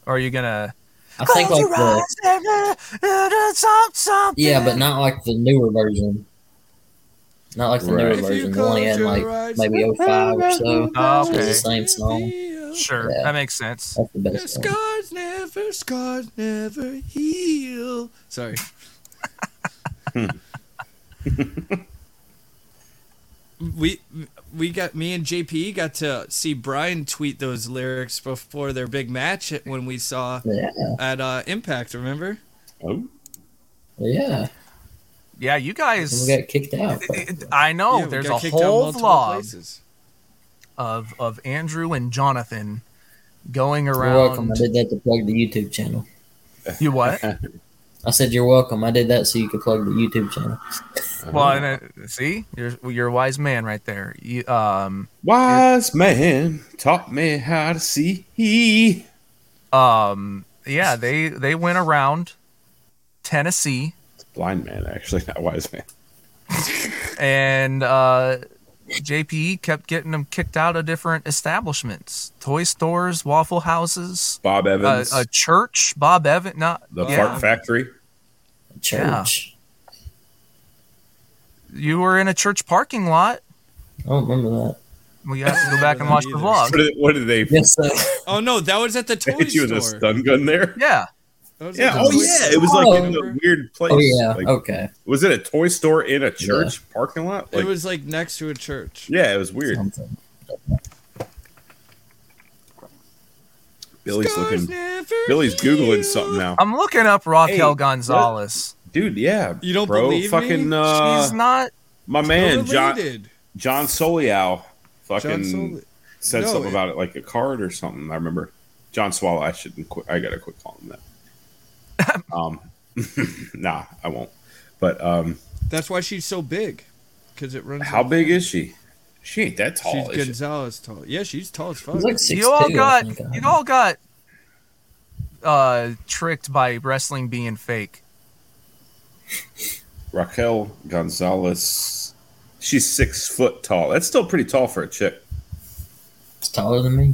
[SPEAKER 3] Or are you gonna?
[SPEAKER 9] I think like the yeah, but not like the newer version. Not like the
[SPEAKER 4] Right.
[SPEAKER 9] newer version. The one he had like maybe 05 or so.
[SPEAKER 3] Oh,
[SPEAKER 9] It's
[SPEAKER 3] okay.
[SPEAKER 9] the same song.
[SPEAKER 3] Sure,
[SPEAKER 9] Yeah.
[SPEAKER 3] that makes sense.
[SPEAKER 9] That's the best one.
[SPEAKER 5] Scars never, scars never heal. Sorry. Hmm. we we got me and JP got to see Brian tweet those lyrics before their big match when we saw
[SPEAKER 9] Yeah,
[SPEAKER 5] at uh, Impact. Remember?
[SPEAKER 4] oh,
[SPEAKER 9] yeah.
[SPEAKER 3] Yeah, you
[SPEAKER 9] And
[SPEAKER 3] guys.
[SPEAKER 9] we got kicked out.
[SPEAKER 3] I know
[SPEAKER 5] Yeah, we
[SPEAKER 3] Oh, there's
[SPEAKER 5] got
[SPEAKER 3] a
[SPEAKER 5] kicked out
[SPEAKER 3] whole
[SPEAKER 5] multiple
[SPEAKER 3] vlog
[SPEAKER 5] places.
[SPEAKER 3] of of Andrew and Jonathan going
[SPEAKER 9] You're welcome. I
[SPEAKER 3] around.
[SPEAKER 9] did that to plug the YouTube channel.
[SPEAKER 3] You what?
[SPEAKER 9] I said you're welcome. I did that so you could plug the YouTube channel.
[SPEAKER 3] Well, and, uh, see, you're you're a wise man right there. You, um,
[SPEAKER 4] wise man taught me how to see.
[SPEAKER 3] um, yeah, they they went around Tennessee
[SPEAKER 4] Blind man, actually, not wise man.
[SPEAKER 3] and uh, JPE kept getting them kicked out of different establishments, toy stores, waffle houses,
[SPEAKER 4] Bob
[SPEAKER 3] a,
[SPEAKER 4] Evans,
[SPEAKER 3] a church, Bob Evan, not
[SPEAKER 4] the
[SPEAKER 3] uh, yeah.
[SPEAKER 4] Fart Factory.
[SPEAKER 9] Church.
[SPEAKER 3] You were in a church parking lot.
[SPEAKER 9] I don't remember that.
[SPEAKER 3] We have to go back and watch the vlog.
[SPEAKER 4] What did, what did they
[SPEAKER 9] Yes, uh,
[SPEAKER 5] Oh no, that was at the toy
[SPEAKER 4] hit you with a
[SPEAKER 5] store.
[SPEAKER 4] stun gun there?
[SPEAKER 3] Yeah,
[SPEAKER 5] That was at
[SPEAKER 4] Yeah.
[SPEAKER 5] the
[SPEAKER 4] Oh
[SPEAKER 5] toy
[SPEAKER 4] yeah.
[SPEAKER 5] store.
[SPEAKER 4] It was like in
[SPEAKER 5] Remember?
[SPEAKER 4] a weird place.
[SPEAKER 9] oh yeah.
[SPEAKER 4] Like,
[SPEAKER 9] okay.
[SPEAKER 4] Was it a toy store in a church parking lot? Like,
[SPEAKER 5] it was like next to a church.
[SPEAKER 4] yeah, it was weird.
[SPEAKER 9] Something.
[SPEAKER 4] Billy's
[SPEAKER 5] Scars
[SPEAKER 4] looking.
[SPEAKER 5] never
[SPEAKER 4] Billy's googling
[SPEAKER 5] heal.
[SPEAKER 4] something now,
[SPEAKER 3] I'm looking up Raquel
[SPEAKER 4] Hey,
[SPEAKER 3] Gonzalez.
[SPEAKER 4] dude. Yeah,
[SPEAKER 5] You don't
[SPEAKER 4] bro,
[SPEAKER 5] believe me?
[SPEAKER 4] fucking, Uh,
[SPEAKER 3] She's not.
[SPEAKER 4] my man John
[SPEAKER 5] Related.
[SPEAKER 4] John Soliao
[SPEAKER 5] John
[SPEAKER 4] fucking
[SPEAKER 5] Sol-
[SPEAKER 4] said
[SPEAKER 5] No,
[SPEAKER 4] something
[SPEAKER 5] it-
[SPEAKER 4] about it, like a card or something. I remember John Swallow. I shouldn't. Qu- I gotta quit calling him that. um, nah, I won't. But um,
[SPEAKER 5] That's why she's so big, because it runs.
[SPEAKER 4] how big is she? She ain't that
[SPEAKER 5] She's
[SPEAKER 4] tall. is she?
[SPEAKER 5] Gonzalez tall. Yeah, she's tall as fuck.
[SPEAKER 9] He's like six
[SPEAKER 3] You all
[SPEAKER 9] two,
[SPEAKER 3] got.
[SPEAKER 9] I think. uh-huh.
[SPEAKER 3] You all got. Uh, tricked by wrestling being fake.
[SPEAKER 4] Raquel Gonzalez. She's six foot tall. That's still pretty tall for a chick.
[SPEAKER 9] It's taller than me.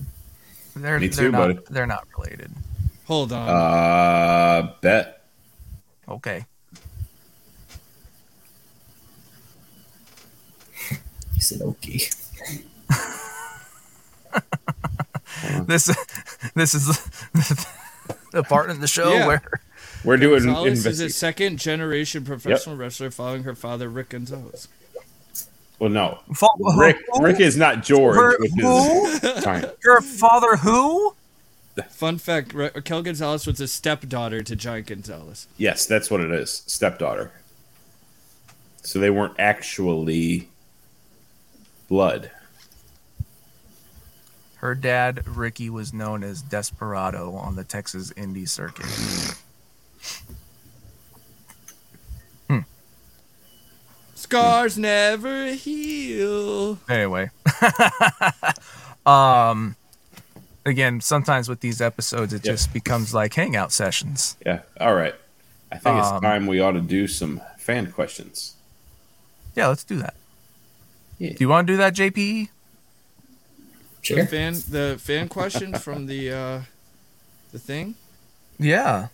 [SPEAKER 3] They're
[SPEAKER 4] Me
[SPEAKER 3] they're
[SPEAKER 4] too,
[SPEAKER 3] not
[SPEAKER 4] buddy.
[SPEAKER 3] they're not related.
[SPEAKER 5] Hold on.
[SPEAKER 4] Uh, bet.
[SPEAKER 3] Okay.
[SPEAKER 9] He said okay.
[SPEAKER 4] Hmm.
[SPEAKER 3] This this is the part of the show
[SPEAKER 5] Yeah.
[SPEAKER 3] where
[SPEAKER 4] We're doing
[SPEAKER 5] Gonzalez is a
[SPEAKER 4] investigation.
[SPEAKER 5] second generation professional wrestler following her father Rick Gonzalez.
[SPEAKER 4] Well, no.
[SPEAKER 3] Fa-
[SPEAKER 4] Rick
[SPEAKER 3] who?
[SPEAKER 4] Rick is not George,
[SPEAKER 3] Her-
[SPEAKER 4] which
[SPEAKER 3] who?
[SPEAKER 4] is fine.
[SPEAKER 3] Your father who?
[SPEAKER 5] Fun fact: Ra- Raquel Gonzalez was a stepdaughter to John Gonzalez.
[SPEAKER 4] Yes, that's what it is. Stepdaughter. So they weren't actually blood.
[SPEAKER 3] Her dad, Ricky, was known as Desperado on the Texas indie circuit.
[SPEAKER 4] Hmm.
[SPEAKER 5] Scars never heal.
[SPEAKER 3] Anyway. um again, sometimes with these episodes it
[SPEAKER 4] Yeah.
[SPEAKER 3] just becomes like hangout sessions.
[SPEAKER 4] Yeah. All right. I think it's
[SPEAKER 3] Um,
[SPEAKER 4] time we ought to do some fan questions.
[SPEAKER 3] Yeah, let's do that.
[SPEAKER 4] Yeah.
[SPEAKER 3] Do you want to do that, JPE?
[SPEAKER 5] The
[SPEAKER 9] Sure.
[SPEAKER 5] fan, the fan question from the uh, the thing
[SPEAKER 3] Yeah.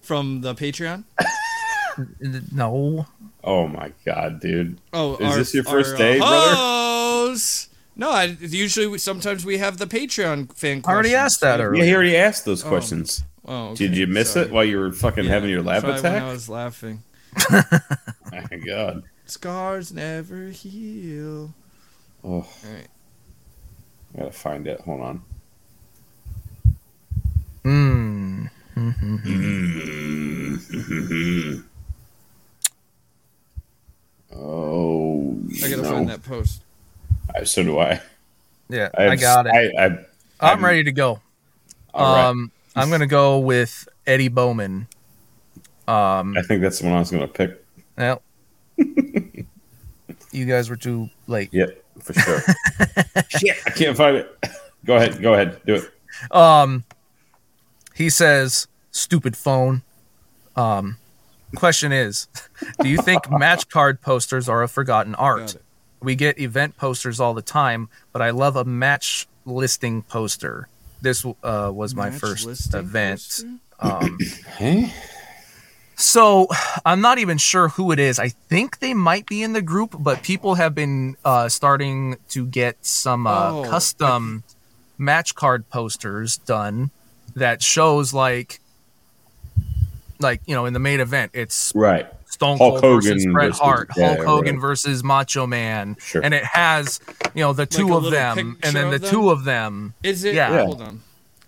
[SPEAKER 5] from the Patreon.
[SPEAKER 3] No.
[SPEAKER 4] Oh my god, dude!
[SPEAKER 5] Oh,
[SPEAKER 4] Is
[SPEAKER 5] our-
[SPEAKER 4] this your first
[SPEAKER 5] our,
[SPEAKER 4] day,
[SPEAKER 5] uh,
[SPEAKER 4] brother?
[SPEAKER 5] hoes! No, I usually we- sometimes we have the Patreon fan.
[SPEAKER 3] I already
[SPEAKER 5] questions.
[SPEAKER 3] asked that
[SPEAKER 4] Yeah,
[SPEAKER 3] earlier.
[SPEAKER 4] he already asked those questions.
[SPEAKER 5] Oh, okay,
[SPEAKER 4] Did you miss
[SPEAKER 5] sorry.
[SPEAKER 4] it while you were fucking
[SPEAKER 5] Yeah,
[SPEAKER 4] having your laugh
[SPEAKER 5] sorry when
[SPEAKER 4] attack?
[SPEAKER 5] I was laughing.
[SPEAKER 4] my god.
[SPEAKER 5] Scars never heal.
[SPEAKER 4] Oh.
[SPEAKER 5] Alright.
[SPEAKER 4] I gotta find it. Hold on.
[SPEAKER 3] Mm.
[SPEAKER 4] Hmm. oh,
[SPEAKER 5] I gotta
[SPEAKER 4] no.
[SPEAKER 5] find that post.
[SPEAKER 4] I- so do I.
[SPEAKER 3] Yeah,
[SPEAKER 4] have-
[SPEAKER 3] I, got it.
[SPEAKER 4] I,
[SPEAKER 3] I,
[SPEAKER 4] I, I'm-
[SPEAKER 3] am ready to go.
[SPEAKER 4] all right.
[SPEAKER 3] Um, I'm gonna go with Eddie Bowman. Um,
[SPEAKER 4] I think that's the one I was gonna pick.
[SPEAKER 3] well, you guys were too late.
[SPEAKER 4] Yep, for sure. Shit, I can't find it. Go ahead. Go ahead. Do it.
[SPEAKER 3] Um, he says, "Stupid phone." Um, question is, do you think match card posters are a forgotten
[SPEAKER 5] Got
[SPEAKER 3] art?
[SPEAKER 5] it.
[SPEAKER 3] We get event posters all the time, but I love a match listing poster. This uh, was my
[SPEAKER 5] Match
[SPEAKER 3] first
[SPEAKER 5] listing
[SPEAKER 3] event.
[SPEAKER 5] poster?
[SPEAKER 3] Um,
[SPEAKER 4] Hey,
[SPEAKER 3] so I'm not even sure who it is. I think they might be in the group, but people have been uh, starting to get some uh,
[SPEAKER 5] Oh, I-
[SPEAKER 3] custom match card posters done that shows like, like you know, in the main event, it's
[SPEAKER 4] right.
[SPEAKER 3] Stone
[SPEAKER 4] Hulk
[SPEAKER 3] Cold versus
[SPEAKER 4] Hogan
[SPEAKER 3] Bret
[SPEAKER 4] versus-
[SPEAKER 3] Hart,
[SPEAKER 4] yeah,
[SPEAKER 3] Hulk Hogan
[SPEAKER 4] right.
[SPEAKER 3] versus Macho Man,
[SPEAKER 4] Sure.
[SPEAKER 3] and it has you know the two
[SPEAKER 5] a
[SPEAKER 3] of
[SPEAKER 5] little
[SPEAKER 3] them, and
[SPEAKER 5] picture
[SPEAKER 3] then the
[SPEAKER 5] of them?
[SPEAKER 3] two of them.
[SPEAKER 5] Is it?
[SPEAKER 3] Yeah. Yeah.
[SPEAKER 5] Hold on.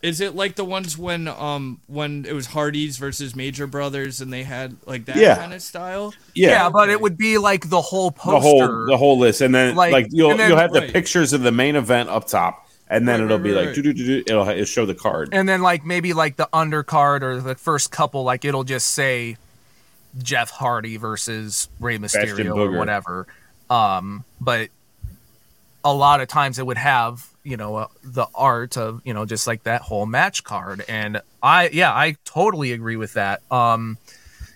[SPEAKER 5] Is it like the ones when um when it was Hardy's versus Major Brothers and they had like that
[SPEAKER 4] Yeah.
[SPEAKER 5] kind of style?
[SPEAKER 4] Yeah.
[SPEAKER 3] Yeah, but it would be like the whole poster.
[SPEAKER 4] the whole the whole list, and then like,
[SPEAKER 3] Like,
[SPEAKER 4] you'll
[SPEAKER 3] and then-
[SPEAKER 4] you'll have the
[SPEAKER 5] right.
[SPEAKER 4] pictures of the main event up top, and then
[SPEAKER 5] Right,
[SPEAKER 4] it'll
[SPEAKER 5] right,
[SPEAKER 4] be
[SPEAKER 5] right,
[SPEAKER 4] like
[SPEAKER 5] right.
[SPEAKER 4] do do do do. It'll, ha- it'll show the card.
[SPEAKER 3] and then like maybe like the undercard or the first couple, like it'll just say Jeff Hardy versus Rey
[SPEAKER 4] Bastion
[SPEAKER 3] Mysterio
[SPEAKER 4] Booger.
[SPEAKER 3] or whatever. Um, but a lot of times it would have you know uh, the art of you know just like that whole match card, and I yeah I totally agree with that. Um,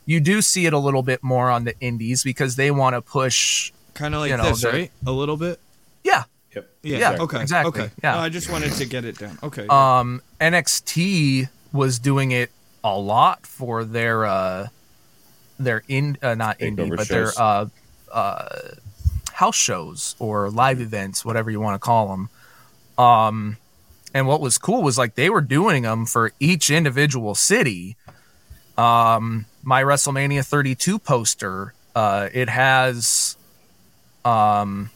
[SPEAKER 3] you do see it a little bit more on the indies because they want to push.
[SPEAKER 5] Kind of like
[SPEAKER 3] You know,
[SPEAKER 5] this,
[SPEAKER 3] the-
[SPEAKER 5] right? A little bit.
[SPEAKER 3] Yeah,
[SPEAKER 4] Yep.
[SPEAKER 5] Yeah.
[SPEAKER 3] Yeah,
[SPEAKER 5] okay.
[SPEAKER 3] exactly,
[SPEAKER 5] Okay.
[SPEAKER 3] yeah.
[SPEAKER 5] No, I just wanted to get it down. Okay.
[SPEAKER 3] um, NXT was doing it a lot for their uh, their in uh, not
[SPEAKER 4] Takeover
[SPEAKER 3] indie, but
[SPEAKER 4] shows.
[SPEAKER 3] their uh, uh, house shows or live events, whatever you want to call them. Um, and what was cool was like they were doing them for each individual city. Um, my WrestleMania 32 poster, uh, it has. Um,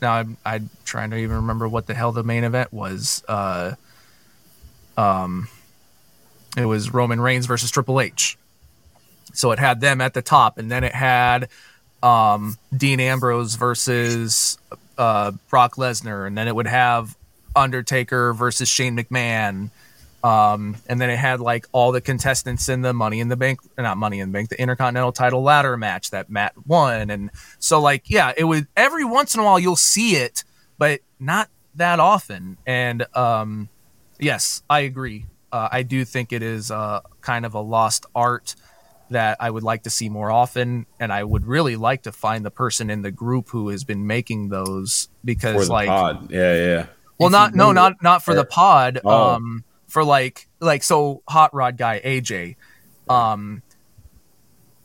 [SPEAKER 3] now I'm, I'm trying to even remember what the hell the main event was. Uh, um, it was Roman Reigns versus Triple H. So it had them at the top, and then it had um, Dean Ambrose versus uh, Brock Lesnar, and then it would have Undertaker versus Shane McMahon, um, and then it had like all the contestants in the Money in the Bank, not Money in the Bank, the Intercontinental Title ladder match that Matt won, and so like yeah, it would every once in a while you'll see it, but not that often, and um, yes, I agree. Uh, I do think it is uh, kind of a lost art that I would like to see more often, and I would really like to find the person in the group who has been making those
[SPEAKER 4] For
[SPEAKER 3] because
[SPEAKER 4] the
[SPEAKER 3] like
[SPEAKER 4] pod. Yeah, yeah.
[SPEAKER 3] well,
[SPEAKER 9] If
[SPEAKER 3] not
[SPEAKER 9] you
[SPEAKER 3] no,
[SPEAKER 9] do
[SPEAKER 3] not not for the
[SPEAKER 4] or-
[SPEAKER 3] pod.
[SPEAKER 4] Oh.
[SPEAKER 3] Um, for like like so hot rod guy AJ. Um,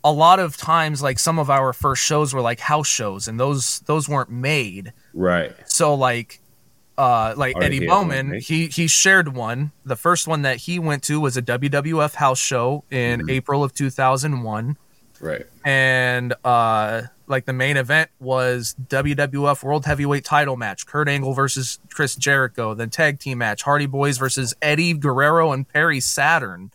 [SPEAKER 3] a lot of times, like some of our first shows were like house shows, and those those weren't made.
[SPEAKER 4] Right.
[SPEAKER 3] So like, uh, like
[SPEAKER 4] Oh, yeah,
[SPEAKER 3] Eddie
[SPEAKER 4] yeah,
[SPEAKER 3] Bowman,
[SPEAKER 4] okay.
[SPEAKER 3] he he shared one. The first one that he went to was a WWF house show in
[SPEAKER 4] Mm-hmm.
[SPEAKER 3] April of two thousand one
[SPEAKER 4] Right.
[SPEAKER 3] and uh like the main event was WWF World Heavyweight Title match, Kurt Angle versus Chris Jericho, then tag team match, Hardy Boys versus Eddie Guerrero and Perry Saturn,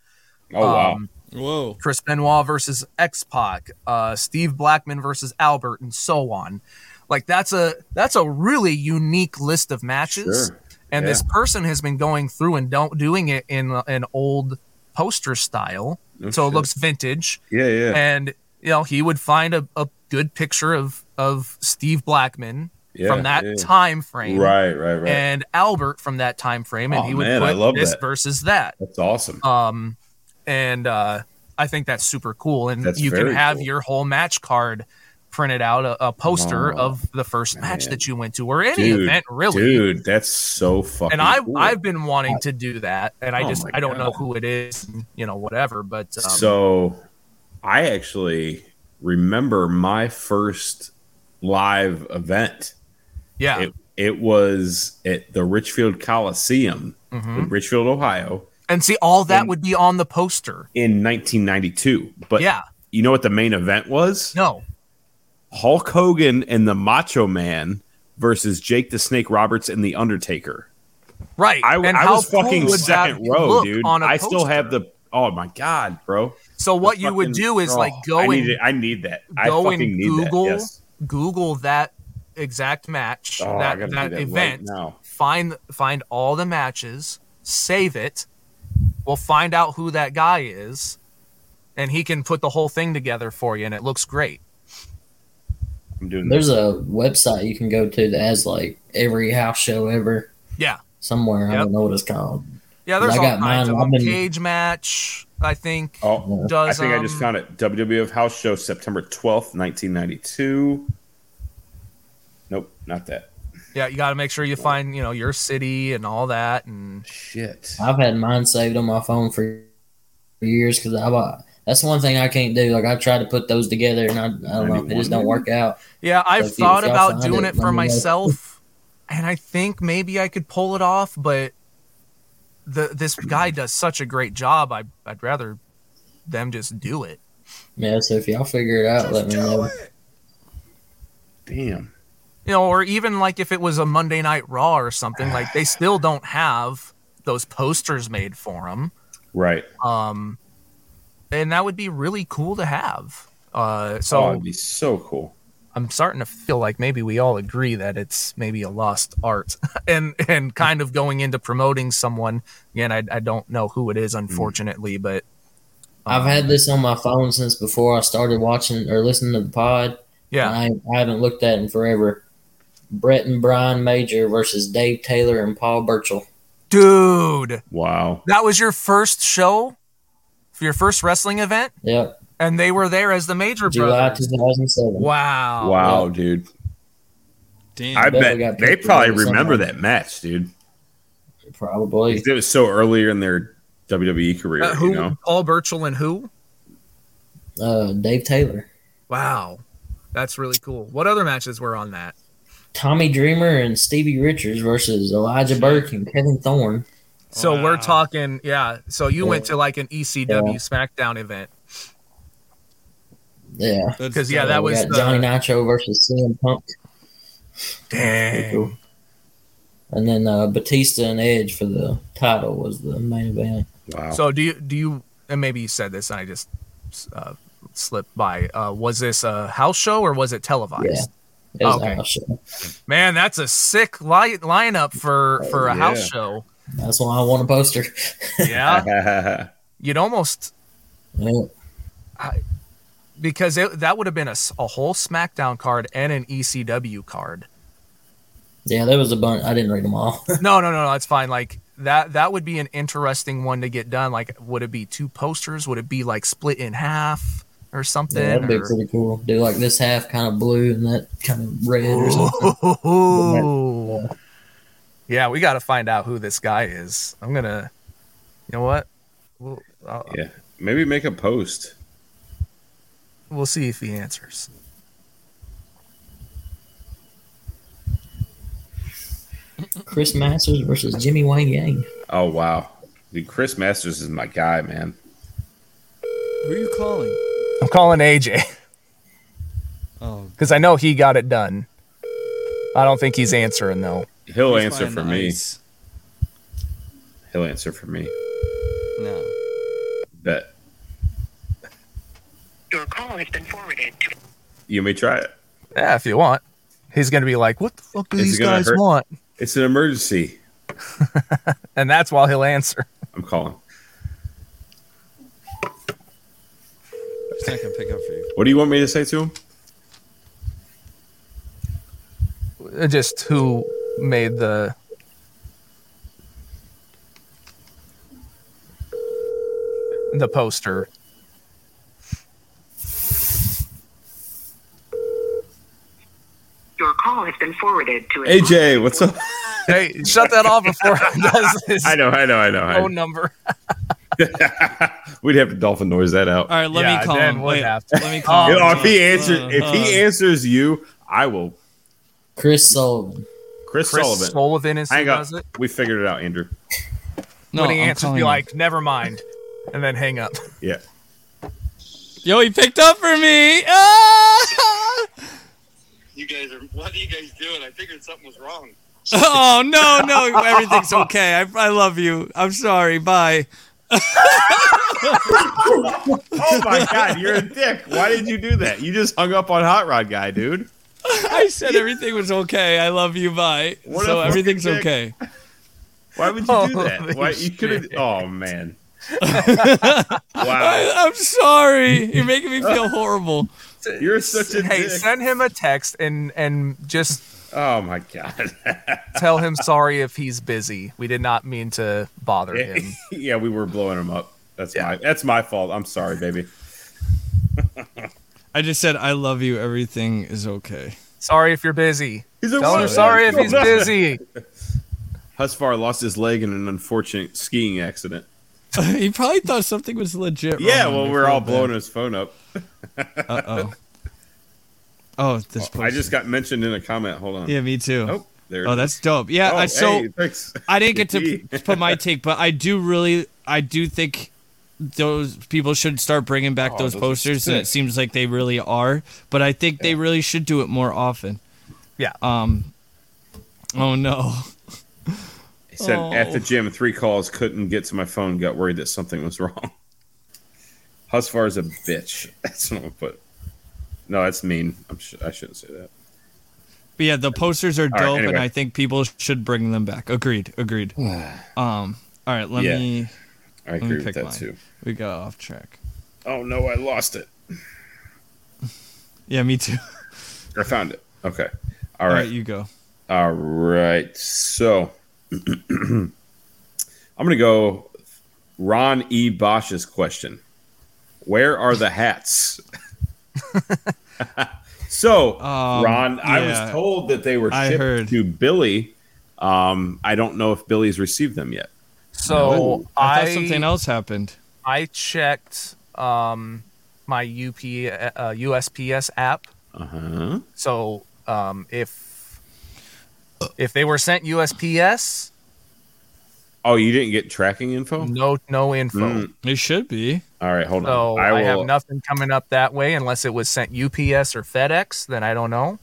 [SPEAKER 4] Oh wow.
[SPEAKER 3] Um,
[SPEAKER 5] Whoa.
[SPEAKER 3] Chris Benoit versus X Pac, uh, Steve Blackman versus Albert, and so on. Like that's a that's a really unique list of matches,
[SPEAKER 4] Sure.
[SPEAKER 3] and this
[SPEAKER 4] Yeah.
[SPEAKER 3] person has been going through and don't doing it in an old poster style,
[SPEAKER 4] No
[SPEAKER 3] so
[SPEAKER 4] Oh, shit.
[SPEAKER 3] it looks vintage
[SPEAKER 4] Yeah, yeah.
[SPEAKER 3] and you know he would find a, a good picture of of steve blackman
[SPEAKER 4] Yeah,
[SPEAKER 3] from that
[SPEAKER 4] yeah.
[SPEAKER 3] time frame,
[SPEAKER 4] Right, right, right.
[SPEAKER 3] and Albert from that time frame, and
[SPEAKER 4] Oh,
[SPEAKER 3] he would
[SPEAKER 4] man,
[SPEAKER 3] put
[SPEAKER 4] I love
[SPEAKER 3] this
[SPEAKER 4] that.
[SPEAKER 3] versus that.
[SPEAKER 4] That's awesome.
[SPEAKER 3] Um, and uh, I think that's super cool. And
[SPEAKER 4] That's
[SPEAKER 3] you can
[SPEAKER 4] very
[SPEAKER 3] have
[SPEAKER 4] cool.
[SPEAKER 3] your whole match card printed out, a, a poster
[SPEAKER 4] Oh,
[SPEAKER 3] of the first match
[SPEAKER 4] man.
[SPEAKER 3] that you went to, or any
[SPEAKER 4] dude,
[SPEAKER 3] event really.
[SPEAKER 4] Dude, that's so fucking.
[SPEAKER 3] And I
[SPEAKER 4] cool.
[SPEAKER 3] I've been wanting to do that, and I
[SPEAKER 4] Oh
[SPEAKER 3] just
[SPEAKER 4] my
[SPEAKER 3] I don't know
[SPEAKER 4] God.
[SPEAKER 3] who it is, and, you know, whatever. But um,
[SPEAKER 4] so I actually remember my first live event.
[SPEAKER 3] yeah,
[SPEAKER 4] It it was at the Richfield Coliseum
[SPEAKER 3] mhm.
[SPEAKER 4] in Richfield, Ohio,
[SPEAKER 3] and see, all that
[SPEAKER 4] and-
[SPEAKER 3] would be on the poster.
[SPEAKER 4] in 1992. But
[SPEAKER 3] yeah,
[SPEAKER 4] you know what the main event was?
[SPEAKER 3] no,
[SPEAKER 4] Hulk Hogan and the Macho Man versus Jake the Snake Roberts and the Undertaker.
[SPEAKER 3] right.
[SPEAKER 4] I,
[SPEAKER 3] and
[SPEAKER 4] I
[SPEAKER 3] how
[SPEAKER 4] was
[SPEAKER 3] cool
[SPEAKER 4] fucking
[SPEAKER 3] would that
[SPEAKER 4] second row,
[SPEAKER 3] look
[SPEAKER 4] dude.
[SPEAKER 3] on a
[SPEAKER 4] I still
[SPEAKER 3] poster?
[SPEAKER 4] have the. Oh my god, bro!
[SPEAKER 3] So what
[SPEAKER 4] The
[SPEAKER 3] you would
[SPEAKER 4] fucking-
[SPEAKER 3] do is
[SPEAKER 4] oh,
[SPEAKER 3] like go
[SPEAKER 4] I
[SPEAKER 3] and
[SPEAKER 4] need it. I need that. I
[SPEAKER 3] go
[SPEAKER 4] fucking
[SPEAKER 3] and
[SPEAKER 4] need
[SPEAKER 3] Google
[SPEAKER 4] that. Yes.
[SPEAKER 3] Google that exact match,
[SPEAKER 4] Oh, I
[SPEAKER 3] that,
[SPEAKER 4] gotta
[SPEAKER 3] that,
[SPEAKER 4] do that right
[SPEAKER 3] event.
[SPEAKER 4] now.
[SPEAKER 3] Find find all the matches, save it. We'll find out who that guy is, and he can put the whole thing together for you, and it looks great.
[SPEAKER 4] I'm doing
[SPEAKER 9] There's a website you can go to that has like every house show ever
[SPEAKER 3] Yeah,
[SPEAKER 9] somewhere. I
[SPEAKER 3] Yep.
[SPEAKER 9] don't know what it's called.
[SPEAKER 3] yeah. There's
[SPEAKER 9] I
[SPEAKER 3] all
[SPEAKER 9] got
[SPEAKER 3] kinds
[SPEAKER 9] mine.
[SPEAKER 3] of them.
[SPEAKER 9] I've been-
[SPEAKER 3] cage match. I think
[SPEAKER 4] Oh, I
[SPEAKER 3] does.
[SPEAKER 4] think I just
[SPEAKER 3] um,
[SPEAKER 4] found it. WWF House Show September 12th, 1992. Nope, not that.
[SPEAKER 3] Yeah, you got to make sure you find you know your city and all that, and
[SPEAKER 4] Shit.
[SPEAKER 9] I've had mine saved on my phone for years because I bought. That's one thing I can't do. Like I tried to put those together, and I, I don't know.
[SPEAKER 4] 91,
[SPEAKER 9] It just don't work out.
[SPEAKER 3] Yeah, I've
[SPEAKER 9] if you-
[SPEAKER 3] thought
[SPEAKER 9] if y'all
[SPEAKER 3] about
[SPEAKER 9] find
[SPEAKER 3] doing
[SPEAKER 9] it,
[SPEAKER 3] it
[SPEAKER 9] let
[SPEAKER 3] for
[SPEAKER 9] me know.
[SPEAKER 3] myself, and I think maybe I could pull it off, but the this guy does such a great job. I I'd rather them just do it.
[SPEAKER 9] Yeah. So if y'all figure it out, let me know.
[SPEAKER 4] Damn.
[SPEAKER 3] You know, or even like if it was a Monday Night Raw or something, like they still don't have those posters made for them.
[SPEAKER 4] Right.
[SPEAKER 3] Um, and that would be really cool to have. Uh, so
[SPEAKER 4] oh, it'd be so cool.
[SPEAKER 3] I'm starting to feel like maybe we all agree that it's maybe a lost art, and and kind of going into promoting someone. Again, I, I don't know who it is, unfortunately, but
[SPEAKER 9] I've had this on my phone since before I started watching or listening to the pod.
[SPEAKER 3] yeah,
[SPEAKER 9] I, I haven't looked at it in forever. Brett and Brian Major versus Dave Taylor and Paul Burchell.
[SPEAKER 3] dude,
[SPEAKER 4] Wow.
[SPEAKER 3] that was your first show for your first wrestling event,
[SPEAKER 9] Yep.
[SPEAKER 3] and they were there as the major
[SPEAKER 9] July
[SPEAKER 3] brothers.
[SPEAKER 9] 2007.
[SPEAKER 3] Wow,
[SPEAKER 4] wow, dude.
[SPEAKER 5] Damn.
[SPEAKER 4] I
[SPEAKER 9] Definitely
[SPEAKER 4] bet
[SPEAKER 9] got
[SPEAKER 4] they
[SPEAKER 9] pictures
[SPEAKER 4] probably
[SPEAKER 9] of it
[SPEAKER 4] remember
[SPEAKER 9] somewhere.
[SPEAKER 4] that match, dude.
[SPEAKER 9] Probably.
[SPEAKER 4] It was so earlier in their WWE career,
[SPEAKER 3] Uh, who
[SPEAKER 4] you know?
[SPEAKER 3] Paul Burchill and who?
[SPEAKER 9] Uh, Dave Taylor.
[SPEAKER 3] Wow, that's really cool. What other matches were on that?
[SPEAKER 9] Tommy Dreamer and Stevie Richards versus Elijah Burke and Kevin Thorne.
[SPEAKER 3] So we're
[SPEAKER 5] Wow.
[SPEAKER 3] talking, yeah. So you went to like an ECW
[SPEAKER 9] Yeah.
[SPEAKER 3] SmackDown event
[SPEAKER 9] Yeah.
[SPEAKER 5] That's
[SPEAKER 3] because yeah, that
[SPEAKER 9] We
[SPEAKER 3] was
[SPEAKER 9] got
[SPEAKER 3] the-
[SPEAKER 9] Johnny Nitro versus CM Punk.
[SPEAKER 3] Dang.
[SPEAKER 9] Cool. And then uh, Batista and Edge for the title was the main event.
[SPEAKER 4] Wow.
[SPEAKER 3] So do you do you and maybe you said this and I just uh, slipped by. Uh, was this a house show or was it televised?
[SPEAKER 9] It was oh,
[SPEAKER 3] Okay.
[SPEAKER 9] a house show.
[SPEAKER 3] Man, that's a sick li- lineup for
[SPEAKER 9] Oh,
[SPEAKER 3] for a house
[SPEAKER 4] yeah.
[SPEAKER 3] show.
[SPEAKER 9] That's why I want a poster.
[SPEAKER 3] Yeah, uh, you'd almost
[SPEAKER 9] Yeah.
[SPEAKER 3] because it, that would have been a, s- a whole SmackDown card and an ECW card.
[SPEAKER 9] yeah, there was a bunch. I didn't read them all.
[SPEAKER 3] No, no, no, no, that's fine. Like that that would be an interesting one to get done. Like, would it be two posters? Would it be like split in half or something?
[SPEAKER 9] Yeah, that'd be
[SPEAKER 3] Or-
[SPEAKER 9] pretty cool. Do like this half kind of blue and that kind of red or something.
[SPEAKER 3] Ooh. Yeah, we got to find out who this guy is. I'm gonna, you know what? We'll I'll,
[SPEAKER 4] yeah. Maybe make a post.
[SPEAKER 3] we'll see if he answers.
[SPEAKER 9] Chris Masters versus Jimmy Wayne Yang.
[SPEAKER 4] Oh, wow. Dude, Chris Masters is my guy, man.
[SPEAKER 5] Who are you calling?
[SPEAKER 3] I'm calling AJ
[SPEAKER 5] Oh,
[SPEAKER 3] because I know he got it done. I don't think he's answering though.
[SPEAKER 4] He'll
[SPEAKER 5] he's
[SPEAKER 4] answer
[SPEAKER 5] behind
[SPEAKER 4] for
[SPEAKER 5] the
[SPEAKER 4] me.
[SPEAKER 5] ice.
[SPEAKER 4] He'll answer for me.
[SPEAKER 5] No.
[SPEAKER 4] Bet.
[SPEAKER 10] Your call has been forwarded to
[SPEAKER 4] You may try it.
[SPEAKER 3] Yeah, if you want, he's gonna be like, "What the fuck do
[SPEAKER 4] Is it
[SPEAKER 3] these
[SPEAKER 4] gonna
[SPEAKER 3] guys
[SPEAKER 4] hurt?
[SPEAKER 3] want?"
[SPEAKER 4] It's an emergency.
[SPEAKER 3] And that's while he'll answer.
[SPEAKER 4] I'm calling.
[SPEAKER 5] He's not gonna pick up for you.
[SPEAKER 4] What do you want me to say to him?
[SPEAKER 3] just who made the the poster.
[SPEAKER 11] Your call has been forwarded to a
[SPEAKER 4] AJ, what's up?
[SPEAKER 3] Hey, shut that off before it does this
[SPEAKER 4] I know, I know, I know.
[SPEAKER 5] Oh,
[SPEAKER 4] I
[SPEAKER 3] phone number.
[SPEAKER 4] We'd have to dolphin noise that out.
[SPEAKER 5] All right, let
[SPEAKER 3] Yeah,
[SPEAKER 5] me call
[SPEAKER 3] then
[SPEAKER 5] him.
[SPEAKER 3] we'll
[SPEAKER 5] Wait,
[SPEAKER 3] have to.
[SPEAKER 5] let me call
[SPEAKER 4] You
[SPEAKER 5] him.
[SPEAKER 4] know, if he answers,
[SPEAKER 5] Uh,
[SPEAKER 4] if he answers you, I will.
[SPEAKER 9] Chris Sullivan.
[SPEAKER 4] Chris,
[SPEAKER 3] Chris
[SPEAKER 4] Sullivan.
[SPEAKER 3] Sullivan is who
[SPEAKER 4] Hang up.
[SPEAKER 3] does it.
[SPEAKER 4] We figured it out, Andrew.
[SPEAKER 5] no,
[SPEAKER 3] when he
[SPEAKER 5] I'm
[SPEAKER 3] answers,
[SPEAKER 5] calling
[SPEAKER 3] be
[SPEAKER 5] him.
[SPEAKER 3] like, "Never mind," and then hang up.
[SPEAKER 4] Yeah.
[SPEAKER 5] "Yo, he picked up for me." Ah!
[SPEAKER 11] You guys are. What are you guys doing? I figured something was wrong.
[SPEAKER 5] oh no, no, everything's okay. I, I love you. I'm sorry. Bye.
[SPEAKER 4] Oh my god, you're a dick. Why did you do that? You just hung up on Hot Rod guy, dude.
[SPEAKER 5] I said everything was okay. I love you. Bye.
[SPEAKER 4] What a
[SPEAKER 5] so
[SPEAKER 4] fucking
[SPEAKER 5] everything's
[SPEAKER 4] dick.
[SPEAKER 5] okay.
[SPEAKER 4] Why would you do that?
[SPEAKER 3] Holy
[SPEAKER 4] Why you could have? Oh man. wow,
[SPEAKER 5] I, I'm sorry. You're making me feel horrible.
[SPEAKER 4] you're such a
[SPEAKER 3] hey,
[SPEAKER 4] dick.
[SPEAKER 3] send him a text and and just
[SPEAKER 4] oh my god.
[SPEAKER 3] tell him sorry if he's busy. We did not mean to bother him.
[SPEAKER 4] yeah, we were blowing him up. That's my that's my fault. I'm sorry, baby.
[SPEAKER 5] I just said I love you. Everything is okay.
[SPEAKER 3] Sorry if you're busy.
[SPEAKER 4] He's a
[SPEAKER 3] Tell him
[SPEAKER 4] woman.
[SPEAKER 3] sorry if he's busy.
[SPEAKER 4] Husfar lost his leg in an unfortunate skiing accident.
[SPEAKER 5] he probably thought something was legit.
[SPEAKER 4] Yeah,
[SPEAKER 5] wrong.
[SPEAKER 4] well,
[SPEAKER 5] I
[SPEAKER 4] we're
[SPEAKER 5] feel
[SPEAKER 4] all
[SPEAKER 5] bad.
[SPEAKER 4] blowing his phone up.
[SPEAKER 5] Uh-oh. Oh, this
[SPEAKER 4] I
[SPEAKER 5] poster.
[SPEAKER 4] just got mentioned in a comment. Hold on.
[SPEAKER 5] Yeah, me too.
[SPEAKER 4] Oh, there. it
[SPEAKER 5] Oh,
[SPEAKER 4] is.
[SPEAKER 5] that's dope. Yeah,
[SPEAKER 4] Oh,
[SPEAKER 5] I so
[SPEAKER 4] hey, thanks.
[SPEAKER 5] I didn't get to
[SPEAKER 4] Gee.
[SPEAKER 5] p- put my take, but I do really I do think those people should start bringing back
[SPEAKER 4] Oh,
[SPEAKER 5] those,
[SPEAKER 4] those are
[SPEAKER 5] posters and it
[SPEAKER 4] sick.
[SPEAKER 5] seems like they really are, but I think they really should do it more often.
[SPEAKER 3] Yeah.
[SPEAKER 5] Um Oh no.
[SPEAKER 4] He said
[SPEAKER 5] Oh.
[SPEAKER 4] at the gym, three calls, couldn't get to my phone, got worried that something was wrong. Husfar is a bitch. That's what I'm gonna put. No, that's mean. I'm sh- I shouldn't say that.
[SPEAKER 5] But yeah, the posters are dope
[SPEAKER 4] right,
[SPEAKER 5] and
[SPEAKER 4] anyway.
[SPEAKER 5] I think people should bring them back. Agreed. Agreed. um all right, let
[SPEAKER 4] Yeah.
[SPEAKER 5] me
[SPEAKER 4] I
[SPEAKER 5] let me
[SPEAKER 4] agree with
[SPEAKER 5] pick
[SPEAKER 4] that
[SPEAKER 5] mine.
[SPEAKER 4] too.
[SPEAKER 5] We got off track.
[SPEAKER 4] Oh no, I lost it.
[SPEAKER 5] Yeah, me too.
[SPEAKER 4] I found it. Okay.
[SPEAKER 5] all
[SPEAKER 4] All
[SPEAKER 5] right.
[SPEAKER 4] right.
[SPEAKER 5] you go.
[SPEAKER 4] All right. So I'm going to go Ron E. Bosch's question Where are the hats? so,
[SPEAKER 5] Um,
[SPEAKER 4] Ron, I was
[SPEAKER 5] yeah.
[SPEAKER 4] told that they were
[SPEAKER 5] I
[SPEAKER 4] shipped
[SPEAKER 5] heard.
[SPEAKER 4] to Billy. Um, I don't know if Billy's received them yet.
[SPEAKER 3] So
[SPEAKER 5] I
[SPEAKER 3] I
[SPEAKER 5] thought something else happened.
[SPEAKER 3] I checked um, my UP uh, USPS app.
[SPEAKER 4] Uh huh.
[SPEAKER 3] So um, if if they were sent USPS,
[SPEAKER 4] Oh, you didn't get tracking info?
[SPEAKER 3] no no info.
[SPEAKER 4] Mm.
[SPEAKER 5] It should be.
[SPEAKER 4] All right, hold
[SPEAKER 3] So
[SPEAKER 4] on.
[SPEAKER 3] I,
[SPEAKER 4] will,
[SPEAKER 3] have nothing coming up that way unless it was sent UPS or FedEx, then I don't know.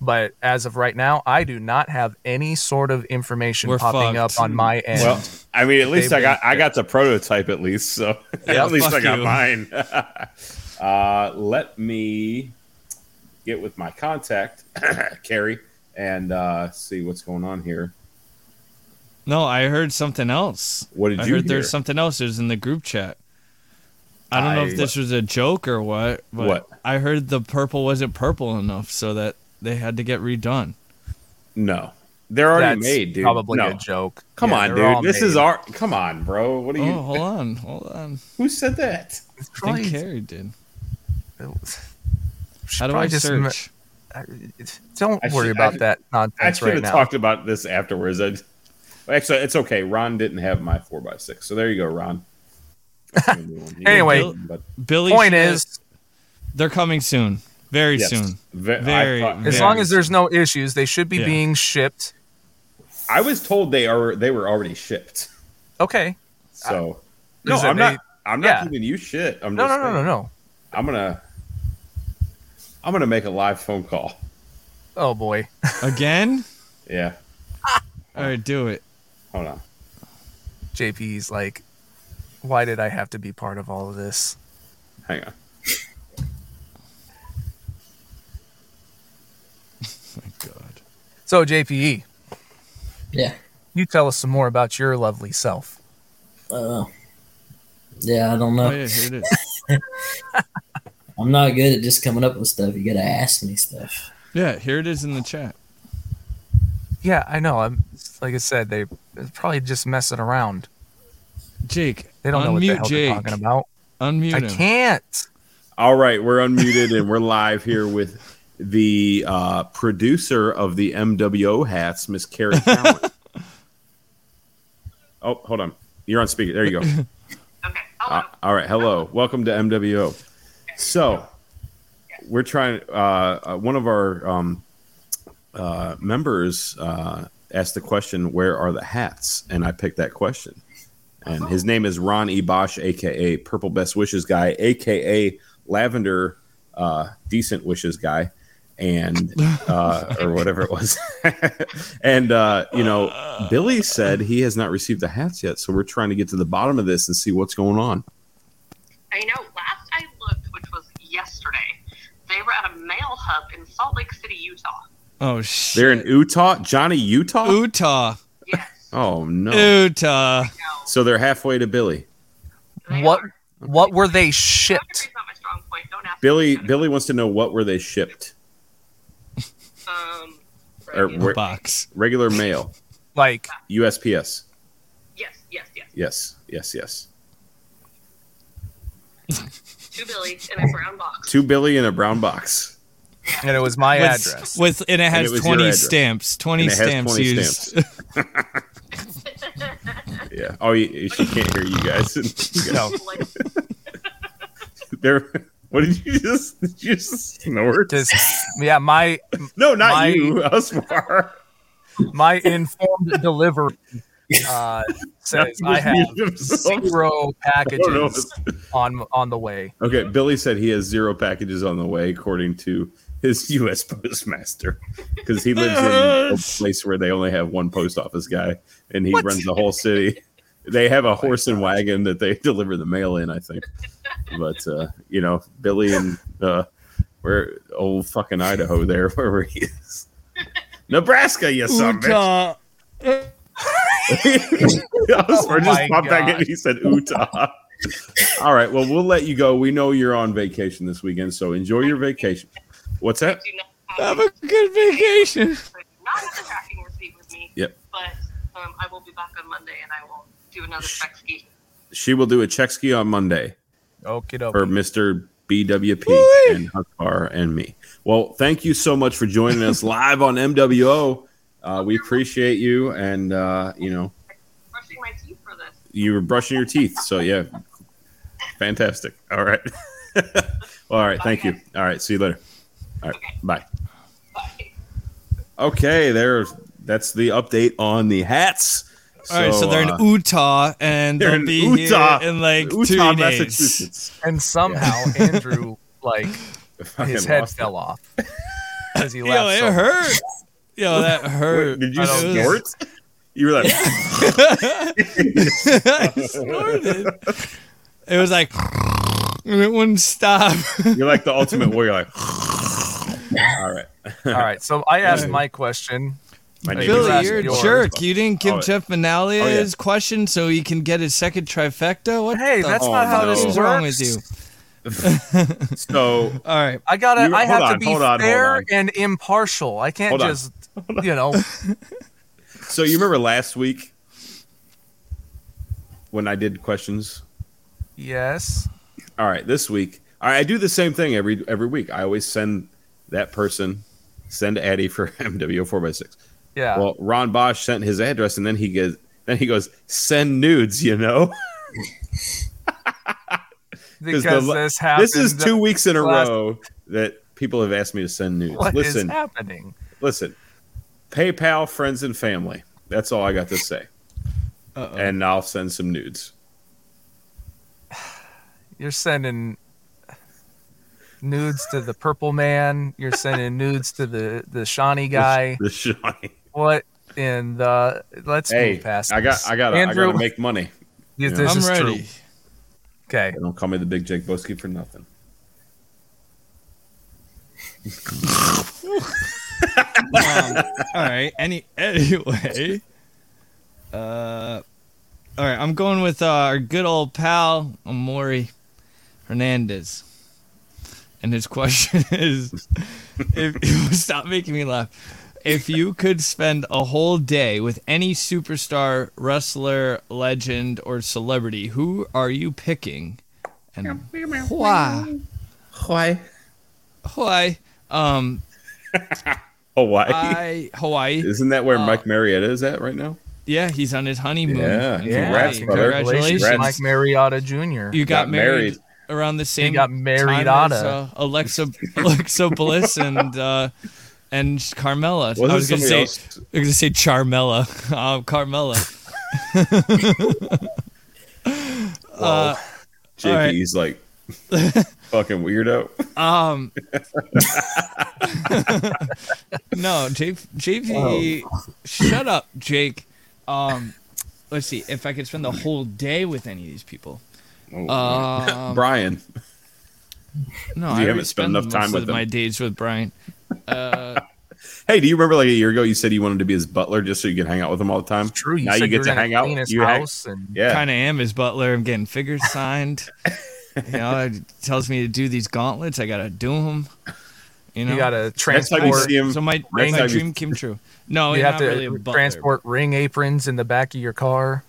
[SPEAKER 3] But as of right now, I do not have any sort of information
[SPEAKER 5] We're
[SPEAKER 3] popping
[SPEAKER 5] fucked.
[SPEAKER 3] up on my end.
[SPEAKER 4] Well, I mean, at least I
[SPEAKER 3] They
[SPEAKER 4] got I got the prototype at least. So
[SPEAKER 5] Yeah,
[SPEAKER 4] at least I
[SPEAKER 5] fuck
[SPEAKER 4] got
[SPEAKER 5] you.
[SPEAKER 4] mine. uh, let me get with my contact, Carrie, and uh, see what's going on here.
[SPEAKER 5] No, I heard something else.
[SPEAKER 4] What did
[SPEAKER 5] I
[SPEAKER 4] you
[SPEAKER 5] heard
[SPEAKER 4] hear?
[SPEAKER 5] there's something else. It was in the group chat. I don't know
[SPEAKER 4] I-
[SPEAKER 5] if this was a joke or what, but
[SPEAKER 4] What?
[SPEAKER 5] I heard the purple wasn't purple enough, so that they had to get redone.
[SPEAKER 4] No, they're already
[SPEAKER 3] That's
[SPEAKER 4] made, dude.
[SPEAKER 3] Probably
[SPEAKER 4] no.
[SPEAKER 3] a joke.
[SPEAKER 4] Come
[SPEAKER 3] Yeah,
[SPEAKER 4] on,
[SPEAKER 3] they're all
[SPEAKER 4] dude. This is
[SPEAKER 3] made.
[SPEAKER 4] our. Come on, bro. What are you?
[SPEAKER 5] Oh, hold on, hold on.
[SPEAKER 4] Who said that?
[SPEAKER 3] It's
[SPEAKER 5] I think
[SPEAKER 3] probably-
[SPEAKER 5] Carrie did.
[SPEAKER 3] should
[SPEAKER 5] How do
[SPEAKER 3] probably
[SPEAKER 5] I
[SPEAKER 3] just-
[SPEAKER 5] search?
[SPEAKER 3] Don't
[SPEAKER 4] I should-
[SPEAKER 3] worry
[SPEAKER 4] I
[SPEAKER 3] about
[SPEAKER 4] should-
[SPEAKER 3] that
[SPEAKER 4] I
[SPEAKER 3] nonsense
[SPEAKER 4] should
[SPEAKER 3] right
[SPEAKER 4] have
[SPEAKER 3] now.
[SPEAKER 4] talked about this afterwards. I, actually, it's okay. Ron didn't have my four x six, so there you go, Ron. That's the only one. You didn't
[SPEAKER 3] Anyway.
[SPEAKER 4] get them, but
[SPEAKER 5] Billy.
[SPEAKER 3] Point
[SPEAKER 5] Schmidt,
[SPEAKER 3] is,
[SPEAKER 5] they're coming soon, very
[SPEAKER 4] Yes.
[SPEAKER 5] soon.
[SPEAKER 4] Ve- I
[SPEAKER 5] Very,
[SPEAKER 4] thought-
[SPEAKER 3] as
[SPEAKER 5] very
[SPEAKER 3] long as there's no issues, they should be
[SPEAKER 5] Yeah.
[SPEAKER 3] being shipped.
[SPEAKER 4] I was told they are they were already shipped.
[SPEAKER 3] Okay.
[SPEAKER 4] So no,
[SPEAKER 3] Listen,
[SPEAKER 4] I'm
[SPEAKER 3] they-
[SPEAKER 4] not. I'm not
[SPEAKER 3] yeah.
[SPEAKER 4] giving you shit. I'm
[SPEAKER 3] No,
[SPEAKER 4] just
[SPEAKER 3] no, no, no,
[SPEAKER 4] saying.
[SPEAKER 3] no.
[SPEAKER 4] I'm gonna. I'm gonna make a live phone call.
[SPEAKER 3] Oh boy.
[SPEAKER 5] again.
[SPEAKER 4] Yeah,
[SPEAKER 5] All right, do it.
[SPEAKER 4] hold on.
[SPEAKER 3] JP's like, why did I have to be part of all of this?
[SPEAKER 4] Hang on.
[SPEAKER 5] God.
[SPEAKER 3] So JPE,
[SPEAKER 9] Yeah.
[SPEAKER 3] you tell us some more about your lovely self.
[SPEAKER 9] Uh, yeah, I don't
[SPEAKER 5] Oh
[SPEAKER 9] know.
[SPEAKER 5] yeah, here it is.
[SPEAKER 9] I'm not good at just coming up with stuff. You gotta ask me stuff.
[SPEAKER 5] Yeah, here it is in the chat.
[SPEAKER 3] Yeah, I know. I'm like I said, they they're probably just messing around.
[SPEAKER 5] Jake,
[SPEAKER 3] they don't know what the
[SPEAKER 5] unmute
[SPEAKER 3] hell
[SPEAKER 5] Jake.
[SPEAKER 3] they're talking about.
[SPEAKER 5] Unmute
[SPEAKER 3] I
[SPEAKER 5] him.
[SPEAKER 3] can't.
[SPEAKER 4] All right, we're unmuted and we're live here with the uh, producer of the MWO hats, Miss Carrie Cowan. oh, hold on. You're on speaker. There you go. okay. all right. Hello. Welcome to MWO. So, we're trying, uh, uh, one of our um, uh, members uh, asked the question, Where are the hats? And I picked that question. And his name is Ron E. Bosch, aka Purple Best Wishes Guy, aka Lavender uh, Decent Wishes Guy, and uh, or whatever it was. and uh, you know, Billy said he has not received the hats yet, so we're trying to get to the bottom of this and see what's going on.
[SPEAKER 12] I know. Last I looked, which was yesterday, they were at a mail hub in Salt Lake City, Utah.
[SPEAKER 5] Oh shit!
[SPEAKER 4] They're in Utah, Johnny Utah,
[SPEAKER 5] Utah.
[SPEAKER 4] Oh no,
[SPEAKER 5] Utah.
[SPEAKER 4] So they're halfway to Billy.
[SPEAKER 3] What what were they shipped?
[SPEAKER 4] Billy
[SPEAKER 12] Um,
[SPEAKER 4] Billy wants to know what were they shipped? Um, or
[SPEAKER 5] box
[SPEAKER 4] regular mail,
[SPEAKER 3] like
[SPEAKER 4] USPS.
[SPEAKER 12] Yes, yes, yes.
[SPEAKER 4] Yes, yes, yes.
[SPEAKER 12] Two Billies in a brown box.
[SPEAKER 4] Two Billy in a brown box.
[SPEAKER 3] And it was my
[SPEAKER 5] With-
[SPEAKER 3] address.
[SPEAKER 5] with- and it has
[SPEAKER 4] was
[SPEAKER 5] 20
[SPEAKER 4] your address.
[SPEAKER 5] stamps. 20
[SPEAKER 4] And it has
[SPEAKER 5] stamps used.
[SPEAKER 4] stamps. yeah. Oh, you, you- she can't hear you guys. You
[SPEAKER 3] No.
[SPEAKER 4] guys- there. What did you just? Did you just snort?
[SPEAKER 3] Just, yeah, my
[SPEAKER 4] no, not you, Osmar.
[SPEAKER 3] My informed delivery uh, says I have zero
[SPEAKER 4] I don't
[SPEAKER 3] packages on on the way.
[SPEAKER 4] Okay, Billy said he has zero packages on the way, according to his U.S. postmaster, because he lives in a place where they only have one post office guy, and he
[SPEAKER 3] What?
[SPEAKER 4] runs the whole city. They have a horse and wagon that they deliver the mail in, I think. But uh, you know, Billy and uh, where old fucking Idaho, there, wherever he is, Nebraska, you son of a bitch.
[SPEAKER 5] Utah.
[SPEAKER 4] Osmar just
[SPEAKER 5] my
[SPEAKER 4] popped back in
[SPEAKER 5] God.
[SPEAKER 4] and he said Utah. All right. Well, we'll let you go. We know you're on vacation this weekend, so enjoy your vacation. What's that?
[SPEAKER 5] Have a good vacation.
[SPEAKER 12] Not have a tracking receipt with me,
[SPEAKER 4] Yep.
[SPEAKER 12] but um, I will be back on Monday and I will do another check ski.
[SPEAKER 4] She will do a check ski on Monday
[SPEAKER 3] Okay,
[SPEAKER 4] for Mr. BWP and Huckbar and me. Well, thank you so much for joining us live on MWO. Uh, we appreciate you, and uh, you know
[SPEAKER 12] Brushing my teeth for this.
[SPEAKER 4] you were brushing your teeth, so yeah, fantastic. All right, all right. Thank you. All right. See you later. All right. Bye. Okay, there. That's the update on the hats.
[SPEAKER 5] All right, so they're in
[SPEAKER 4] uh,
[SPEAKER 5] Utah, and
[SPEAKER 4] they're
[SPEAKER 5] they'll
[SPEAKER 4] in
[SPEAKER 5] be
[SPEAKER 4] Utah.
[SPEAKER 5] here in like
[SPEAKER 4] Utah,
[SPEAKER 5] two days.
[SPEAKER 4] Massachusetts.
[SPEAKER 3] And somehow Andrew like his head
[SPEAKER 4] lost
[SPEAKER 3] fell off because he
[SPEAKER 5] Yo,
[SPEAKER 3] laughed.
[SPEAKER 5] it
[SPEAKER 3] so
[SPEAKER 5] hurt. Yo, that hurt.
[SPEAKER 4] Did you
[SPEAKER 5] I don't-
[SPEAKER 4] snort? You were like,
[SPEAKER 5] I snorted. It was like, and it wouldn't stop.
[SPEAKER 4] you're like the ultimate warrior. Like, all right.
[SPEAKER 3] All right, so I asked
[SPEAKER 4] Yeah.
[SPEAKER 3] my question.
[SPEAKER 4] My name is
[SPEAKER 5] Billy,
[SPEAKER 4] Osmar.
[SPEAKER 5] you're a jerk. You didn't give
[SPEAKER 4] Oh,
[SPEAKER 5] Jeff Manalia
[SPEAKER 4] Oh, yeah.
[SPEAKER 5] his question so he can get his second trifecta. What?
[SPEAKER 3] Hey,
[SPEAKER 5] the
[SPEAKER 3] that's
[SPEAKER 4] Oh,
[SPEAKER 5] fuck
[SPEAKER 3] not how
[SPEAKER 4] this
[SPEAKER 5] is wrong
[SPEAKER 3] works.
[SPEAKER 5] with you?
[SPEAKER 4] So
[SPEAKER 5] All right.
[SPEAKER 3] I gotta.
[SPEAKER 4] You-
[SPEAKER 3] I have
[SPEAKER 4] hold on,
[SPEAKER 3] to be
[SPEAKER 4] hold on, hold
[SPEAKER 3] fair
[SPEAKER 4] on.
[SPEAKER 3] and impartial. I can't
[SPEAKER 4] Hold on.
[SPEAKER 3] just, you know.
[SPEAKER 4] So you remember last week when I did questions?
[SPEAKER 3] Yes.
[SPEAKER 4] All right, this week I, I do the same thing every every week. I always send that person send Addy for MWO four x six.
[SPEAKER 3] Yeah.
[SPEAKER 4] Well, Ron Bosch sent his address, and then he goes, then he goes, send nudes, you know,
[SPEAKER 3] because
[SPEAKER 4] the-
[SPEAKER 3] this happened.
[SPEAKER 4] This is two weeks in a
[SPEAKER 3] last-
[SPEAKER 4] row that people have asked me to send nudes.
[SPEAKER 3] What is
[SPEAKER 4] listen,
[SPEAKER 3] happening?
[SPEAKER 4] listen, PayPal, friends and family. That's all I got to say. And I'll send some nudes.
[SPEAKER 3] You're sending nudes to the purple man. You're sending nudes to the the Shawnee guy.
[SPEAKER 4] The Shawnee.
[SPEAKER 3] What in the? Let's
[SPEAKER 4] Hey,
[SPEAKER 3] move past.
[SPEAKER 4] I got,
[SPEAKER 3] this.
[SPEAKER 4] I got, I
[SPEAKER 3] Andrew.
[SPEAKER 4] got to make money.
[SPEAKER 3] yes,
[SPEAKER 4] you
[SPEAKER 3] this
[SPEAKER 5] I'm
[SPEAKER 3] is
[SPEAKER 5] ready.
[SPEAKER 3] true. Okay.
[SPEAKER 4] They don't call me the Big Jake Boski for nothing.
[SPEAKER 5] All right. Any anyway. Uh, all right. I'm going with uh, our good old pal Amori Hernandez, and his question is: If stop making me laugh, if you could spend a whole day with any superstar, wrestler, legend, or celebrity, who are you picking? And why?
[SPEAKER 4] Why?
[SPEAKER 5] Why? Um,
[SPEAKER 4] Hawaii.
[SPEAKER 5] I- Hawaii.
[SPEAKER 4] Isn't that where Mike Marietta is at right now?
[SPEAKER 5] yeah, he's on his honeymoon.
[SPEAKER 4] Yeah,
[SPEAKER 5] in
[SPEAKER 4] yeah. Congrats,
[SPEAKER 5] Hawaii.
[SPEAKER 4] brother.
[SPEAKER 5] Congratulations,
[SPEAKER 4] Congrats.
[SPEAKER 3] Mike Mariota Jr.
[SPEAKER 5] You got, married, around the same.
[SPEAKER 3] got married
[SPEAKER 5] time
[SPEAKER 3] outta.
[SPEAKER 5] as, uh, Alexa, Alexa Bliss, and uh, and Carmella.
[SPEAKER 4] Wasn't
[SPEAKER 5] I was gonna say,
[SPEAKER 4] somebody
[SPEAKER 5] I was gonna say Charmella, um, Carmella. Uh,
[SPEAKER 4] Well,
[SPEAKER 5] all right.
[SPEAKER 4] JP's like fucking weirdo.
[SPEAKER 5] Um, no, J- JP,
[SPEAKER 4] Oh.
[SPEAKER 5] shut up, Jake. Um, let's see if I could spend the whole day with any of these people. Um,
[SPEAKER 4] Brian. You
[SPEAKER 5] no, I
[SPEAKER 4] Oh, haven't
[SPEAKER 5] already
[SPEAKER 4] spent enough
[SPEAKER 5] most
[SPEAKER 4] time
[SPEAKER 5] of
[SPEAKER 4] with him.
[SPEAKER 5] my days with Brian. Uh,
[SPEAKER 4] Hey, do you remember like a year ago you said you wanted to be his butler just so you could hang out with him all the time? true.
[SPEAKER 5] you
[SPEAKER 4] now
[SPEAKER 5] said
[SPEAKER 4] you
[SPEAKER 5] you
[SPEAKER 4] get
[SPEAKER 5] were
[SPEAKER 4] to
[SPEAKER 5] gonna
[SPEAKER 4] hang out.
[SPEAKER 5] clean his
[SPEAKER 4] you hang-
[SPEAKER 5] house
[SPEAKER 3] and-
[SPEAKER 4] yeah.
[SPEAKER 5] kind of am his butler. I'm getting figures signed. you know, it tells me to do these gauntlets. I gotta do them. You know,
[SPEAKER 3] You gotta transport- Next time you see him-
[SPEAKER 5] So my,
[SPEAKER 3] next
[SPEAKER 5] my
[SPEAKER 3] time you-
[SPEAKER 5] dream came true. No,
[SPEAKER 3] you
[SPEAKER 5] it's
[SPEAKER 3] have
[SPEAKER 5] not
[SPEAKER 3] to
[SPEAKER 5] really a butler.
[SPEAKER 3] transport ring aprons in the back of your car.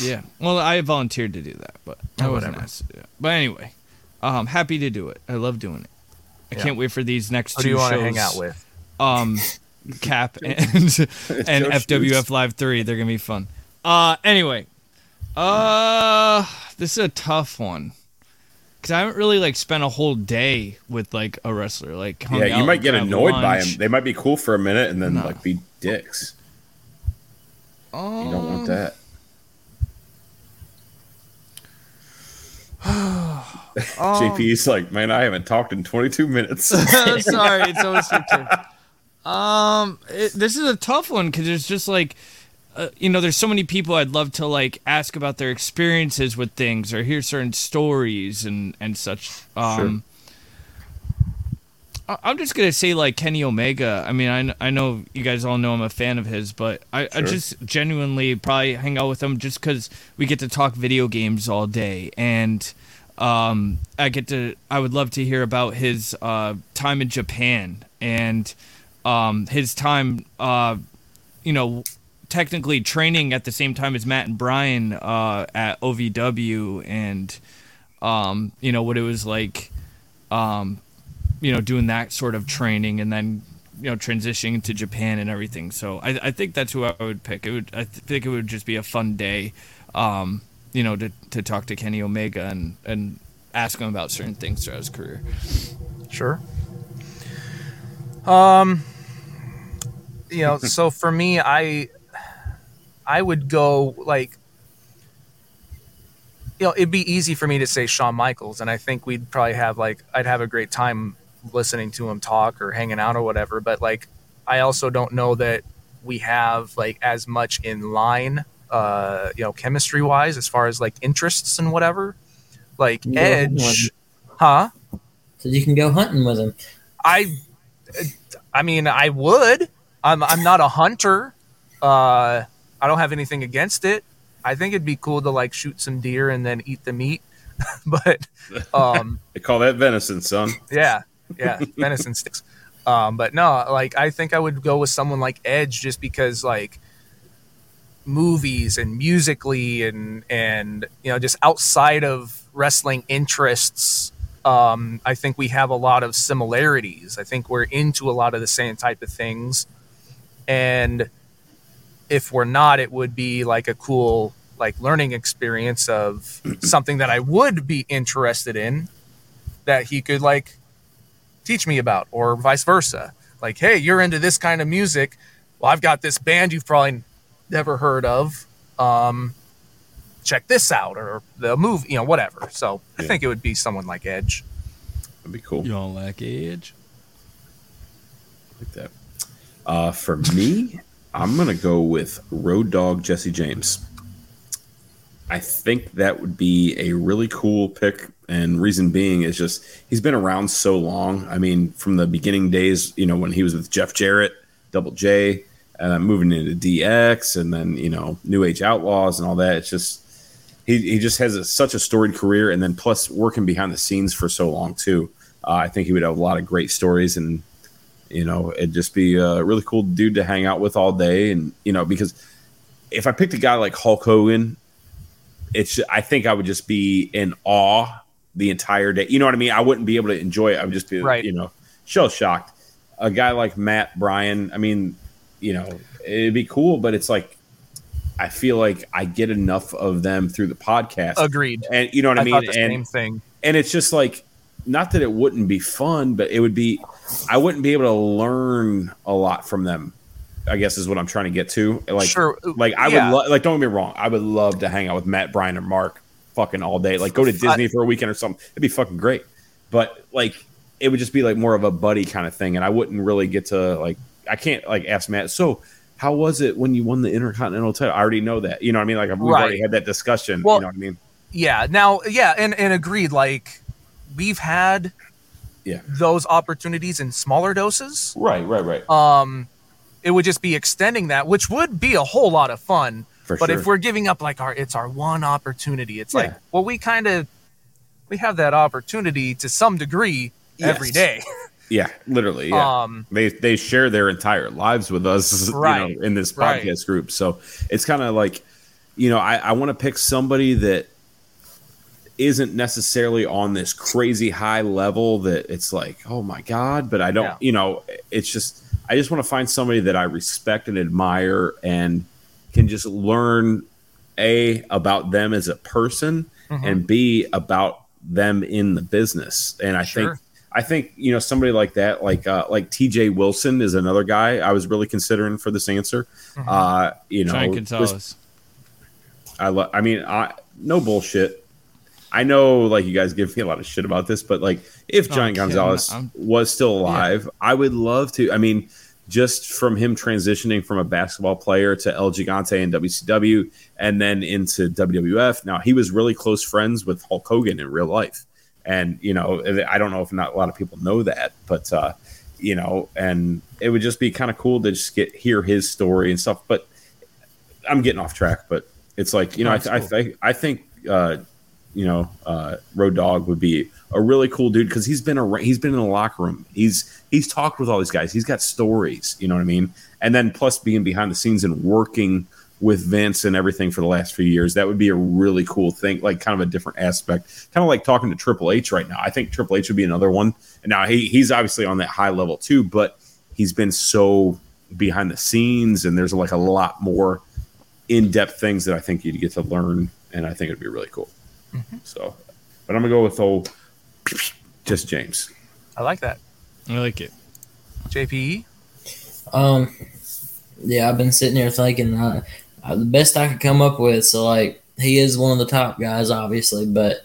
[SPEAKER 5] Yeah. Well, I volunteered to do that, but that
[SPEAKER 3] Oh,
[SPEAKER 5] wasn't
[SPEAKER 3] whatever.
[SPEAKER 5] nice. Yeah. But anyway, um, happy to do it. I love doing it. I
[SPEAKER 3] Yeah.
[SPEAKER 5] can't wait for these next
[SPEAKER 3] Who
[SPEAKER 5] two
[SPEAKER 3] do you
[SPEAKER 5] shows.
[SPEAKER 3] wanna hang out with?
[SPEAKER 5] Um, Cap and and
[SPEAKER 3] Joe
[SPEAKER 5] FWF
[SPEAKER 3] Schutz.
[SPEAKER 5] Live Three. They're gonna be fun. Uh, anyway, uh, this is a tough one because I haven't really like spent a whole day with like a wrestler. Like, hung
[SPEAKER 4] Yeah,
[SPEAKER 5] out,
[SPEAKER 4] you might get
[SPEAKER 5] grabbed
[SPEAKER 4] annoyed by
[SPEAKER 5] lunch.
[SPEAKER 4] him. They might be cool for a minute and then like be dicks.
[SPEAKER 5] Um,
[SPEAKER 4] You don't want that. JP's like, man, I haven't talked in 22 minutes.
[SPEAKER 5] I'm sorry, it's always your turn. Um, it- this is a tough one because it's just like, uh, you know, there's so many people I'd love to like ask about their experiences with things or hear certain stories and and such. Um, I- I'm just gonna say like Kenny Omega. I mean, I, kn- I know you guys all know I'm a fan of his, but I, I
[SPEAKER 4] Sure.
[SPEAKER 5] just genuinely probably hang out with him just because we get to talk video games all day, and um, I get to I would love to hear about his uh, time in Japan and um, his time, uh, you know, technically training at the same time as Matt and Brian uh, at OVW, and um, you know what it was like um, you know, doing that sort of training and then, you know, transitioning to Japan and everything. So I, I think that's who I would pick. It would, I th- think it would just be a fun day, um, you know, to, to talk to Kenny Omega and, and ask him about certain things throughout his career.
[SPEAKER 3] Sure. Um, you know, so for me, I I would go like you know, it'd be easy for me to say Shawn Michaels, and I think we'd probably have like I'd have a great time listening to him talk or hanging out or whatever. But like, I also don't know that we have like as much in line, uh, you know, chemistry wise as far as like interests and whatever. Like
[SPEAKER 9] You can go hunting with
[SPEAKER 3] Edge,
[SPEAKER 9] him.
[SPEAKER 3] huh?
[SPEAKER 9] So you can go hunting with him.
[SPEAKER 3] I, I mean, I would. I'm I'm not a hunter. Uh, I don't have anything against it. I think it'd be cool to like shoot some deer and then eat the meat. but um,
[SPEAKER 4] they call that venison, son.
[SPEAKER 3] yeah, yeah, venison sticks. Um, but no, like I think I would go with someone like Edge just because like movies and musically and and you know just outside of wrestling interests um i think we have a lot of similarities i think we're into a lot of the same type of things and if we're not it would be like a cool like learning experience of something that i would be interested in that he could like teach me about or vice versa like hey you're into this kind of music well i've got this band you've probably never heard of um check this out or the movie you know whatever so i
[SPEAKER 4] Yeah.
[SPEAKER 3] think it would be someone like edge
[SPEAKER 4] That'd be cool.
[SPEAKER 5] You don't like Edge?
[SPEAKER 4] like that. Uh, for me, I'm gonna go with Road Dog Jesse James. I think that would be a really cool pick, and reason being is just he's been around so long. I mean, from the beginning days, you know, when he was with Jeff Jarrett, Double J, and then moving into DX, and then you know New Age Outlaws and all that. It's just he, he just has a, such a storied career, and then plus working behind the scenes for so long too. Uh, I think he would have a lot of great stories and You know, it'd just be a really cool dude to hang out with all day. And, you know, because if I picked a guy like Hulk Hogan, it's, I think I would just be in awe the entire day. You know what I mean? I wouldn't be able to enjoy it. I would just be,
[SPEAKER 3] Right.
[SPEAKER 4] you know, shell shocked. A guy like Matt Bryan, I mean, you know, it'd be cool, but it's like, I feel like I get enough of them through the podcast.
[SPEAKER 3] Agreed.
[SPEAKER 4] And you know what I, mean?
[SPEAKER 3] thought the
[SPEAKER 4] and,
[SPEAKER 3] same thing.
[SPEAKER 4] and it's just like not that it wouldn't be fun but it would be i wouldn't be able to learn a lot from them i guess is what i'm trying to get to like
[SPEAKER 3] Sure.
[SPEAKER 4] like i
[SPEAKER 3] Yeah.
[SPEAKER 4] would lo- like don't get me wrong i would love to hang out with matt brian and mark fucking all day like go to disney for a weekend or something it'd be fucking great but like it would just be like more of a buddy kind of thing and i wouldn't really get to like i can't like ask matt so how was it when you won the intercontinental title i already know that you know what i mean like we've already
[SPEAKER 3] Right.
[SPEAKER 4] had that discussion
[SPEAKER 3] Well,
[SPEAKER 4] you know what i mean
[SPEAKER 3] Yeah. Now, yeah, and and agreed. Like we've had
[SPEAKER 4] Yeah.
[SPEAKER 3] those opportunities in smaller doses.
[SPEAKER 4] right right right
[SPEAKER 3] Um, it would just be extending that, which would be a whole lot of fun.
[SPEAKER 4] For
[SPEAKER 3] but if
[SPEAKER 4] sure.
[SPEAKER 3] we're giving up like our, it's our one opportunity. It's like,
[SPEAKER 4] Yeah.
[SPEAKER 3] well, we kind of we have that opportunity to some degree every
[SPEAKER 4] Yes.
[SPEAKER 3] day.
[SPEAKER 4] Yeah, literally. Yeah.
[SPEAKER 3] Um,
[SPEAKER 4] they they share their entire lives with us,
[SPEAKER 3] Right,
[SPEAKER 4] you know, in this podcast
[SPEAKER 3] right.
[SPEAKER 4] group. So it's kind of like, you know, I, I want to pick somebody that isn't necessarily on this crazy high level that it's like, oh my god, but I don't,
[SPEAKER 3] Yeah.
[SPEAKER 4] you know, it's just I just want to find somebody that I respect and admire and can just learn a about them as a person
[SPEAKER 3] Mhm.
[SPEAKER 4] and b about them in the business. And I
[SPEAKER 3] Sure.
[SPEAKER 4] think I think you know somebody like that, like uh, like T.J. Wilson is another guy I was really considering for this answer. Uh, you know,
[SPEAKER 5] Giant
[SPEAKER 4] was-
[SPEAKER 5] Gonzalez.
[SPEAKER 4] I love. I mean, I no bullshit. I know, like you guys give me a lot of shit about this, but like if
[SPEAKER 5] No, I'm
[SPEAKER 4] Giant
[SPEAKER 5] kidding.
[SPEAKER 4] Gonzalez
[SPEAKER 5] I'm-
[SPEAKER 4] was still alive, I would love to. I mean, just from him transitioning from a basketball player to El Gigante in WCW and then into WWF. Now he was really close friends with Hulk Hogan in real life, and you know, I don't know if not a lot of people know that, but uh, you know, and it would just be kind of cool to just get hear his story and stuff. But I'm getting off track, but it's like you know,
[SPEAKER 5] No,
[SPEAKER 4] I,
[SPEAKER 5] it's
[SPEAKER 4] th- I, th- I think uh, you know, uh, Road Dog would be a really cool dude because he's been around, he's been in the locker room, he's he's talked with all these guys, he's got stories, you know what I mean, and then plus being behind the scenes and working with Vince and everything for the last few years, that would be a really cool thing, like kind of a different aspect, kind of like talking to Triple H right now. I think Triple H would be another one. And now he he's obviously on that high level too, but he's been so behind the scenes and there's like a lot more in-depth things that I think you'd get to learn, and I think it'd be really cool.
[SPEAKER 3] Mm-hmm.
[SPEAKER 4] So, but I'm gonna go with old just James.
[SPEAKER 3] I like that. E?
[SPEAKER 5] I like it.
[SPEAKER 3] JPE.
[SPEAKER 9] Um, yeah, I've been sitting here thinking uh, uh, the best I could come up with. So like, he is one of the top guys, obviously, but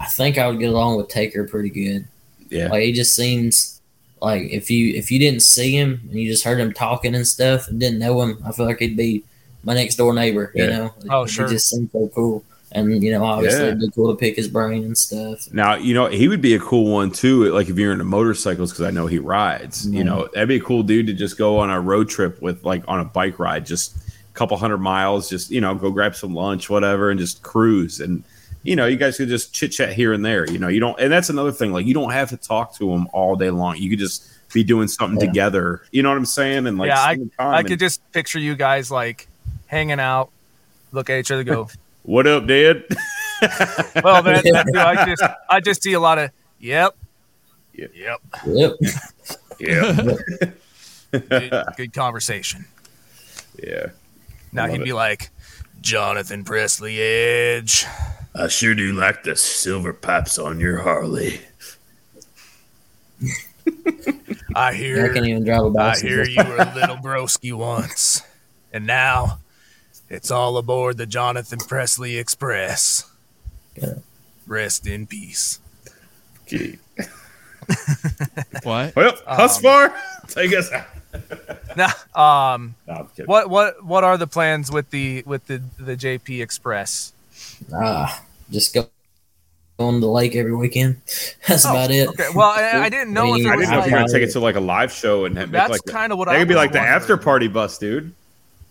[SPEAKER 9] I think I would get along with Taker pretty good.
[SPEAKER 4] Yeah.
[SPEAKER 9] Like he just seems like if you if you didn't see him and you just heard him talking and stuff and didn't know him, I feel like he'd be my next door neighbor. You
[SPEAKER 4] Yeah.
[SPEAKER 9] know,
[SPEAKER 3] Oh,
[SPEAKER 9] He
[SPEAKER 3] sure.
[SPEAKER 9] just seems so cool. And you know, obviously,
[SPEAKER 4] Yeah.
[SPEAKER 9] it'd be cool to pick his brain and stuff.
[SPEAKER 4] Now you know he would be a cool one too. Like if you're into motorcycles, because I know he rides. You know
[SPEAKER 3] Mm-hmm.
[SPEAKER 4] that'd be a cool dude to just go on a road trip with, like on a bike ride, just a couple hundred miles. Just you know, go grab some lunch, whatever, and just cruise. And you know, you guys could just chit chat here and there. You know, you don't. And that's another thing. Like you don't have to talk to him all day long. You could just be doing something together. You know what I'm saying? And like
[SPEAKER 3] yeah, I,
[SPEAKER 4] spend time
[SPEAKER 3] I
[SPEAKER 4] and-
[SPEAKER 3] could just picture you guys like hanging out, look at each other, go,
[SPEAKER 4] What up, Dad?
[SPEAKER 3] well, that, that too, I just I just see a lot of yep,
[SPEAKER 4] Yep.
[SPEAKER 3] yep,
[SPEAKER 9] Yep.
[SPEAKER 4] Yeah.
[SPEAKER 3] good, good conversation.
[SPEAKER 4] yeah.
[SPEAKER 3] Now
[SPEAKER 4] Love
[SPEAKER 3] he'd
[SPEAKER 4] it.
[SPEAKER 3] be like, Jonathan Presley Edge.
[SPEAKER 11] I sure do like the silver pipes on your Harley.
[SPEAKER 3] I
[SPEAKER 9] I can't
[SPEAKER 3] hear
[SPEAKER 9] even drive a
[SPEAKER 3] I
[SPEAKER 9] bicycle.
[SPEAKER 3] hear you were a little broski once, and now it's all aboard the Jonathan Presley Express.
[SPEAKER 9] Yeah.
[SPEAKER 3] Rest in peace.
[SPEAKER 4] Okay.
[SPEAKER 5] What?
[SPEAKER 4] Well,
[SPEAKER 3] Um,
[SPEAKER 4] Husvar, take us out.
[SPEAKER 3] Now, um,
[SPEAKER 4] No, I'm kidding.
[SPEAKER 3] what what what are the plans with the with the the JP Express?
[SPEAKER 9] Ah, just go on the lake every weekend. That's
[SPEAKER 3] Oh,
[SPEAKER 9] about it.
[SPEAKER 3] Okay. Well, I, I didn't know if
[SPEAKER 9] Yeah,
[SPEAKER 3] there
[SPEAKER 4] I
[SPEAKER 3] was
[SPEAKER 4] didn't know if
[SPEAKER 3] like,
[SPEAKER 4] you were gonna take it to like a live show and make
[SPEAKER 3] That's
[SPEAKER 4] like
[SPEAKER 3] kinda what
[SPEAKER 4] that
[SPEAKER 3] I
[SPEAKER 4] could be
[SPEAKER 3] was
[SPEAKER 4] like the
[SPEAKER 3] wondering.
[SPEAKER 4] after party bus, dude.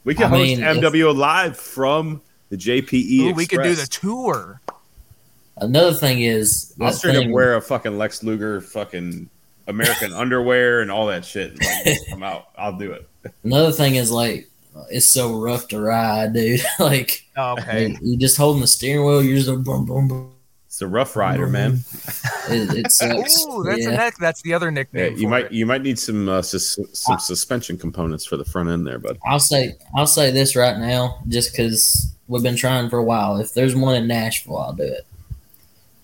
[SPEAKER 4] We could
[SPEAKER 9] I
[SPEAKER 4] host
[SPEAKER 9] mean, if-
[SPEAKER 4] MWO live from the JPE.
[SPEAKER 3] ooh, we could do the
[SPEAKER 4] Express.
[SPEAKER 3] tour.
[SPEAKER 9] Another thing is,
[SPEAKER 4] I'll
[SPEAKER 9] that
[SPEAKER 4] straight up
[SPEAKER 9] thing-
[SPEAKER 4] wear a fucking Lex Luger fucking American underwear and all that shit. Like, just come out. I'll do it.
[SPEAKER 9] Another thing is like it's so rough to ride, dude. like
[SPEAKER 4] okay.
[SPEAKER 9] you just holding the steering wheel, you're just a boom boom boom.
[SPEAKER 4] It's a rough rider, man.
[SPEAKER 9] It, it sucks.
[SPEAKER 3] Ooh, that's
[SPEAKER 9] yeah.
[SPEAKER 3] a neck. That's the other
[SPEAKER 4] Yeah,
[SPEAKER 3] nickname.
[SPEAKER 4] you might you might need some uh, sus- some suspension components for the front end there, bud.
[SPEAKER 9] I'll say I'll say this right now, just because we've been trying for a while. If there's one in Nashville, I'll do it.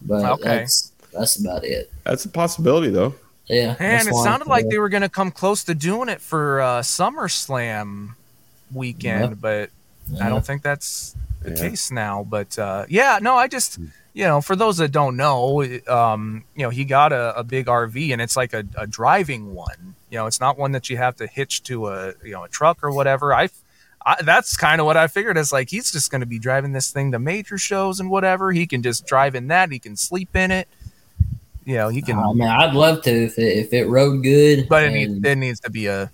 [SPEAKER 9] But
[SPEAKER 3] Okay.
[SPEAKER 9] that's that's about it.
[SPEAKER 4] That's a possibility, though.
[SPEAKER 9] Yeah,
[SPEAKER 3] Man,
[SPEAKER 9] that's
[SPEAKER 3] it
[SPEAKER 9] why-
[SPEAKER 3] sounded like
[SPEAKER 9] yeah.
[SPEAKER 3] they were going to come close to doing it for uh, SummerSlam weekend,
[SPEAKER 9] Yeah.
[SPEAKER 3] but I
[SPEAKER 9] Yeah.
[SPEAKER 3] don't think that's the
[SPEAKER 4] Yeah. Hmm.
[SPEAKER 3] case now. But uh, yeah, no, I just, you know, for those that don't know, um, you know, he got a, a big RV and it's like a, a driving one. You know, it's not one that you have to hitch to a you know a truck or whatever. I, I that's kind of what I figured. It's like he's just going to be driving this thing to major shows and whatever. He can just drive in that. He can sleep in it. You know, he can
[SPEAKER 9] I mean, Ah, I'd love to if it, if it rode good.
[SPEAKER 3] but it,
[SPEAKER 9] and
[SPEAKER 3] need, it needs to be a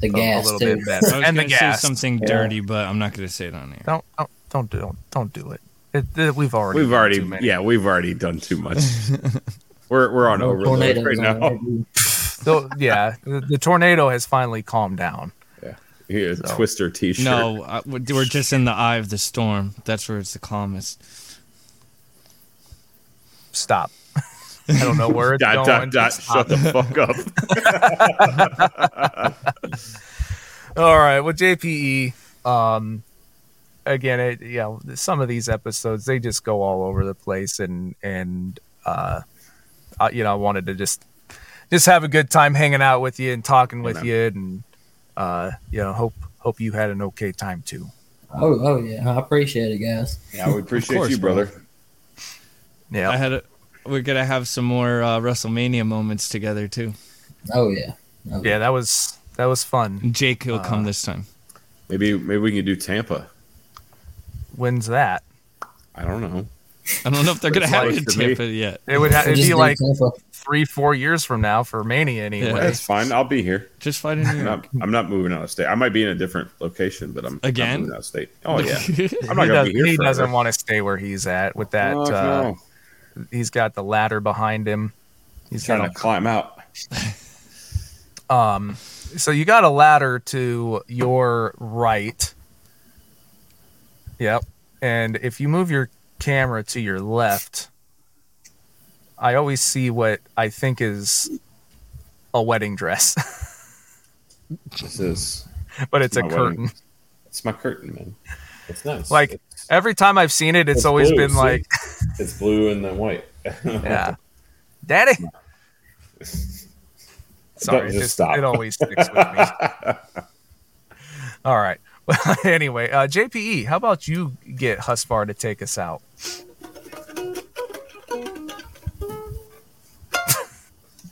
[SPEAKER 9] the
[SPEAKER 3] a-
[SPEAKER 9] gas
[SPEAKER 3] a little
[SPEAKER 9] too.
[SPEAKER 3] bit better.
[SPEAKER 5] I was
[SPEAKER 3] and the
[SPEAKER 5] gonna say
[SPEAKER 3] gas.
[SPEAKER 5] something
[SPEAKER 9] Yeah.
[SPEAKER 5] dirty, but I'm not gonna say it on here.
[SPEAKER 3] Don't don't don't do don't, don't do it. it, it- we've already
[SPEAKER 4] We've
[SPEAKER 3] done
[SPEAKER 4] already
[SPEAKER 3] too many.
[SPEAKER 4] yeah, we've already done too much. we're we're on overload
[SPEAKER 9] tornadoes
[SPEAKER 4] right
[SPEAKER 9] on
[SPEAKER 4] now.
[SPEAKER 3] So, yeah, the, the tornado has finally calmed down.
[SPEAKER 4] Here,
[SPEAKER 3] So-
[SPEAKER 4] Twister T-shirt.
[SPEAKER 5] No, I, we're we're just in the eye of the storm. That's where it's the calmest.
[SPEAKER 3] Stop. I don't know where it's
[SPEAKER 4] dot
[SPEAKER 3] going.
[SPEAKER 4] dot dot.
[SPEAKER 3] Stop.
[SPEAKER 4] Shut the fuck up.
[SPEAKER 3] All right. Well, JPE. Um, again, it, you know, some of these episodes they just go all over the place, and and uh, I, you know, I wanted to just just have a good time hanging out with you and talking with you, and uh, you know, hope hope you had an okay time too.
[SPEAKER 9] Oh, oh yeah, I appreciate it, guys.
[SPEAKER 4] Yeah, we appreciate
[SPEAKER 5] course,
[SPEAKER 4] you, brother.
[SPEAKER 3] Yeah.
[SPEAKER 5] I had a, we're gonna have some more uh, WrestleMania moments together too.
[SPEAKER 9] Oh yeah,
[SPEAKER 3] Yeah, that was that was fun.
[SPEAKER 5] Jake will come this time.
[SPEAKER 4] Maybe maybe we can do Tampa.
[SPEAKER 3] When's that?
[SPEAKER 4] I don't know.
[SPEAKER 5] I don't know if they're gonna
[SPEAKER 4] It's
[SPEAKER 5] have
[SPEAKER 4] like
[SPEAKER 5] it in
[SPEAKER 4] to me.
[SPEAKER 5] Tampa yet.
[SPEAKER 3] It would ha- it'd
[SPEAKER 9] Just
[SPEAKER 3] be
[SPEAKER 9] do
[SPEAKER 3] like
[SPEAKER 9] Tampa.
[SPEAKER 3] three, four years from now for Mania anyway.
[SPEAKER 4] That's fine. I'll be here.
[SPEAKER 5] Just fight in New
[SPEAKER 4] I'm
[SPEAKER 5] York.
[SPEAKER 4] not, I'm not moving out of state. I might be in a different location, but I'm not
[SPEAKER 5] Again?
[SPEAKER 4] moving out of state. Oh yeah, I'm not
[SPEAKER 3] he,
[SPEAKER 4] gonna
[SPEAKER 3] does,
[SPEAKER 4] be here.
[SPEAKER 3] he
[SPEAKER 4] forever.
[SPEAKER 3] doesn't want to stay where he's at with that.
[SPEAKER 4] Fuck
[SPEAKER 3] uh,
[SPEAKER 4] no.
[SPEAKER 3] He's got the ladder behind him. He's
[SPEAKER 4] trying to
[SPEAKER 3] got
[SPEAKER 4] climb out.
[SPEAKER 3] a, um. So you got a ladder to your right. Yep. And if you move your camera to your left, I always see what I think is a wedding dress,
[SPEAKER 4] This is
[SPEAKER 3] but it's a
[SPEAKER 4] My wedding-
[SPEAKER 3] curtain.
[SPEAKER 4] it's my curtain, man. It's nice.
[SPEAKER 3] Like every time I've seen it, it's, always
[SPEAKER 4] blue,
[SPEAKER 3] been
[SPEAKER 4] see?
[SPEAKER 3] like,
[SPEAKER 4] it's blue and then white.
[SPEAKER 3] yeah, daddy. Sorry,
[SPEAKER 4] Don't
[SPEAKER 3] it
[SPEAKER 4] just
[SPEAKER 3] just,
[SPEAKER 4] stop.
[SPEAKER 3] it always sticks with me. All right. Well, anyway, uh, JPE, how about you get Husvar to take us out?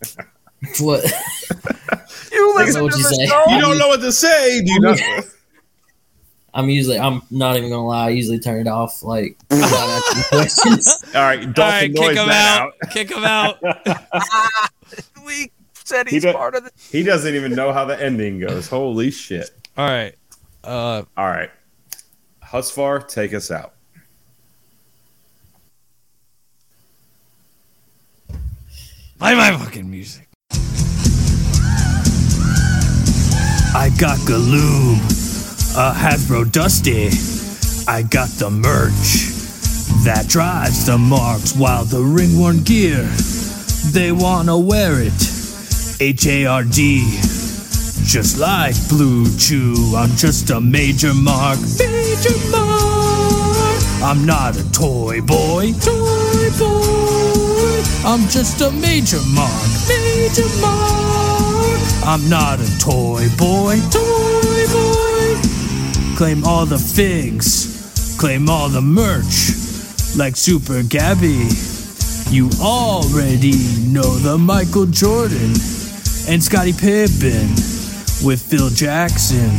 [SPEAKER 9] What?
[SPEAKER 3] You
[SPEAKER 9] listen know what to you the say. show?
[SPEAKER 4] You don't know what to say, do you? Know?
[SPEAKER 9] I'm usually I'm not even gonna lie. I usually turn it off like when I ask you questions.
[SPEAKER 4] All right, Dolphin
[SPEAKER 5] All right, kick
[SPEAKER 4] noise
[SPEAKER 5] him
[SPEAKER 4] that out.
[SPEAKER 5] out. Kick him out.
[SPEAKER 3] We said
[SPEAKER 4] He
[SPEAKER 3] he's
[SPEAKER 4] don't-
[SPEAKER 3] part of the.
[SPEAKER 4] He doesn't even know how the ending goes. Holy shit!
[SPEAKER 5] All right. Uh,
[SPEAKER 4] All right, Husfar, take us out.
[SPEAKER 5] play my fucking music.
[SPEAKER 13] I got Galoob, a Hasbro Dusty. I got the merch that drives the marks while the ringworm gear, they wanna wear it. H A R D, just like Blue Chew. I'm just a major mark, major mark. I'm not a toy boy, toy boy. I'm just a major mark, major mark. I'm not a toy boy, toy boy. Claim all the figs, claim all the merch, like Super Gabby. You already know the Michael Jordan and Scottie Pippen with Phil Jackson.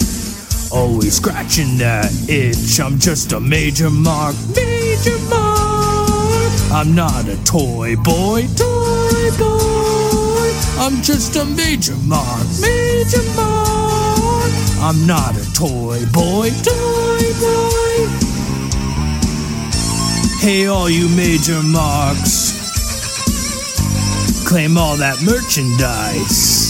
[SPEAKER 13] Always scratching that itch. I'm just a major mark, major mark. I'm not a toy boy, toy boy. I'm just a major mark, major mark. I'm not a toy boy, toy boy. Hey, all you major marks.
[SPEAKER 3] Claim all that merchandise.